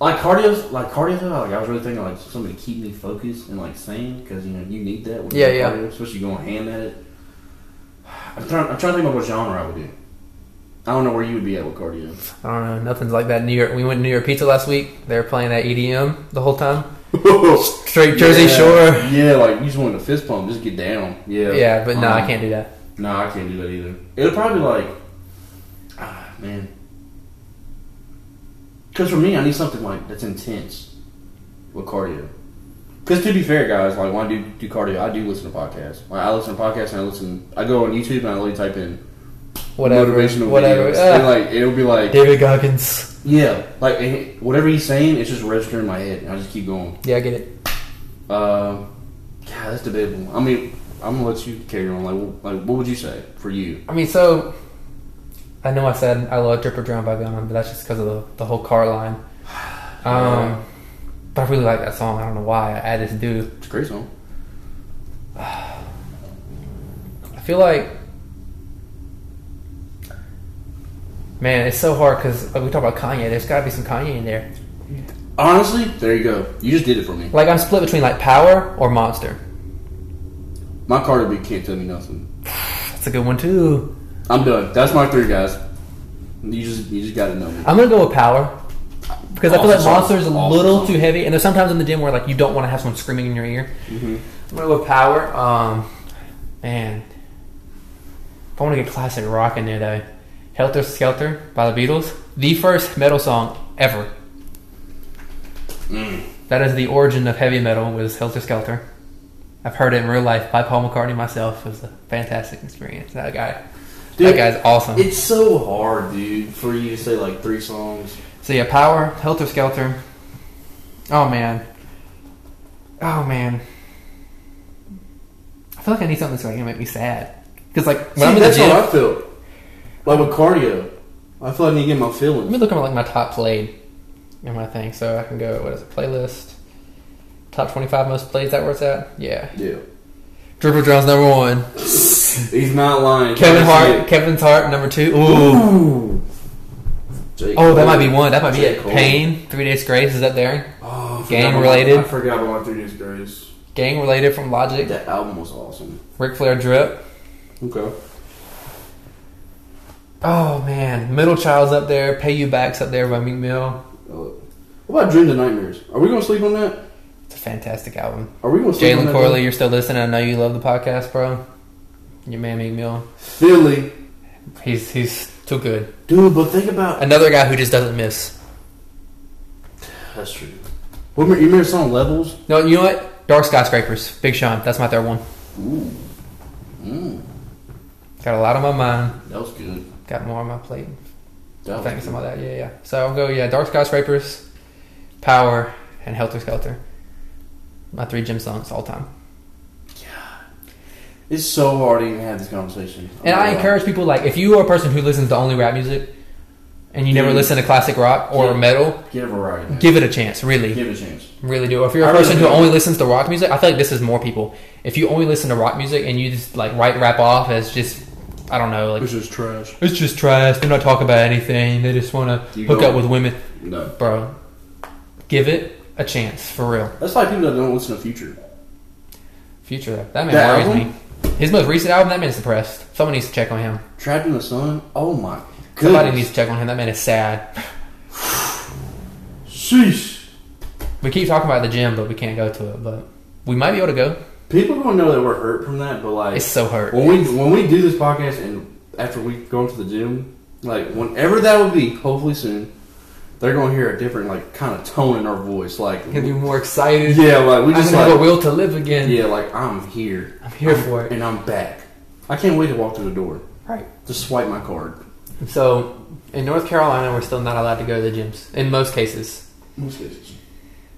Speaker 2: like cardio, like cardio. though, Like I was really thinking like something to keep me focused and like sane because you know you need that. When
Speaker 3: Yeah,
Speaker 2: you're
Speaker 3: yeah.
Speaker 2: Cardio, especially going ham at it. I'm trying. I'm trying to think about what genre I would do. I don't know where you would be at with cardio.
Speaker 3: I don't know. Nothing's like that. in New York. We went to New York Pizza last week. They were playing that EDM the whole time. Straight Jersey
Speaker 2: Yeah.
Speaker 3: Shore.
Speaker 2: Yeah, like you just want a fist pump, just get down. Yeah.
Speaker 3: Yeah, but no, I
Speaker 2: Um,
Speaker 3: can't do that.
Speaker 2: No, I can't do that either. It'll probably be like, ah, man. Because for me, I need something like that's intense with cardio. Because to be fair, guys, like when I do do cardio, I do listen to podcasts. Like I listen to podcasts and I listen. I go on YouTube and I literally type in
Speaker 3: Whatever.
Speaker 2: motivational
Speaker 3: Whatever.
Speaker 2: videos.
Speaker 3: Ah,
Speaker 2: And like it'll be like,
Speaker 3: David Goggins.
Speaker 2: yeah, like eh, whatever he's saying, it's just registering in my head, and I just keep going.
Speaker 3: Yeah, I get it.
Speaker 2: Uh, yeah, that's debatable. I mean, I'm gonna let you carry on. Like, wh- like what would you say for you?
Speaker 3: I mean, so I know I said I love Drip or Drown by Gunna, but that's just because of the, the whole car line.
Speaker 2: Yeah.
Speaker 3: Um, but I really like that song. I don't know why. I, I just do.
Speaker 2: It's a great song.
Speaker 3: I feel like, man, it's so hard because like, we talk about Kanye. There's got to be some Kanye in there.
Speaker 2: Honestly, there you go. You just did it for me.
Speaker 3: Like I'm split between like Power or Monster.
Speaker 2: My Carter beat can't tell me nothing.
Speaker 3: That's a good one too.
Speaker 2: I'm done. That's my three guys. You just you just gotta know. me.
Speaker 3: I'm gonna go with power because I
Speaker 2: Awesome
Speaker 3: feel like
Speaker 2: song.
Speaker 3: monster is a
Speaker 2: Awesome
Speaker 3: little
Speaker 2: song.
Speaker 3: too heavy, and there's sometimes in the gym where like you don't want to have someone screaming in your ear.
Speaker 2: Mm-hmm.
Speaker 4: I'm gonna go with power. Um,
Speaker 3: Man, if I want to get classic rock in there, though, "Helter Skelter" by the Beatles, the first metal song ever.
Speaker 2: Mm.
Speaker 3: That is the origin of heavy metal was "Helter Skelter." I've heard it in real life by Paul McCartney myself. It was a fantastic experience. That guy, that
Speaker 2: Dude,
Speaker 3: guy's awesome.
Speaker 2: It's so hard, dude, for you to say like three songs.
Speaker 3: So yeah, power, helter skelter. Oh man. Oh man. I feel like I need something that's gonna make me sad. Because like
Speaker 2: See,
Speaker 3: when I'm in the
Speaker 2: that's
Speaker 3: gym,
Speaker 2: how I feel. Like with cardio, I feel like I need to get my
Speaker 3: let
Speaker 2: feelings.
Speaker 3: me look at like my top played in my thing. So I can go what is it? Playlist. Top twenty five most plays. Is that where it's at? Yeah.
Speaker 2: Yeah,
Speaker 3: Dribble Jones number one.
Speaker 2: he's not lying.
Speaker 3: Kevin
Speaker 2: That's
Speaker 3: Hart.
Speaker 2: it.
Speaker 3: Kevin's Hart number two. Ooh.
Speaker 2: Ooh. J.
Speaker 3: Oh, that might be
Speaker 2: Cole.
Speaker 3: one. That might be
Speaker 2: J.
Speaker 3: it.
Speaker 2: Cole.
Speaker 3: Pain. Three Days Grace is up there.
Speaker 2: Oh, I forgot
Speaker 3: Gang
Speaker 2: about-
Speaker 3: related.
Speaker 2: I forgot about my three days grace.
Speaker 3: Gang related from Logic.
Speaker 2: That album was awesome.
Speaker 3: Ric Flair drip.
Speaker 2: Okay.
Speaker 3: Oh man, Middle Child's up there. Pay You Back's up there by Meek Mill.
Speaker 2: What about Dreams and Nightmares? Are we gonna sleep on that?
Speaker 3: It's a fantastic album.
Speaker 2: Are we gonna sleep on
Speaker 3: Jalen
Speaker 2: that?
Speaker 3: Corley, you're still listening. I know you love the podcast, bro. Your man Meek Mill,
Speaker 2: Philly,
Speaker 3: he's he's too good.
Speaker 2: dude. But think about
Speaker 3: Another guy who just doesn't miss.
Speaker 2: that's true. What, you remember the song Levels?
Speaker 3: No, you know what? Dark Skyscrapers, Big Sean. That's my third one.
Speaker 2: Ooh, mm,
Speaker 3: Got a lot on my mind.
Speaker 2: that was good.
Speaker 3: Got more on my plate.
Speaker 2: That was
Speaker 3: Thanks,
Speaker 2: good.
Speaker 3: some of that. Yeah, yeah. So I'll go. Yeah, Dark Skyscrapers, Power, and Helter Skelter. My three gym songs all time.
Speaker 2: It's so hard to even have this conversation. Uh,
Speaker 3: And I encourage people like if you are a person who listens to only rap music and you never
Speaker 2: Dude.
Speaker 3: listen to classic rock or
Speaker 2: Yeah.
Speaker 3: metal,
Speaker 2: give a ride.
Speaker 3: give it a chance. Really,
Speaker 2: Give it a chance.
Speaker 3: really do. If you're a
Speaker 2: I
Speaker 3: person
Speaker 2: really
Speaker 3: who
Speaker 2: do.
Speaker 3: only listens to rock music, I feel like this is more people. If you only listen to rock music and you just like write rap off as just I don't know, like
Speaker 2: is trash.
Speaker 3: it's just trash. They're not talking about anything. They just want to
Speaker 2: You
Speaker 3: hook
Speaker 2: go-
Speaker 3: up with women,
Speaker 2: No,
Speaker 3: bro. Give it a chance for real.
Speaker 2: that's like people that don't listen to Future.
Speaker 3: Future, that man
Speaker 2: That
Speaker 3: worries
Speaker 2: album?
Speaker 3: me. His most recent album, that man's depressed. Someone needs to check on him.
Speaker 2: Trapped in the Sun. Oh my
Speaker 3: Somebody
Speaker 2: goodness.
Speaker 3: needs to check on him. That man is sad.
Speaker 2: Sheesh.
Speaker 3: We keep talking about the gym, but we can't go to it. But we might be able to go.
Speaker 2: People don't know that we're hurt from that, but like
Speaker 3: It's so hurt.
Speaker 2: when we when we do this podcast and after we go into the gym, like whenever that will be, hopefully soon, they're going to hear a different like kind of tone in our voice. Like
Speaker 3: Gonna be more excited.
Speaker 2: yeah, like we
Speaker 3: I'm
Speaker 2: just
Speaker 3: gonna have a
Speaker 2: like
Speaker 3: will to live again.
Speaker 2: yeah, like I'm here
Speaker 3: I'm here for it.
Speaker 2: and I'm back. I can't wait to walk through the door.
Speaker 3: Right.
Speaker 2: Just swipe my card.
Speaker 3: So in North Carolina, we're still not allowed to go to the gyms in most cases.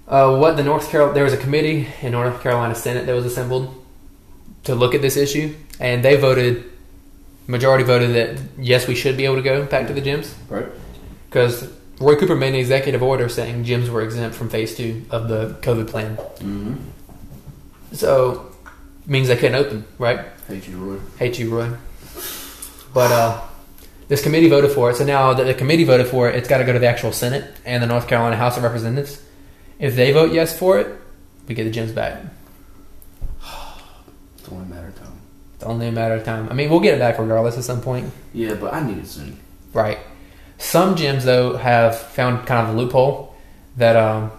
Speaker 3: Uh, what the North Carol there was a committee in North Carolina Senate that was assembled to look at this issue, and they voted majority voted that yes, we should be able to go back to the gyms.
Speaker 2: Right.
Speaker 3: because Roy Cooper made an executive order saying gyms were exempt from phase two of the COVID plan.
Speaker 2: Mm-hmm.
Speaker 3: So means they couldn't open, right?
Speaker 2: Hate you, Roy.
Speaker 3: Hate you, Roy. But uh, this committee voted for it. So now that the committee voted for it, it's got to go to the actual Senate and the North Carolina House of Representatives. If they vote yes for it, we get the gyms back.
Speaker 2: It's only a matter of time.
Speaker 3: It's only a matter of time. I mean, we'll get it back regardless at some point,
Speaker 2: Yeah, but I need it soon.
Speaker 3: right? Some gyms though have found kind of a loophole that um,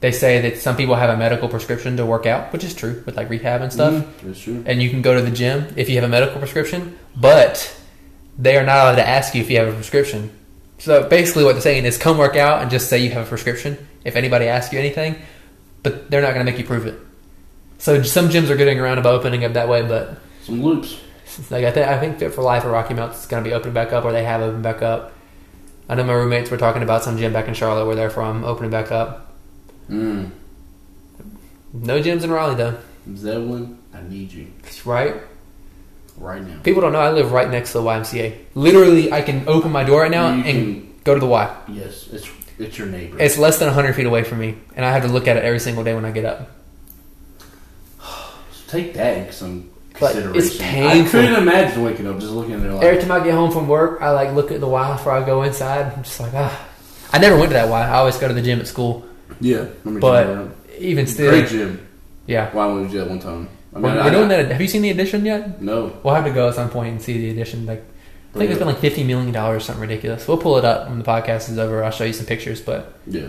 Speaker 3: they say that some people have a medical prescription to work out, which is true with like rehab and stuff.
Speaker 2: Mhm, That's true.
Speaker 3: and you can go to the gym if you have a medical prescription, but they are not allowed to ask you if you have a prescription. So basically, what they're saying is come work out and just say you have a prescription if anybody asks you anything, but they're not going to make you prove it. So some gyms are getting around about opening up that way, but
Speaker 2: Some loops.
Speaker 3: like I think I think Fit for Life or Rocky Mountain's going to be opening back up, or they have opened back up. I know my roommates were talking about some gym back in Charlotte where they're from opening back up.
Speaker 2: Mm.
Speaker 3: No gyms in Raleigh though,
Speaker 2: Zevlin, I need you
Speaker 3: right?
Speaker 2: right now.
Speaker 3: People don't know I live right next to the YMCA. Literally, I can open my door right now
Speaker 2: You
Speaker 3: and go to the Y.
Speaker 2: can- yes, it's it's your neighbor.
Speaker 3: It's less than 100 feet away from me, and I have to look at it every single day when I get up.
Speaker 2: Take that into some
Speaker 3: But
Speaker 2: consideration.
Speaker 3: it's painful.
Speaker 2: I couldn't imagine waking up just looking at their
Speaker 3: Every
Speaker 2: like,
Speaker 3: time I get home from work, I like look at the Y before I go inside. I'm just like, ah. I never went to that Y. I always go to the gym at school.
Speaker 2: yeah. Let me
Speaker 3: But
Speaker 2: check it out.
Speaker 3: Even still,
Speaker 2: great gym.
Speaker 3: yeah.
Speaker 2: Why would you do that one time? I
Speaker 3: We're,
Speaker 2: I-
Speaker 3: we're doing that. Have you seen the edition yet?
Speaker 2: No,
Speaker 3: We'll have to go at some point and see the edition. Like, I think it's been like fifty million dollars, something ridiculous. We'll pull it up when the podcast is over. I'll show you some pictures, but
Speaker 2: Yeah.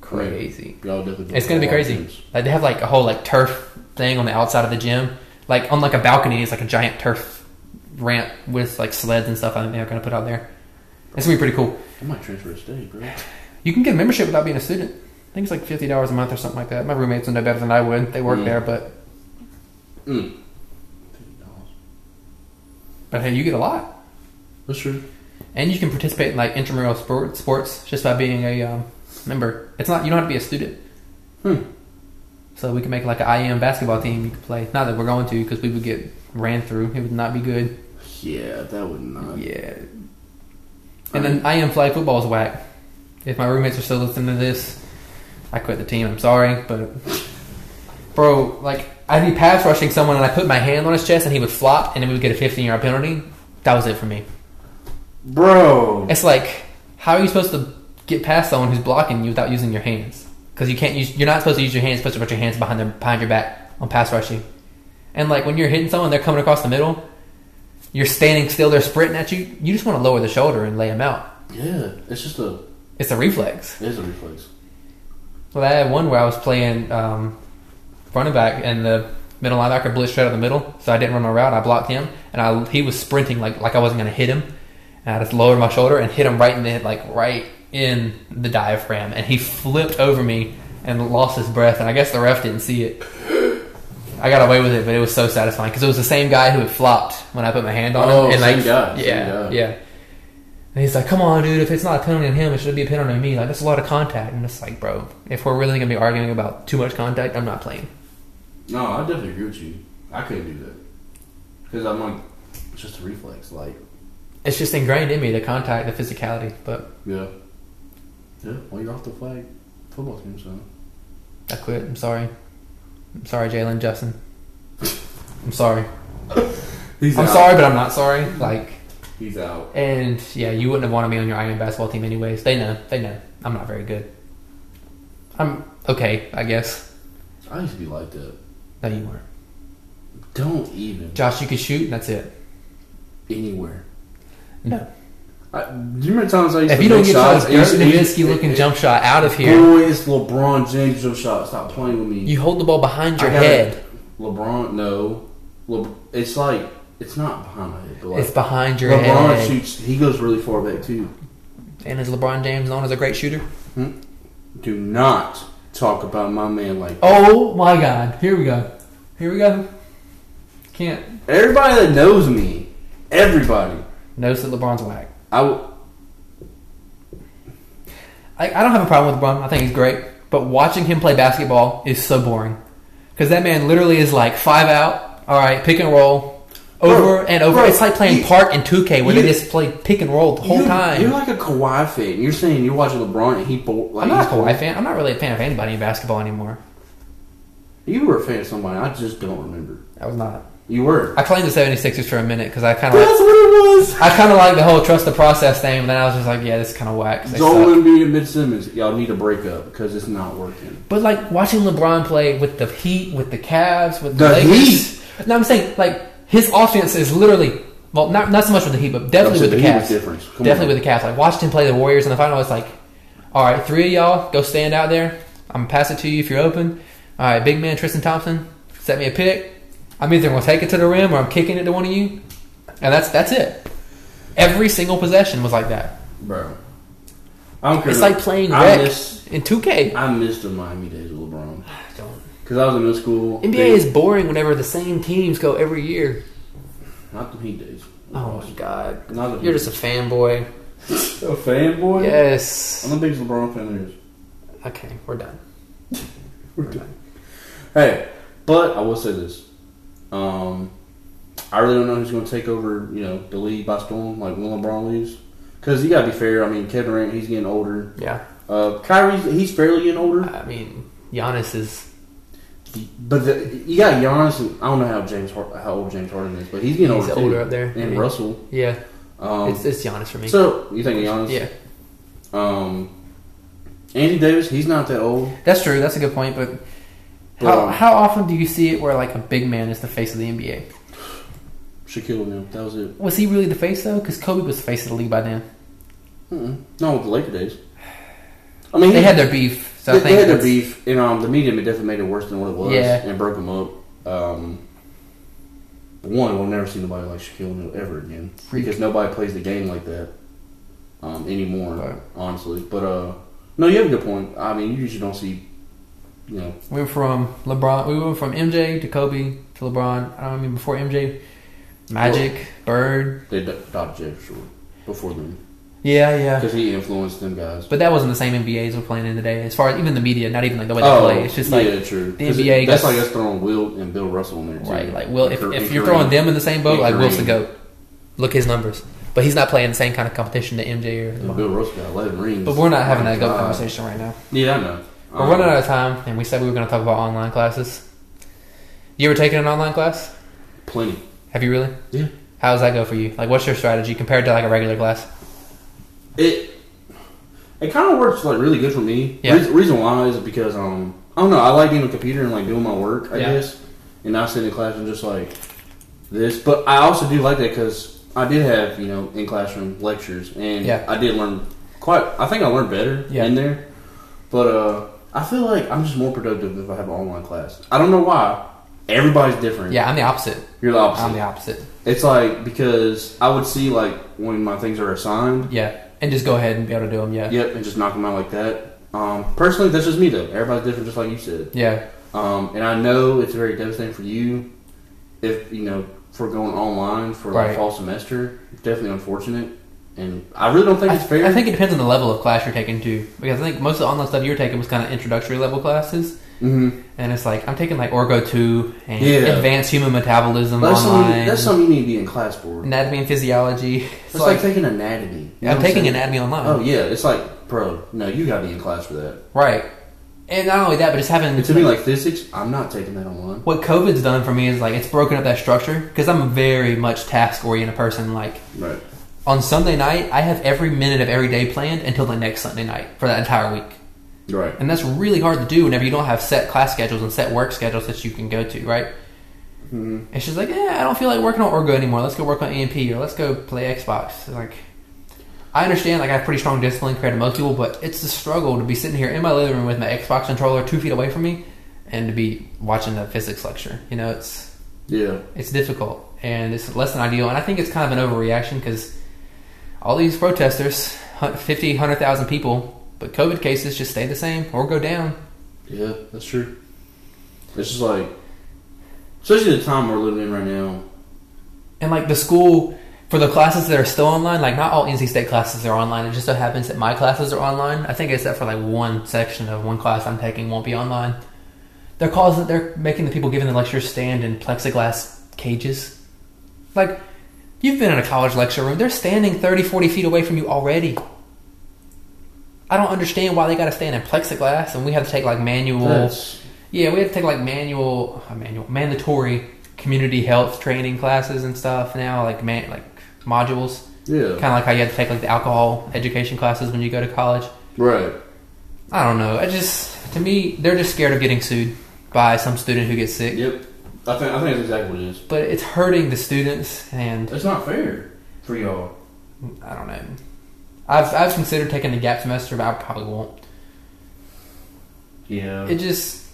Speaker 3: crazy.
Speaker 2: Y'all definitely
Speaker 3: It's gonna be
Speaker 2: a lot of
Speaker 3: crazy.
Speaker 2: things.
Speaker 3: Like they have like a whole like turf thing on the outside of the gym, like on like a balcony. It's like a giant turf ramp with like sleds and stuff. I think they're gonna put out there. It's gonna be pretty cool.
Speaker 2: I might transfer to state, bro.
Speaker 3: You can get a membership without being a student. I think it's like fifty dollars a month or something like that. My roommates would know better than I would. They work
Speaker 2: Mm.
Speaker 3: there, but
Speaker 2: Mm.
Speaker 3: but hey, you get a lot,
Speaker 2: That's true.
Speaker 3: and you can participate in like intramural sport, sports just by being a um, member. It's not you don't have to be a student.
Speaker 2: Hmm.
Speaker 3: So we can make like an IM basketball team you can play. Not that we're going to because we would get ran through. It would not be good.
Speaker 2: Yeah, that would not.
Speaker 3: Yeah. And then I am flag football is whack. If my roommates are still listening to this, I quit the team. I'm sorry, but bro, like I'd be pass rushing someone and I put my hand on his chest and he would flop and then we would get a 15 yard penalty. That was it for me.
Speaker 2: Bro.
Speaker 3: It's like how are you supposed to get past someone who's blocking you without using your hands? Because you can't use. You're not supposed to use your hands. You're supposed to put your hands behind their behind your back on pass rushing. And like when you're hitting someone, they're coming across the middle. You're standing still. They're sprinting at you. You just want to lower the shoulder and lay them out.
Speaker 2: Yeah, it's just a
Speaker 3: It's a reflex.
Speaker 2: it's a reflex.
Speaker 3: Well, I had one where I was playing um, running back, and the middle linebacker blitzed straight out the middle, so I didn't run my route. I blocked him, and I, he was sprinting like like I wasn't going to hit him. And I just lowered my shoulder and hit him right in the like right in the diaphragm, and he flipped over me and lost his breath. And I guess the ref didn't see it. I got away with it, but it was so satisfying because it was the same guy who had flopped when I put my hand on
Speaker 2: Oh,
Speaker 3: him. And
Speaker 2: same
Speaker 3: like,
Speaker 2: guy, same
Speaker 3: Yeah,
Speaker 2: guy.
Speaker 3: yeah. And he's like, "Come on, dude! If it's not a penalty on him, it should be a penalty on me. Like, that's a lot of contact." And it's like, bro, if we're really gonna be arguing about too much contact, I'm not playing.
Speaker 2: No, I definitely agree with you. I couldn't do that because I'm like, it's just a reflex. Like,
Speaker 3: It's just ingrained in me the contact, the physicality. But
Speaker 2: yeah, yeah. Well, you're off the flag football team, so
Speaker 3: I quit. I'm sorry. I'm sorry, Jalen, Justin. I'm sorry.
Speaker 2: he's
Speaker 3: I'm sorry, but I'm not sorry. Like,
Speaker 2: He's out.
Speaker 3: and yeah, you wouldn't have wanted me on your Iron basketball team anyways. They know. They know. I'm not very good. I'm okay, I guess.
Speaker 2: I used to be like that.
Speaker 3: No, you weren't.
Speaker 2: Don't even
Speaker 3: Josh, you could shoot. And that's it.
Speaker 2: anywhere.
Speaker 3: No.
Speaker 2: I, do you remember times I used
Speaker 3: If
Speaker 2: to
Speaker 3: you don't
Speaker 2: make
Speaker 3: get
Speaker 2: shots? eh,
Speaker 3: Josh
Speaker 2: I used to-
Speaker 3: Nowitzki looking jump shot out of here,
Speaker 2: Boys, LeBron James jump shot. Stop playing with me.
Speaker 3: You hold the ball behind your
Speaker 2: I gotta-
Speaker 3: head.
Speaker 2: LeBron, no. Le, it's like it's not behind my head, but like
Speaker 3: It's behind your
Speaker 2: LeBron
Speaker 3: head.
Speaker 2: shoots. He goes really far back too.
Speaker 3: And is LeBron James known as a great shooter?
Speaker 2: Do not talk about my man like
Speaker 3: Oh my God! Here we go. Here we go. Can't
Speaker 2: everybody that knows me. Everybody,
Speaker 3: notice that LeBron's whack.
Speaker 2: I w-
Speaker 3: I, I don't have a problem with LeBron. I think he's great. But watching him play basketball is so boring because that man literally is like five out. All right, pick and roll, over
Speaker 2: Bro,
Speaker 3: and over.
Speaker 2: bro,
Speaker 3: it's like playing
Speaker 2: you-
Speaker 3: Park in 2K where
Speaker 2: you-
Speaker 3: they just play pick and roll the whole
Speaker 2: you,
Speaker 3: time.
Speaker 2: You're like a Kawhi fan. You're saying you're watching LeBron and he bo- like
Speaker 3: I'm not a
Speaker 2: he's
Speaker 3: Kawhi
Speaker 2: bored.
Speaker 3: fan. I'm not really a fan of anybody in basketball anymore.
Speaker 2: You were a fan of somebody. I just don't remember.
Speaker 3: I was not.
Speaker 2: You were.
Speaker 3: I claimed the 76ers for a minute because I kind of
Speaker 2: That's
Speaker 3: like
Speaker 2: what it was.
Speaker 3: I kind of like the whole trust the process thing, but then I was just like, yeah, this is kind of whack. 'cause they
Speaker 2: Joel
Speaker 3: suck.
Speaker 2: Embiid and Ben Simmons, y'all need a breakup because it's not working.
Speaker 3: But like watching LeBron play with the Heat, with the Cavs, with the,
Speaker 2: The
Speaker 3: Lakers. No, I'm saying like his offense is literally well, not not so much with the Heat, but definitely with the,
Speaker 2: He was
Speaker 3: Cavs.
Speaker 2: different. Come
Speaker 3: Definitely
Speaker 2: on.
Speaker 3: with the Cavs. I watched him play the Warriors in the final. It's like, all right, three of y'all go stand out there. I'm gonna pass it to you if you're open. All right, big man Tristan Thompson, set me a pick. I'm either gonna take it to the rim or I'm kicking it to one of you, and that's that's it. Every single possession was like that.
Speaker 2: bro. I don't care.
Speaker 3: It's
Speaker 2: no-
Speaker 3: like playing
Speaker 2: I
Speaker 3: rec
Speaker 2: miss
Speaker 3: in 2K.
Speaker 2: I miss the Miami days with LeBron because I was in middle school.
Speaker 3: NBA
Speaker 2: They-
Speaker 3: is boring whenever the same teams go every year.
Speaker 2: not the Heat days.
Speaker 3: Oh my god.
Speaker 2: Not the
Speaker 3: You're just a fanboy.
Speaker 2: a fanboy. I'm
Speaker 3: Yes.
Speaker 2: the biggest LeBron fan there is.
Speaker 3: Okay, we're done.
Speaker 2: Hey, but I will say this. Um, I really don't know who's going to take over, you know, the league by storm, like when LeBron leaves. Because you got to be fair. I mean, Kevin Durant, he's getting older.
Speaker 3: Yeah.
Speaker 2: Uh, Kyrie's, he's fairly getting older.
Speaker 3: I mean, Giannis is.
Speaker 2: But the, you got Giannis. And, I don't know how James Har- how old James Harden is, but he's getting
Speaker 3: He's
Speaker 2: older. too.
Speaker 3: older up there.
Speaker 2: And
Speaker 3: Yeah.
Speaker 2: Russell.
Speaker 3: Yeah.
Speaker 2: Um,
Speaker 3: It's, it's Giannis for me.
Speaker 2: so you think Giannis?
Speaker 3: yeah.
Speaker 2: Um, Andy Davis, he's not that old.
Speaker 3: That's true. That's a good point, but. How,
Speaker 2: Well-
Speaker 3: how often do you see it where like a big man is the face of the NBA?
Speaker 2: Shaquille O'Neal. That was it.
Speaker 3: Was he really the face though? Because Kobe was the face of the league by then.
Speaker 2: Mm-mm. Not with the Laker days.
Speaker 3: I mean, they had their beef. So
Speaker 2: they,
Speaker 3: I think
Speaker 2: they had their
Speaker 3: that's-
Speaker 2: beef, and um, the media definitely made it worse than what it was,
Speaker 3: Yeah.
Speaker 2: and broke them up. Um, one, we'll never see nobody like Shaquille O'Neal ever again
Speaker 3: Freak.
Speaker 2: because nobody plays the game like that um, anymore,
Speaker 3: Right.
Speaker 2: honestly. But uh, no, you have a good point. I mean, you usually don't see, you know,
Speaker 3: We went from LeBron. We went from MJ to Kobe to LeBron. I don't mean before MJ, Magic, Bird.
Speaker 2: they d- Dr. J for sure before them
Speaker 3: Yeah, yeah.
Speaker 2: because he influenced them guys.
Speaker 3: But that wasn't the same NBA as we're playing in today. As far as even the media, not even like the way they play. It's just
Speaker 2: Oh, yeah,
Speaker 3: like
Speaker 2: true.
Speaker 3: the
Speaker 2: 'Cause
Speaker 3: NBA
Speaker 2: that's
Speaker 3: gets-
Speaker 2: like us throwing Will and Bill Russell in there too.
Speaker 3: right, like Will.
Speaker 2: And
Speaker 3: If,
Speaker 2: Kar-
Speaker 3: if
Speaker 2: and
Speaker 3: you're
Speaker 2: Kareem.
Speaker 3: throwing them in the same boat,
Speaker 2: And
Speaker 3: like Will's the
Speaker 2: Kareem.
Speaker 3: goat. Look his numbers, but he's not playing the same kind of competition that MJ or.
Speaker 2: And
Speaker 3: LeBron.
Speaker 2: Bill Russell got 11 rings.
Speaker 3: But we're not having
Speaker 2: My
Speaker 3: that goat
Speaker 2: God.
Speaker 3: conversation right now.
Speaker 2: Yeah, I know. Um,
Speaker 3: We're running out of time, and we said we were going to talk about online classes. You ever taken an online class?
Speaker 2: plenty.
Speaker 3: Have you really?
Speaker 2: Yeah.
Speaker 3: How does that go for you? Like, what's your strategy compared to like a regular class?
Speaker 2: It it kind of works like really good for me.
Speaker 3: Yeah.
Speaker 2: Reason, reason why is because um I don't know I like being on the computer and like doing my work I
Speaker 3: Yeah.
Speaker 2: guess and not sitting in class and just like this. But I also do like that because I did have you know in classroom lectures and
Speaker 3: Yeah.
Speaker 2: I did learn quite. I think I learned better
Speaker 3: Yeah.
Speaker 2: in there. But uh I feel like I'm just more productive if I have an online class. I don't know why. Everybody's different.
Speaker 3: Yeah, I'm the opposite.
Speaker 2: You're the opposite.
Speaker 3: I'm the opposite.
Speaker 2: It's like because I would see like when my things are assigned.
Speaker 3: Yeah, and just go ahead and be able to do them. Yeah,
Speaker 2: Yep, and just knock them out like that. Um, personally, that's just me though. Everybody's different, just like you said.
Speaker 3: yeah,
Speaker 2: Um, and I know it's very devastating for you if you know for going online for like
Speaker 3: Right.
Speaker 2: fall semester. It's definitely unfortunate, and I really don't think
Speaker 3: I,
Speaker 2: it's fair.
Speaker 3: I think it depends on the level of class you're taking too, because I think most of the online stuff you're taking was kind of introductory level classes,
Speaker 2: Mhm.
Speaker 3: and it's like I'm taking like Orgo two and
Speaker 2: Yeah.
Speaker 3: Advanced Human Metabolism
Speaker 2: But that's, something,
Speaker 3: online,
Speaker 2: that's something you need to be in class for.
Speaker 3: Anatomy and Physiology.
Speaker 2: It's
Speaker 3: It's
Speaker 2: like,
Speaker 3: like,
Speaker 2: taking anatomy. You know
Speaker 3: I'm
Speaker 2: what
Speaker 3: taking
Speaker 2: saying?
Speaker 3: anatomy online,
Speaker 2: Oh yeah, it's like bro. No, you got to be in class for that.
Speaker 3: right? And not only that, but just having
Speaker 2: And to me, like physics, I'm not taking that online.
Speaker 3: what COVID's done for me is like it's broken up that structure because I'm a very much task oriented person. Like
Speaker 2: Right.
Speaker 3: on Sunday night, I have every minute of every day planned until the next Sunday night for that entire week.
Speaker 2: Right.
Speaker 3: And that's really hard to do whenever you don't have set class schedules and set work schedules that you can go to, right? And she's like, yeah, I don't feel like working on Orgo anymore. Let's go work on EMP or let's go play Xbox. It's Like, I understand, like, I have pretty strong discipline compared to most people, but it's a struggle to be sitting here in my living room with my Xbox controller two feet away from me and to be watching a physics lecture. You know, it's
Speaker 2: Yeah.
Speaker 3: it's difficult and it's less than ideal. And I think it's kind of an overreaction because all these protesters, hun- 50, 100,000 people, but COVID cases just stay the same or go down.
Speaker 2: Yeah, that's true. It's just like, especially the time we're living in right now.
Speaker 3: And like the school, for the classes that are still online, like not all NC State classes are online. It just so happens that my classes are online. I think except for like one section of one class I'm taking won't be online. They're causing, they're making the people giving the lectures stand in plexiglass cages. Like, you've been in a college lecture room. They're standing 30, 40 feet away from you already. I don't understand why they got to stand in plexiglass and we have to take like manual.
Speaker 2: That's
Speaker 3: Yeah, we have to take like manual, uh, manual, mandatory community health training classes and stuff now, like man, like modules,
Speaker 2: yeah,
Speaker 3: kind of like how you had to take like the alcohol education classes when you go to college.
Speaker 2: right.
Speaker 3: I don't know. I just to me, they're just scared of getting sued by some student who gets sick.
Speaker 2: Yep, I think I think that's exactly what it is.
Speaker 3: But it's hurting the students, and
Speaker 2: It's not fair for y'all.
Speaker 3: I don't know. I've I've considered taking a gap semester, but I probably won't.
Speaker 2: Yeah,
Speaker 3: It just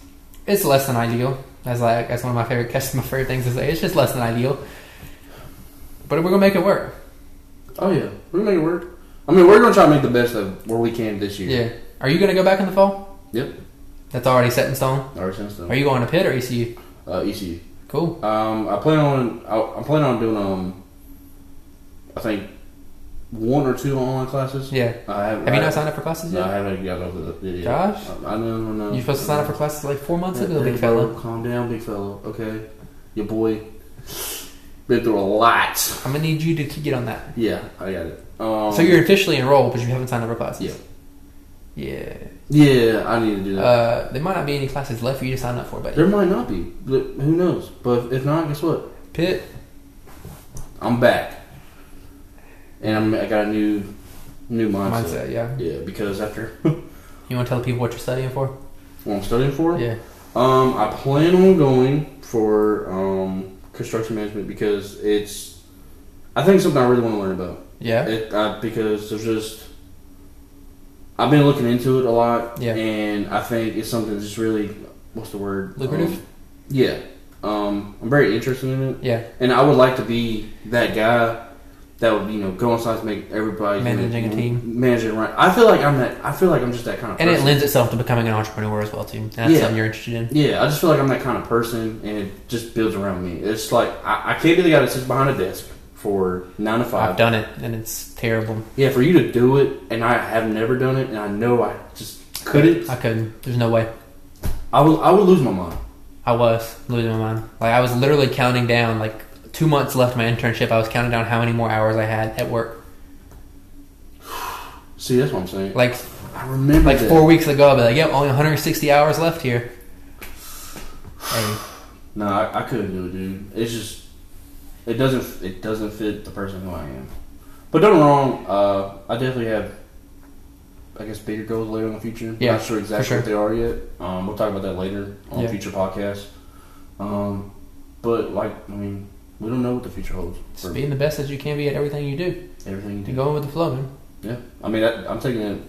Speaker 3: it's less than ideal. That's like that's one of my favorite that's my favorite things to say. It's just less than ideal. But we're gonna make it work.
Speaker 2: oh yeah, we're gonna make it work. I mean, we're gonna try to make the best of where we can this year.
Speaker 3: Yeah. Are you going to go back in the fall?
Speaker 2: Yep.
Speaker 3: That's already set in stone.
Speaker 2: Ever since then,
Speaker 3: Are you going to Pitt or ECU?
Speaker 2: uh, ECU.
Speaker 3: Cool.
Speaker 2: Um, I plan on I, I'm planning on doing um, I think one or two online classes.
Speaker 3: Yeah.
Speaker 2: I have.
Speaker 3: Have
Speaker 2: I,
Speaker 3: you not signed up for classes
Speaker 2: No,
Speaker 3: yet?
Speaker 2: I haven't got over the video.
Speaker 3: Gosh.
Speaker 2: I, I know, no.
Speaker 3: You're supposed to sign up for classes like four months
Speaker 2: Hey,
Speaker 3: ago,
Speaker 2: hey,
Speaker 3: big
Speaker 2: bro,
Speaker 3: fella.
Speaker 2: Calm down, big fella. Okay, your boy been through a lot.
Speaker 3: I'm going to need you to get on that.
Speaker 2: Yeah, I got it. Um,
Speaker 3: so you're officially enrolled, but you haven't signed up for classes?
Speaker 2: Yeah.
Speaker 3: Yeah.
Speaker 2: Yeah, I need to do that.
Speaker 3: Uh, there might not be any classes left for you to sign up for, but
Speaker 2: there might not be. but Who knows? But if not, guess what?
Speaker 3: Pitt,
Speaker 2: I'm back, and I'm, I got a new new mindset.
Speaker 3: mindset, yeah.
Speaker 2: Yeah, because after
Speaker 3: You want to tell the people what you're studying for?
Speaker 2: what I'm studying for,
Speaker 3: Yeah.
Speaker 2: um, I plan on going for um construction management because it's. I think it's something I really want to learn about.
Speaker 3: Yeah.
Speaker 2: It, I, because there's just. I've been looking into it a lot,
Speaker 3: Yeah.
Speaker 2: and I think it's something that's really what's the word
Speaker 3: Lucrative?
Speaker 2: Um, yeah, um, I'm very interested in it,
Speaker 3: Yeah.
Speaker 2: and I would like to be that guy that would you know go inside and make everybody
Speaker 3: Managing a team.
Speaker 2: managing right. I feel like I'm that. I feel like I'm just that kind of.
Speaker 3: And it
Speaker 2: person.
Speaker 3: lends itself to becoming an entrepreneur as well, too. And that's
Speaker 2: Yeah.
Speaker 3: something you're interested in.
Speaker 2: Yeah, I just feel like I'm that kind of person, and it just builds around me. It's like I, I can't be the guy that sits behind a desk for nine to
Speaker 3: I've
Speaker 2: five.
Speaker 3: done it, and it's terrible.
Speaker 2: Yeah, for you to do it, and I have never done it, and I know I just couldn't.
Speaker 3: I couldn't. There's no way.
Speaker 2: I would, I would lose my mind.
Speaker 3: I was losing my mind. Like I was literally counting down. Like two months left of my internship, I was counting down how many more hours I had at work.
Speaker 2: See, that's what I'm saying.
Speaker 3: Like
Speaker 2: I remember
Speaker 3: like
Speaker 2: that.
Speaker 3: four weeks ago, I'd be like, "Yep, only 160 hours left here." Hey,
Speaker 2: No, I, I couldn't do it, dude. It's just it doesn't it doesn't fit the person who I am. But don't get me wrong, uh, I definitely have I guess bigger goals later in the future.
Speaker 3: Yeah,
Speaker 2: Not sure exactly
Speaker 3: sure.
Speaker 2: what they are yet. Um, we'll talk about that later on
Speaker 3: Yeah.
Speaker 2: future podcasts. Um, but like I mean, we don't know what the future holds for
Speaker 3: just being the best that you can be at everything you do.
Speaker 2: everything you
Speaker 3: You're
Speaker 2: do.
Speaker 3: going with the flow, man.
Speaker 2: Yeah, I mean that, I'm taking it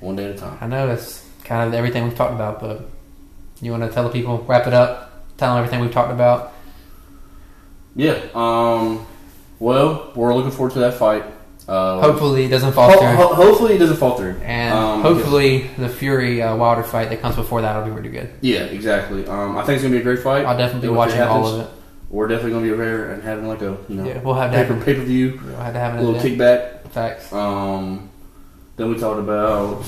Speaker 2: one day at a time.
Speaker 3: I know that's kind of everything we've talked about, but you want to tell the people, wrap it up, tell them everything we've talked about.
Speaker 2: Yeah. Um. Well, we're looking forward to that fight. Uh,
Speaker 3: Hopefully, it doesn't fall
Speaker 2: ho-
Speaker 3: through.
Speaker 2: ho- hopefully it doesn't fall through.
Speaker 3: And
Speaker 2: Um,
Speaker 3: hopefully, the Fury uh, Wilder fight that comes before that will be pretty good.
Speaker 2: Yeah, exactly. Um, I think it's gonna be a great fight.
Speaker 3: I'll definitely be
Speaker 2: If it
Speaker 3: watching all
Speaker 2: happens,
Speaker 3: of it.
Speaker 2: We're definitely gonna be there and having like a you know
Speaker 3: Yeah, we'll have to
Speaker 2: paper
Speaker 3: have,
Speaker 2: pay per view,
Speaker 3: we'll have to have an
Speaker 2: little
Speaker 3: event.
Speaker 2: kickback.
Speaker 3: Facts.
Speaker 2: Um, then we talked about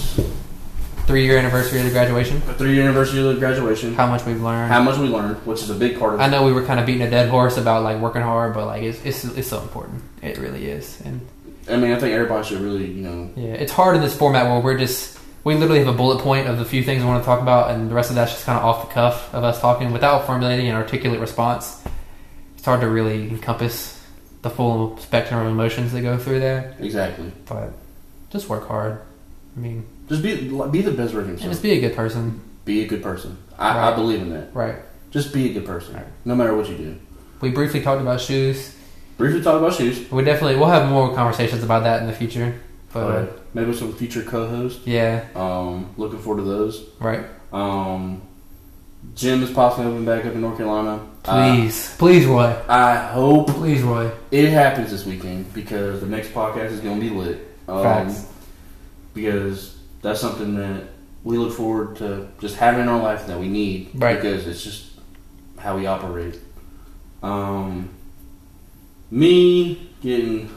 Speaker 3: Three year anniversary of the graduation.
Speaker 2: the three year anniversary of graduation,
Speaker 3: How much we've learned.
Speaker 2: how much we learned, which is a big part of.
Speaker 3: I know we were kind of beating a dead horse about like working hard, but like it's it's, it's so important. It really is, and
Speaker 2: I mean, I think everybody should really you know
Speaker 3: Yeah, it's hard in this format where we're just we literally have a bullet point of the few things we want to talk about, and the rest of that's just kind of off the cuff of us talking without formulating an articulate response. It's hard to really encompass the full spectrum of emotions that go through there,
Speaker 2: exactly
Speaker 3: but just work hard. I mean,
Speaker 2: just be be the best version of
Speaker 3: and just
Speaker 2: yourself.
Speaker 3: be a good person,
Speaker 2: Be a good person. I, I
Speaker 3: Right.
Speaker 2: believe in that.
Speaker 3: right?
Speaker 2: Just be a good person, no matter what you do.
Speaker 3: We briefly talked about shoes.
Speaker 2: Briefly talked about shoes.
Speaker 3: We definitely we'll have more conversations about that in the future, but uh,
Speaker 2: Uh, maybe with some future co-hosts.
Speaker 3: yeah,
Speaker 2: Um, looking forward to those.
Speaker 3: right.
Speaker 2: Um, gym is possibly opening back up in North Carolina. Uh,
Speaker 3: Please, please, Roy,
Speaker 2: I hope
Speaker 3: please, Roy.
Speaker 2: it happens this weekend because the next podcast is going to be lit. Um,
Speaker 3: Facts.
Speaker 2: Because that's something that we look forward to just having in our life that we need.
Speaker 3: Right.
Speaker 2: Because it's just how we operate. Um, me getting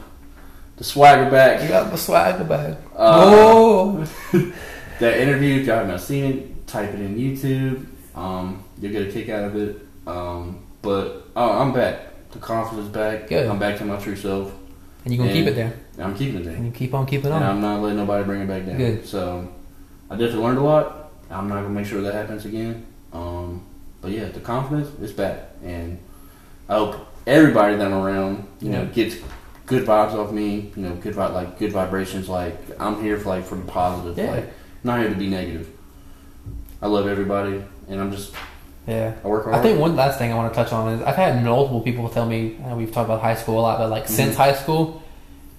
Speaker 2: the swagger back.
Speaker 3: got the swag bag.
Speaker 2: Uh,
Speaker 3: Oh.
Speaker 2: that interview, if y'all have not seen it, type it in YouTube. Um, you'll get a kick out of it. Um, but oh, I'm back. The confidence is back.
Speaker 3: Good.
Speaker 2: I'm back to my true self.
Speaker 3: And you gonna keep
Speaker 2: And-
Speaker 3: it there.
Speaker 2: And I'm keeping it there.
Speaker 3: And you keep on keeping
Speaker 2: And
Speaker 3: on.
Speaker 2: I'm not letting nobody bring it back down.
Speaker 3: Good.
Speaker 2: So I definitely learned a lot. I'm not gonna make sure that happens again. Um, but yeah, the confidence is back, and I hope everybody that I'm around, you know,
Speaker 3: Yeah.
Speaker 2: gets good vibes off me. You know, good vi- like good vibrations. Like I'm here for like for the positive.
Speaker 3: Yeah.
Speaker 2: Like not here to be negative. I love everybody, and I'm just
Speaker 3: Yeah.
Speaker 2: I work hard.
Speaker 3: I think one last thing I want to touch on is I've had multiple people tell me uh, we've talked about high school a lot, but like since
Speaker 2: Mm-hmm.
Speaker 3: high school,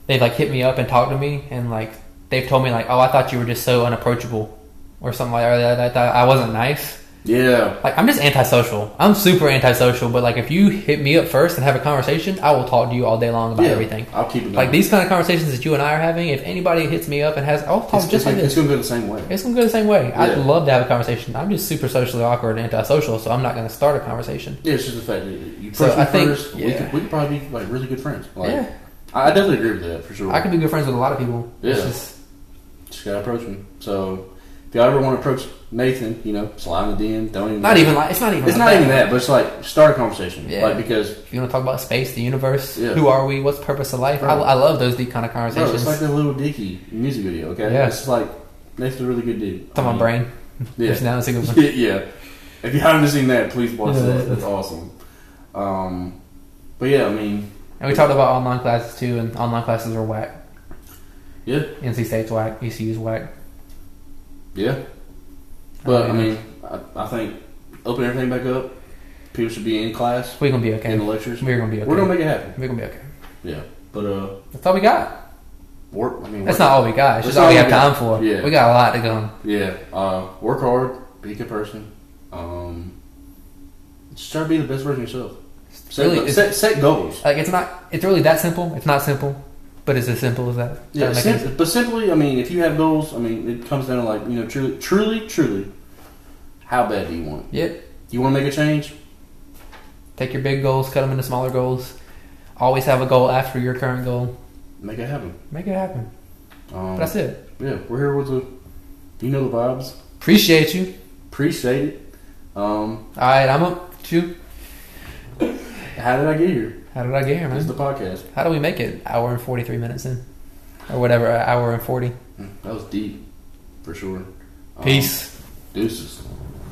Speaker 3: they've like hit me up and talked to me, and like they've told me like, oh, I thought you were just so unapproachable, or something like that. Or I thought I wasn't nice.
Speaker 2: yeah,
Speaker 3: Like I'm just antisocial. I'm super antisocial, but like if you hit me up first and have a conversation, I will talk to you all day long about
Speaker 2: yeah.
Speaker 3: everything.
Speaker 2: I'll keep it
Speaker 3: Like
Speaker 2: going.
Speaker 3: these kind of conversations that you and I are having, if anybody hits me up and has, I'll talk
Speaker 2: It's,
Speaker 3: just like this.
Speaker 2: it's gonna go the same way.
Speaker 3: It's gonna go the same way. I'd
Speaker 2: Yeah.
Speaker 3: love to have a conversation. I'm just super socially awkward and antisocial, so I'm not gonna start a conversation.
Speaker 2: Yeah, it's just the fact that you
Speaker 3: So
Speaker 2: approach me
Speaker 3: I think-
Speaker 2: first. We,
Speaker 3: yeah.
Speaker 2: could, we could probably be like really good friends. Like,
Speaker 3: Yeah.
Speaker 2: I I definitely agree with that for sure.
Speaker 3: I can be good friends with a lot of people. It's
Speaker 2: Yeah.
Speaker 3: just
Speaker 2: just gotta approach me. So if y'all ever want to approach Nathan, you know, slide in the DM. Don't even
Speaker 3: not even like it's not even
Speaker 2: it's
Speaker 3: like
Speaker 2: not even that, but it's like start a conversation.
Speaker 3: Yeah.
Speaker 2: Like because
Speaker 3: If you want to talk about space, the universe,
Speaker 2: Yeah.
Speaker 3: who are we, what's the purpose of life? I,
Speaker 2: Right.
Speaker 3: I love those deep kind of
Speaker 2: bro,
Speaker 3: conversations.
Speaker 2: it's like the little Dicky music video. Okay,
Speaker 3: Yeah.
Speaker 2: it's just like Nathan's a really good dude.
Speaker 3: to my
Speaker 2: Um,
Speaker 3: brain.
Speaker 2: Yeah.
Speaker 3: Which now is a good one.
Speaker 2: yeah, yeah. If you haven't seen that, please watch
Speaker 3: Yeah.
Speaker 2: that. That's awesome. Um, but yeah, I mean,
Speaker 3: And we talked about online classes too, and online classes are whack.
Speaker 2: yeah,
Speaker 3: NC State's whack, ECU's whack. Uh,
Speaker 2: yeah. But I
Speaker 3: Um,
Speaker 2: mean, I, I think open everything back up. people should be in class
Speaker 3: We're gonna be okay.
Speaker 2: in the lectures.
Speaker 3: We're gonna be okay.
Speaker 2: We're gonna make it happen.
Speaker 3: We're gonna be okay.
Speaker 2: Yeah, but uh,
Speaker 3: That's all we got.
Speaker 2: work. I mean,
Speaker 3: That's
Speaker 2: work-
Speaker 3: not all we got. It's just
Speaker 2: That's
Speaker 3: all we
Speaker 2: all
Speaker 3: have
Speaker 2: we got.
Speaker 3: time for.
Speaker 2: Yeah.
Speaker 3: We got a lot to go.
Speaker 2: Yeah, uh, work hard, be a good person. Um, just try to be the best version of yourself. Set,
Speaker 3: really-
Speaker 2: go- set, set goals.
Speaker 3: Like it's not. It's really that simple. It's not simple, but it's as simple as that. Does
Speaker 2: Yeah,
Speaker 3: that make
Speaker 2: sim-
Speaker 3: sense?
Speaker 2: but simply, I mean, if you have goals, I mean, it comes down to like you know, truly, truly, truly, how bad do you want? it?
Speaker 3: Yep.
Speaker 2: You want to make a change?
Speaker 3: Take your big goals, cut them into smaller goals. Always have a goal after your current goal.
Speaker 2: Make it happen.
Speaker 3: Make it happen.
Speaker 2: Um,
Speaker 3: But that's it.
Speaker 2: Yeah, we're here with the, you know, the vibes.
Speaker 3: Appreciate you.
Speaker 2: Appreciate it. Um,
Speaker 3: All right, I'm up. to You.
Speaker 2: how did I get here?
Speaker 3: How did I get here,
Speaker 2: This is the
Speaker 3: man?
Speaker 2: podcast.
Speaker 3: How do we make it? Hour and forty three minutes in, or whatever. uh, Hour and forty.
Speaker 2: That was deep, for sure. Um,
Speaker 3: Peace.
Speaker 2: Deuces.